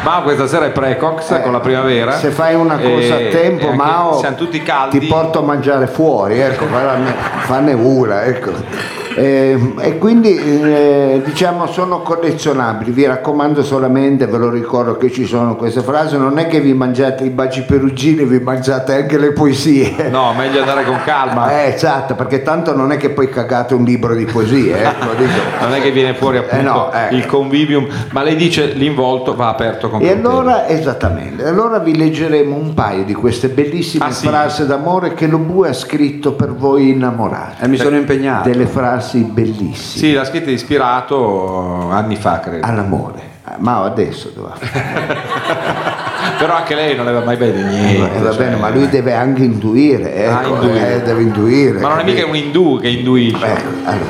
Speaker 3: Mao questa sera è precox
Speaker 4: eh,
Speaker 3: Cioè, con la primavera.
Speaker 4: Se fai una cosa
Speaker 3: E-
Speaker 4: a
Speaker 3: e
Speaker 4: tempo,
Speaker 3: anche-
Speaker 4: Mao
Speaker 3: Siamo tutti caldi.
Speaker 4: ti porto a mangiare fuori, ecco, veramente, fanne una, ecco. Eh, e quindi eh, diciamo sono collezionabili, vi raccomando solamente, ve lo ricordo che ci sono queste frasi, non è che vi mangiate i baci perugini, vi mangiate anche le poesie.
Speaker 3: No, meglio andare con calma.
Speaker 4: Eh, esatto, perché tanto non è che poi cagate un libro di poesie, ecco, dico.
Speaker 3: Non è che viene fuori appunto
Speaker 4: Eh no, ecco.
Speaker 3: il convivium, ma lei dice l'involto va aperto con
Speaker 4: E
Speaker 3: criterio.
Speaker 4: allora, esattamente, allora vi leggeremo un paio di queste bellissime
Speaker 3: Ah, sì?
Speaker 4: frasi d'amore che Lobue ha scritto per voi innamorati. Cioè,
Speaker 7: E mi sono impegnato.
Speaker 4: Delle frasi bellissime
Speaker 3: Sì, l'ha scritta ispirato anni fa, credo.
Speaker 4: all'amore. Ma adesso doveva fare.
Speaker 3: Però anche lei non aveva mai bene niente.
Speaker 4: Eh, va
Speaker 3: cioè,
Speaker 4: bene, ma lui deve anche intuire,
Speaker 3: Ah,
Speaker 4: ecco,
Speaker 3: intuire.
Speaker 4: eh, deve intuire.
Speaker 3: Ma non è mica un indù che induisce.
Speaker 4: Ecco, allora,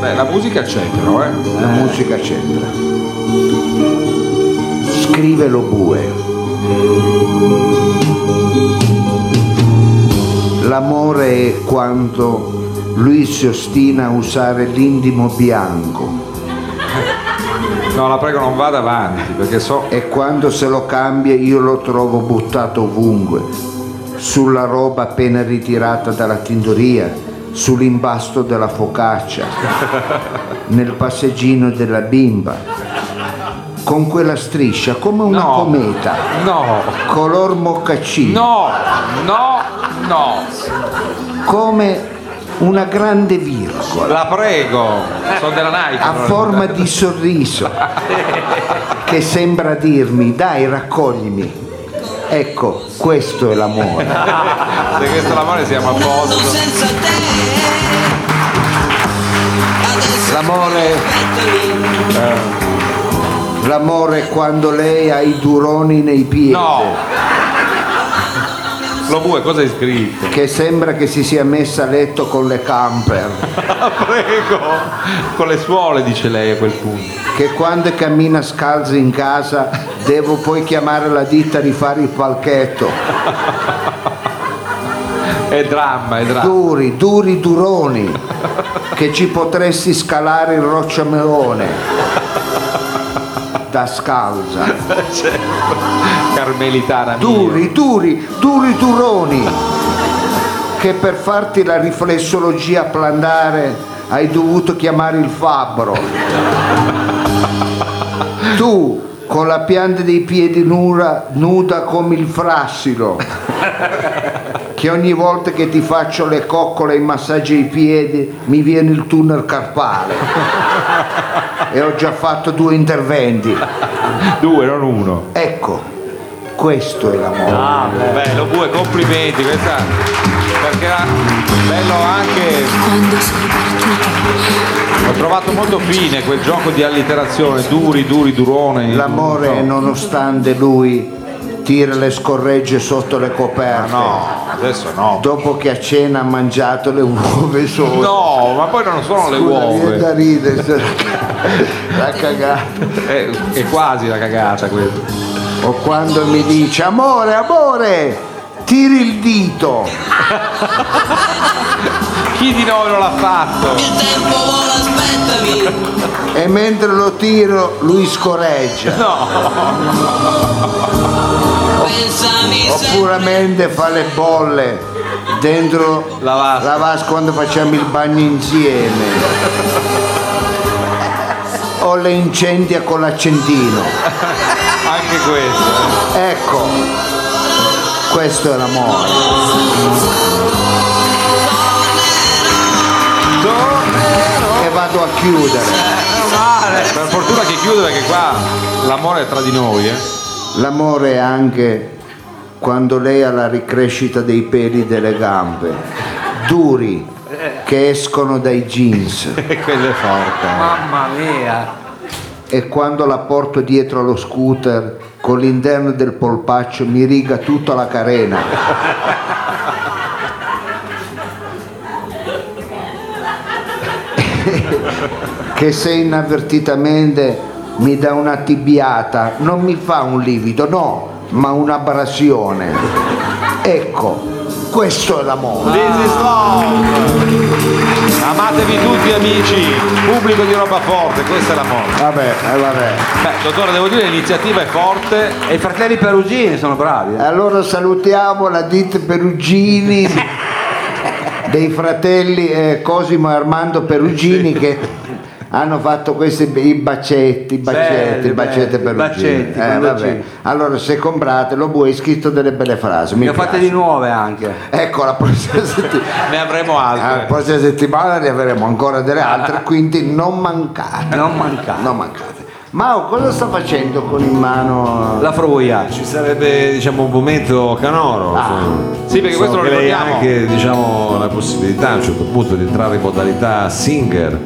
Speaker 3: Beh, la musica c'è però, eh.
Speaker 4: la musica c'entra. Scrive Lobue. L'amore è quando lui si ostina a usare l'indimo bianco
Speaker 3: No, la prego non vada avanti, perché so.
Speaker 4: e quando se lo cambia io lo trovo buttato ovunque, sulla roba appena ritirata dalla tindoria, sull'imbasto della focaccia, nel passeggino della bimba, con quella striscia come una
Speaker 3: No.
Speaker 4: cometa,
Speaker 3: No!
Speaker 4: color moccaccino.
Speaker 3: No! No! No!
Speaker 4: come una grande virgola
Speaker 3: La prego! Sono della Nike.
Speaker 4: a
Speaker 3: però.
Speaker 4: forma di sorriso che sembra dirmi dai raccoglimi ecco questo è l'amore
Speaker 3: Se questo l'amore siamo a posto.
Speaker 10: senza te adesso
Speaker 4: l'amore
Speaker 10: aspettami.
Speaker 4: l'amore è quando lei ha i duroni nei piedi
Speaker 3: No! Lo bue, cosa hai scritto?
Speaker 4: che sembra che si sia messa a letto con le camper
Speaker 3: La prego! Con le suole, dice lei a quel punto.
Speaker 4: che quando cammina scalzo in casa devo poi chiamare la ditta di fare il palchetto
Speaker 3: È dramma, è dramma.
Speaker 4: duri duri duroni che ci potresti scalare il rocciamelone da scalza
Speaker 3: Carmelitana. mia.
Speaker 4: duri, duri, duri duroni che per farti la riflessologia plandare hai dovuto chiamare il fabbro. Tu con la pianta dei piedi nuda, nuda come il frassino, che ogni volta che ti faccio le coccole e i massaggi ai piedi mi viene il tunnel carpale. E ho già fatto due interventi.
Speaker 3: Due, non uno.
Speaker 4: Ecco, questo è l'amore.
Speaker 3: Beh, lo bue, complimenti, questa. Perché era bello anche.
Speaker 9: Quando sei
Speaker 3: Ho trovato molto fine quel gioco di alliterazione, duri, duri, durone.
Speaker 4: L'amore,
Speaker 3: no.
Speaker 4: nonostante lui tira le scorregge sotto le coperte,
Speaker 3: No, adesso no.
Speaker 4: dopo che a cena ha mangiato le uova sole.
Speaker 3: No, ma poi non sono le
Speaker 4: Scusa, viene
Speaker 3: uova.
Speaker 4: da ridere. La cagata.
Speaker 3: È, è quasi la cagata questa.
Speaker 4: O quando mi dice amore, amore, tiri il dito.
Speaker 3: Chi di noi non l'ha fatto?
Speaker 10: tempo vola, aspettami.
Speaker 4: E mentre lo tiro lui scorreggia.
Speaker 10: Pensami
Speaker 4: Oppure mente fa le bolle dentro
Speaker 3: La vasca.
Speaker 4: quando facciamo il bagno insieme. O le incendia con l'accendino.
Speaker 3: Anche questo.
Speaker 4: Ecco, questo è l'amore. E vado a chiudere.
Speaker 3: Per fortuna che chiude perché qua l'amore è tra di noi, eh.
Speaker 4: L'amore è anche quando lei ha la ricrescita dei peli delle gambe, duri, che escono dai jeans.
Speaker 3: E quello è forte.
Speaker 2: Mamma mia.
Speaker 4: e quando la porto dietro allo scooter con l'interno del polpaccio mi riga tutta la carena. che se inavvertitamente mi dà una tibiata non mi fa un livido, no, ma un'abrasione. Ecco, questo è l'amore.
Speaker 3: This is love. Amatevi tutti amici, pubblico di roba forte, questa è la morte.
Speaker 4: Vabbè, eh, vabbè.
Speaker 3: Beh, dottore, devo dire l'iniziativa è forte.
Speaker 7: E i fratelli perugini sono bravi. eh.
Speaker 4: Allora salutiamo la ditta Perugini dei fratelli eh, Cosimo e Armando Perugini che hanno fatto questi be- i bacetti, i bacetti,
Speaker 7: Belli,
Speaker 4: i bacetti
Speaker 7: belli,
Speaker 4: Perugini.
Speaker 7: bacetti,
Speaker 4: Eh,
Speaker 7: quello
Speaker 4: vabbè.
Speaker 7: sì.
Speaker 4: Allora se comprate lo bue hai scritto delle belle frasi. Mi
Speaker 7: Ne ho fatte di
Speaker 4: piace.
Speaker 7: nuove anche.
Speaker 4: Ecco la prossima settimana. ah,
Speaker 3: Ne avremo
Speaker 7: eh.
Speaker 4: La
Speaker 3: altre.
Speaker 4: prossima settimana ne avremo ancora delle altre, quindi non mancate.
Speaker 7: Ah. Non mancate.
Speaker 4: Non mancate. Mao, cosa sta facendo con in mano?
Speaker 7: La fruia.
Speaker 1: Ci sarebbe diciamo un momento canoro. insomma.
Speaker 3: Sì, perché questo
Speaker 1: So
Speaker 3: lo
Speaker 1: che lei ha
Speaker 3: ricordiamo.
Speaker 1: anche diciamo, la possibilità a un certo punto di entrare in modalità singer.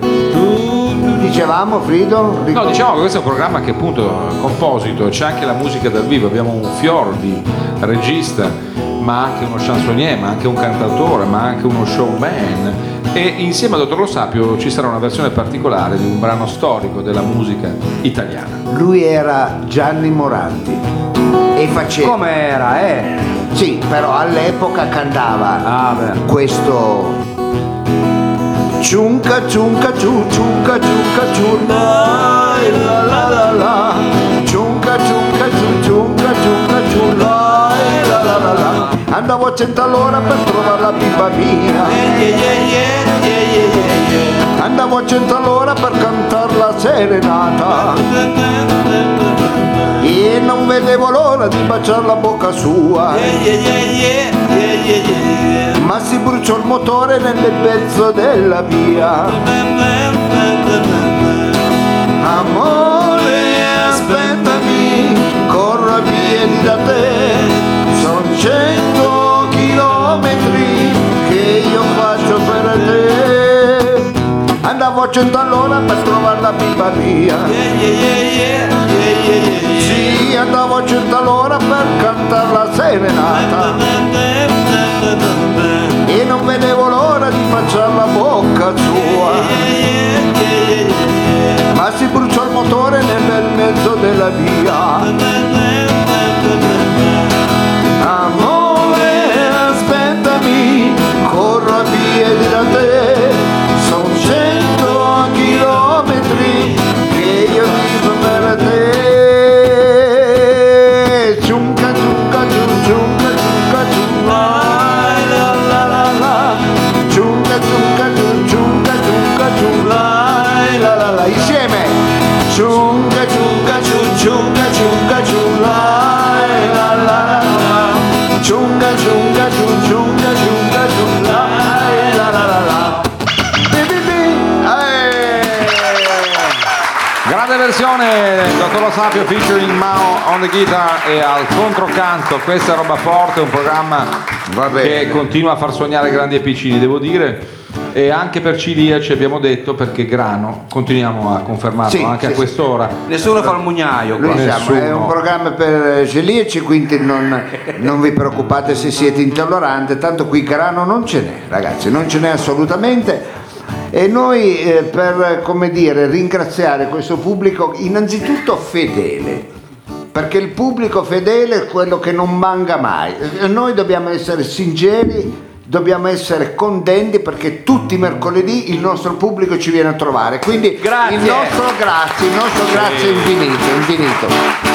Speaker 4: Dicevamo Frido?
Speaker 3: No,
Speaker 4: Ricordi-
Speaker 3: diciamo che questo è un programma che appunto è composito, c'è anche la musica dal vivo, abbiamo un fior di regista, ma anche uno chansonnier, ma anche un cantautore, ma anche uno showman. E insieme a Dottor Lo Sapio ci sarà una versione particolare di un brano storico della musica italiana.
Speaker 4: Lui era Gianni Morandi e faceva.
Speaker 7: Come era, eh?
Speaker 4: Sì, però all'epoca cantava
Speaker 7: Ah, beh.
Speaker 4: questo. Ciunca ciunca ciu, ciunca ciunca ciu, lai, la la la la. Ciunca ciunca ciu, ciunca ciunca ciu, lai, la la la la. Andavo a 100 all'ora per trovare la bimba mia. Andavo a 100 all'ora per cantare la serenata. E non vedevo l'ora di baciare la bocca sua. Ma si bruciò il motore nel pezzo della via. Amore, aspettami, corro vieni da te. Sono cento chilometri che io faccio per te. Andavo a cento all'ora per trovare la bimba mia. Sì, andavo a cento all'ora per cantare la serenata E non vedevo l'ora di facciare la bocca sua Ma si bruciò il motore nel bel mezzo della via Amore, aspettami, corro a piedi da te Sono cento chilometri che io vivo per te Ciunca, ciunca, ciun, ciunca, ciunca, ciun, lai, la, la, la, la. Ciunca, ciunca, ciun, ciunca, ciunca, ciun, lai, la, la, la. Insieme! Ciunca, ciunca, ciun, ciunca, ciunca, ciun, lai, la, la, la, la. Ciunca, ciunca, ciun, ciunca, ciunca, ciun, lai, la, la, la, la. Bi, bi, bi. Eh.
Speaker 3: Grande versione, Dottor Lo Sapio featuring Mao on the guitar e al controcanto, questa è roba forte, un programma
Speaker 4: Va bene.
Speaker 3: che continua a far sognare grandi e piccini, devo dire. E anche per Cilia ci abbiamo detto perché grano, continuiamo a confermarlo
Speaker 4: Sì,
Speaker 3: anche
Speaker 4: sì,
Speaker 3: a
Speaker 4: sì.
Speaker 3: quest'ora.
Speaker 7: Nessuno fa il mugnaio
Speaker 4: Lui
Speaker 7: qua.
Speaker 4: siamo-
Speaker 3: Nessuno.
Speaker 4: è un programma per celiaci, quindi non, non vi preoccupate se siete intolleranti, tanto qui grano non ce n'è, ragazzi, non ce n'è assolutamente. E noi eh, per, eh, come dire, ringraziare questo pubblico innanzitutto fedele, perché il pubblico fedele è quello che non manca mai. E Noi dobbiamo essere sinceri, dobbiamo essere contenti perché tutti i mercoledì il nostro pubblico ci viene a trovare. Quindi
Speaker 7: Grazie.
Speaker 4: il nostro grazie, il nostro grazie è infinito, infinito.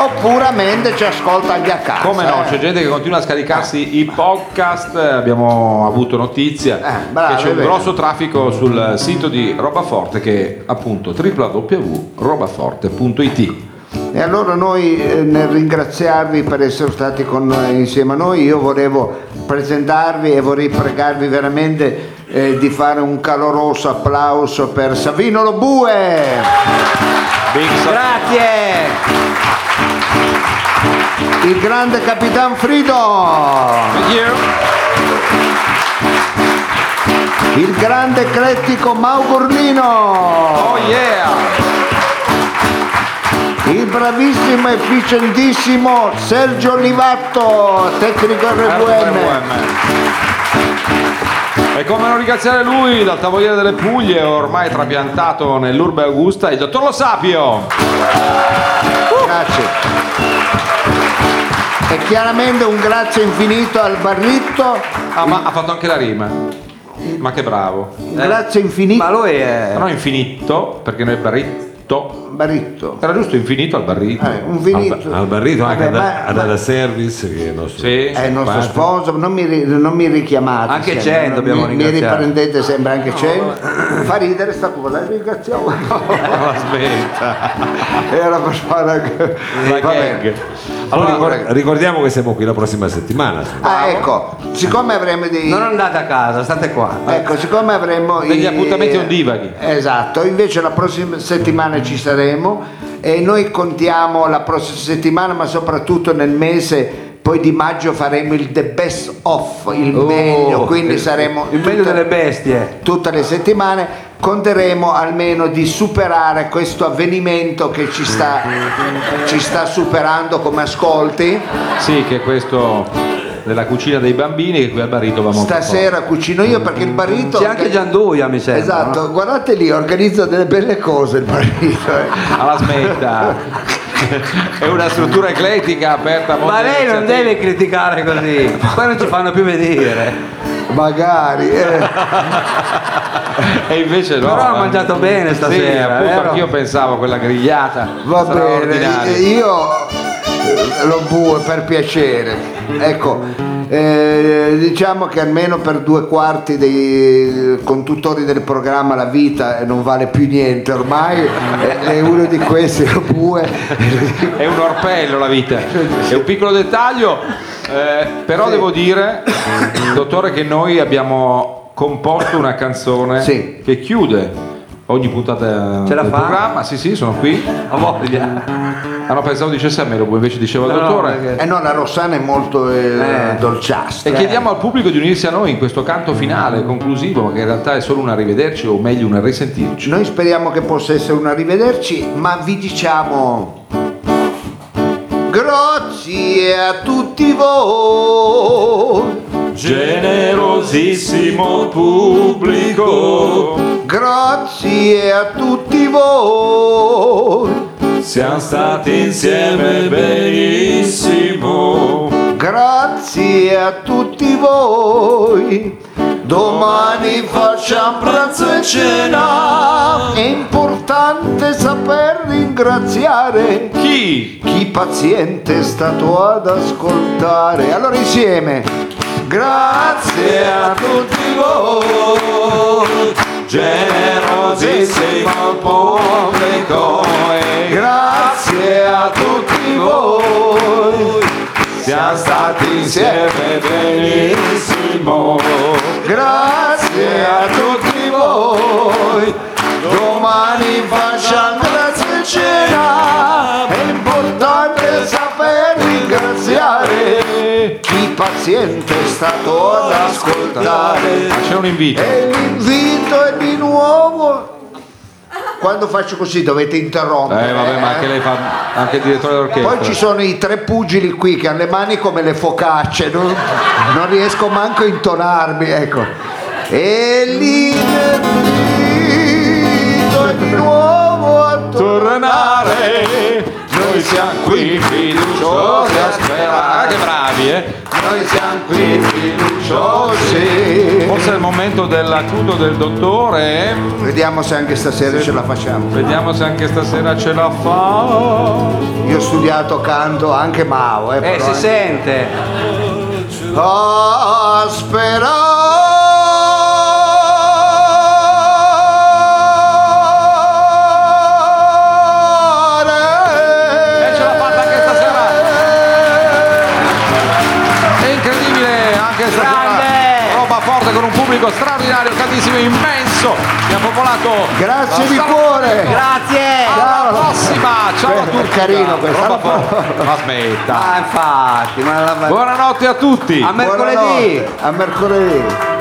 Speaker 4: Oppure a mente ci ascolta anche a casa.
Speaker 3: Come no, cioè,
Speaker 4: eh.
Speaker 3: c'è gente che continua a scaricarsi i podcast, eh, abbiamo avuto notizia
Speaker 4: Eh, bravo,
Speaker 3: che c'è
Speaker 4: è
Speaker 3: un
Speaker 4: vero.
Speaker 3: grosso traffico sul sito di Robaforte che è appunto www.robaforte.it.
Speaker 4: E allora noi eh, nel ringraziarvi per essere stati con noi insieme a noi, io volevo presentarvi e vorrei pregarvi veramente eh, di fare un caloroso applauso per Savino Lobue.
Speaker 3: Big Sa-
Speaker 7: Grazie!
Speaker 4: il grande Capitan Frido,
Speaker 3: Thank you.
Speaker 4: il grande eclettico Mau Gurlino,
Speaker 3: Oh yeah!
Speaker 4: il bravissimo e efficientissimo Sergio Olivatto, tecnico RVM.
Speaker 3: E come non ringraziare lui, dal tavoliere delle Puglie, ormai trapiantato nell'Urbe Augusta, il dottor Lo Sapio!
Speaker 4: Grazie. E chiaramente un grazie infinito al Barritto,
Speaker 3: Ah, ma ha fatto anche la rima. Ma che bravo.
Speaker 4: un grazie infinito
Speaker 7: Ma lui è...
Speaker 3: Però infinito, perché noi barritto.
Speaker 4: Barritto.
Speaker 3: Era giusto infinito al barritto.
Speaker 4: Eh, un finito.
Speaker 1: Al barrito anche
Speaker 4: Vabbè,
Speaker 1: ad,
Speaker 4: ma-
Speaker 1: ad
Speaker 4: ma-
Speaker 1: Ada Service che è il nostro
Speaker 3: Sì.
Speaker 4: è il nostro
Speaker 1: Guarda.
Speaker 4: sponsor, non mi, ri- non mi richiamate.
Speaker 7: Anche
Speaker 4: sempre,
Speaker 7: Chen
Speaker 4: non
Speaker 7: dobbiamo
Speaker 4: mi, mi
Speaker 7: ringraziare.
Speaker 4: riprendete sempre anche Chen. Fa ridere sta cosa, la ringraziamo.
Speaker 3: Ma aspetta.
Speaker 4: Era per fare anche-
Speaker 3: La
Speaker 4: va
Speaker 3: gag.
Speaker 4: bene.
Speaker 1: Allora, ricor- ricordiamo che siamo qui la prossima settimana.
Speaker 4: Ah, ecco, siccome avremo dei
Speaker 7: Non andate a casa, state qua.
Speaker 4: Ecco, siccome avremo
Speaker 3: Degli appuntamenti ondivaghi.
Speaker 4: Esatto, invece la prossima settimana ci saremo e noi contiamo la prossima settimana, ma soprattutto nel mese poi di maggio faremo il the best of, il
Speaker 7: Oh,
Speaker 3: eh,
Speaker 4: meglio, quindi
Speaker 7: il-
Speaker 4: saremo
Speaker 7: Il meglio
Speaker 4: tutte-
Speaker 7: delle bestie.
Speaker 4: tutte le settimane conteremo almeno di superare questo avvenimento che ci sta, ci sta superando come ascolti.
Speaker 3: Sì, che è questo della cucina dei bambini, che qui al barrito va molto
Speaker 4: Stasera cucino io perché il barito
Speaker 7: C'è anche Gianduia, mi sembra.
Speaker 4: Esatto, guardate lì, organizza delle belle cose il partito. eh.
Speaker 3: forte. Alla smetta. è una struttura eclettica aperta a
Speaker 7: no?
Speaker 3: molte
Speaker 7: Ma lei non
Speaker 3: iniziative.
Speaker 7: deve criticare così, poi non ci fanno più vedere.
Speaker 4: Magari. eh.
Speaker 3: E invece no.
Speaker 7: Però ha
Speaker 3: eh.
Speaker 7: mangiato bene
Speaker 3: Sì,
Speaker 7: stasera, eh,
Speaker 3: appunto,
Speaker 7: vero?
Speaker 3: anch'io pensavo quella grigliata.
Speaker 4: Va
Speaker 3: straordinaria.
Speaker 4: bene, Eh, io eh, lo bue per piacere. Ecco, eh, diciamo che almeno per due quarti dei conduttori del programma la vita eh, non vale più niente ormai e- e uno di questi lo bue.
Speaker 3: È un orpello la vita. È un piccolo dettaglio, eh, però devo dire, dottore, che noi abbiamo composto una canzone
Speaker 4: Sì.
Speaker 3: che chiude ogni puntata
Speaker 7: Ce la
Speaker 3: del
Speaker 7: fa?
Speaker 3: programma. Sì, sì, sono qui.
Speaker 7: Ha voglia.
Speaker 3: Ah no, pensavo dicesse a me, lo invece diceva al
Speaker 7: No, no,
Speaker 3: dottore.
Speaker 7: perché-
Speaker 4: Eh no, la Rossana è molto eh,
Speaker 7: Eh.
Speaker 4: dolciastra.
Speaker 3: E chiediamo al pubblico di unirsi a noi in questo canto finale, conclusivo, ma che in realtà è solo un arrivederci o meglio un risentirci.
Speaker 4: Noi speriamo che possa essere un arrivederci, ma vi diciamo grazie a tutti voi,
Speaker 3: Generosissimo pubblico,
Speaker 4: grazie a tutti voi,
Speaker 3: siamo stati insieme benissimo.
Speaker 4: grazie a tutti voi. Domani facciamo pranzo e cena, è importante saper ringraziare
Speaker 3: Chi?
Speaker 4: Chi paziente è stato ad ascoltare. Allora insieme. Grazie a tutti voi,
Speaker 3: Generosissimo pubblico, e
Speaker 4: grazie a tutti voi,
Speaker 3: siamo stati insieme benissimo.
Speaker 4: grazie a tutti voi. Domani facciamo la cena, è importante saper ringraziare chi paziente è stato ad ascoltare.
Speaker 3: Ma c'è un invito.
Speaker 4: E l'invito è di nuovo. Quando faccio così dovete interrompere.
Speaker 3: Eh vabbè, ma anche lei fa anche il direttore d'orchestra.
Speaker 4: Poi ci sono i tre pugili qui che hanno le mani come le focacce, non, non riesco manco a intonarmi, ecco. E l'invito
Speaker 3: siamo qui fiduciosi a sperare. Ah, che bravi, eh?
Speaker 4: Noi siamo qui fiduciosi.
Speaker 3: Forse è il momento dell'acuto del dottore.
Speaker 4: Vediamo se anche stasera ce la facciamo.
Speaker 3: Vediamo se anche stasera ce la fa.
Speaker 4: Io ho studiato canto anche Mao, eh,
Speaker 7: Eh,
Speaker 4: però,
Speaker 7: si
Speaker 4: eh.
Speaker 7: sente.
Speaker 4: A sperare.
Speaker 3: E ce l'ha fatta anche stasera. È incredibile Eh, anche stasera. Oh,
Speaker 7: Grande!
Speaker 3: Roba forte con un pubblico straordinario, tantissimo, immenso. Abbiamo volato.
Speaker 4: Grazie di
Speaker 3: Alla-
Speaker 4: cuore.
Speaker 7: Grazie!
Speaker 3: Alla prossima. Ciao a
Speaker 4: Beh,
Speaker 3: tutti.
Speaker 4: carino questo.
Speaker 3: Roba forte. Ma smettta.
Speaker 7: Ah, infatti, ma la...
Speaker 3: Buonanotte a tutti.
Speaker 7: A mercoledì!
Speaker 4: Buonanotte, A mercoledì.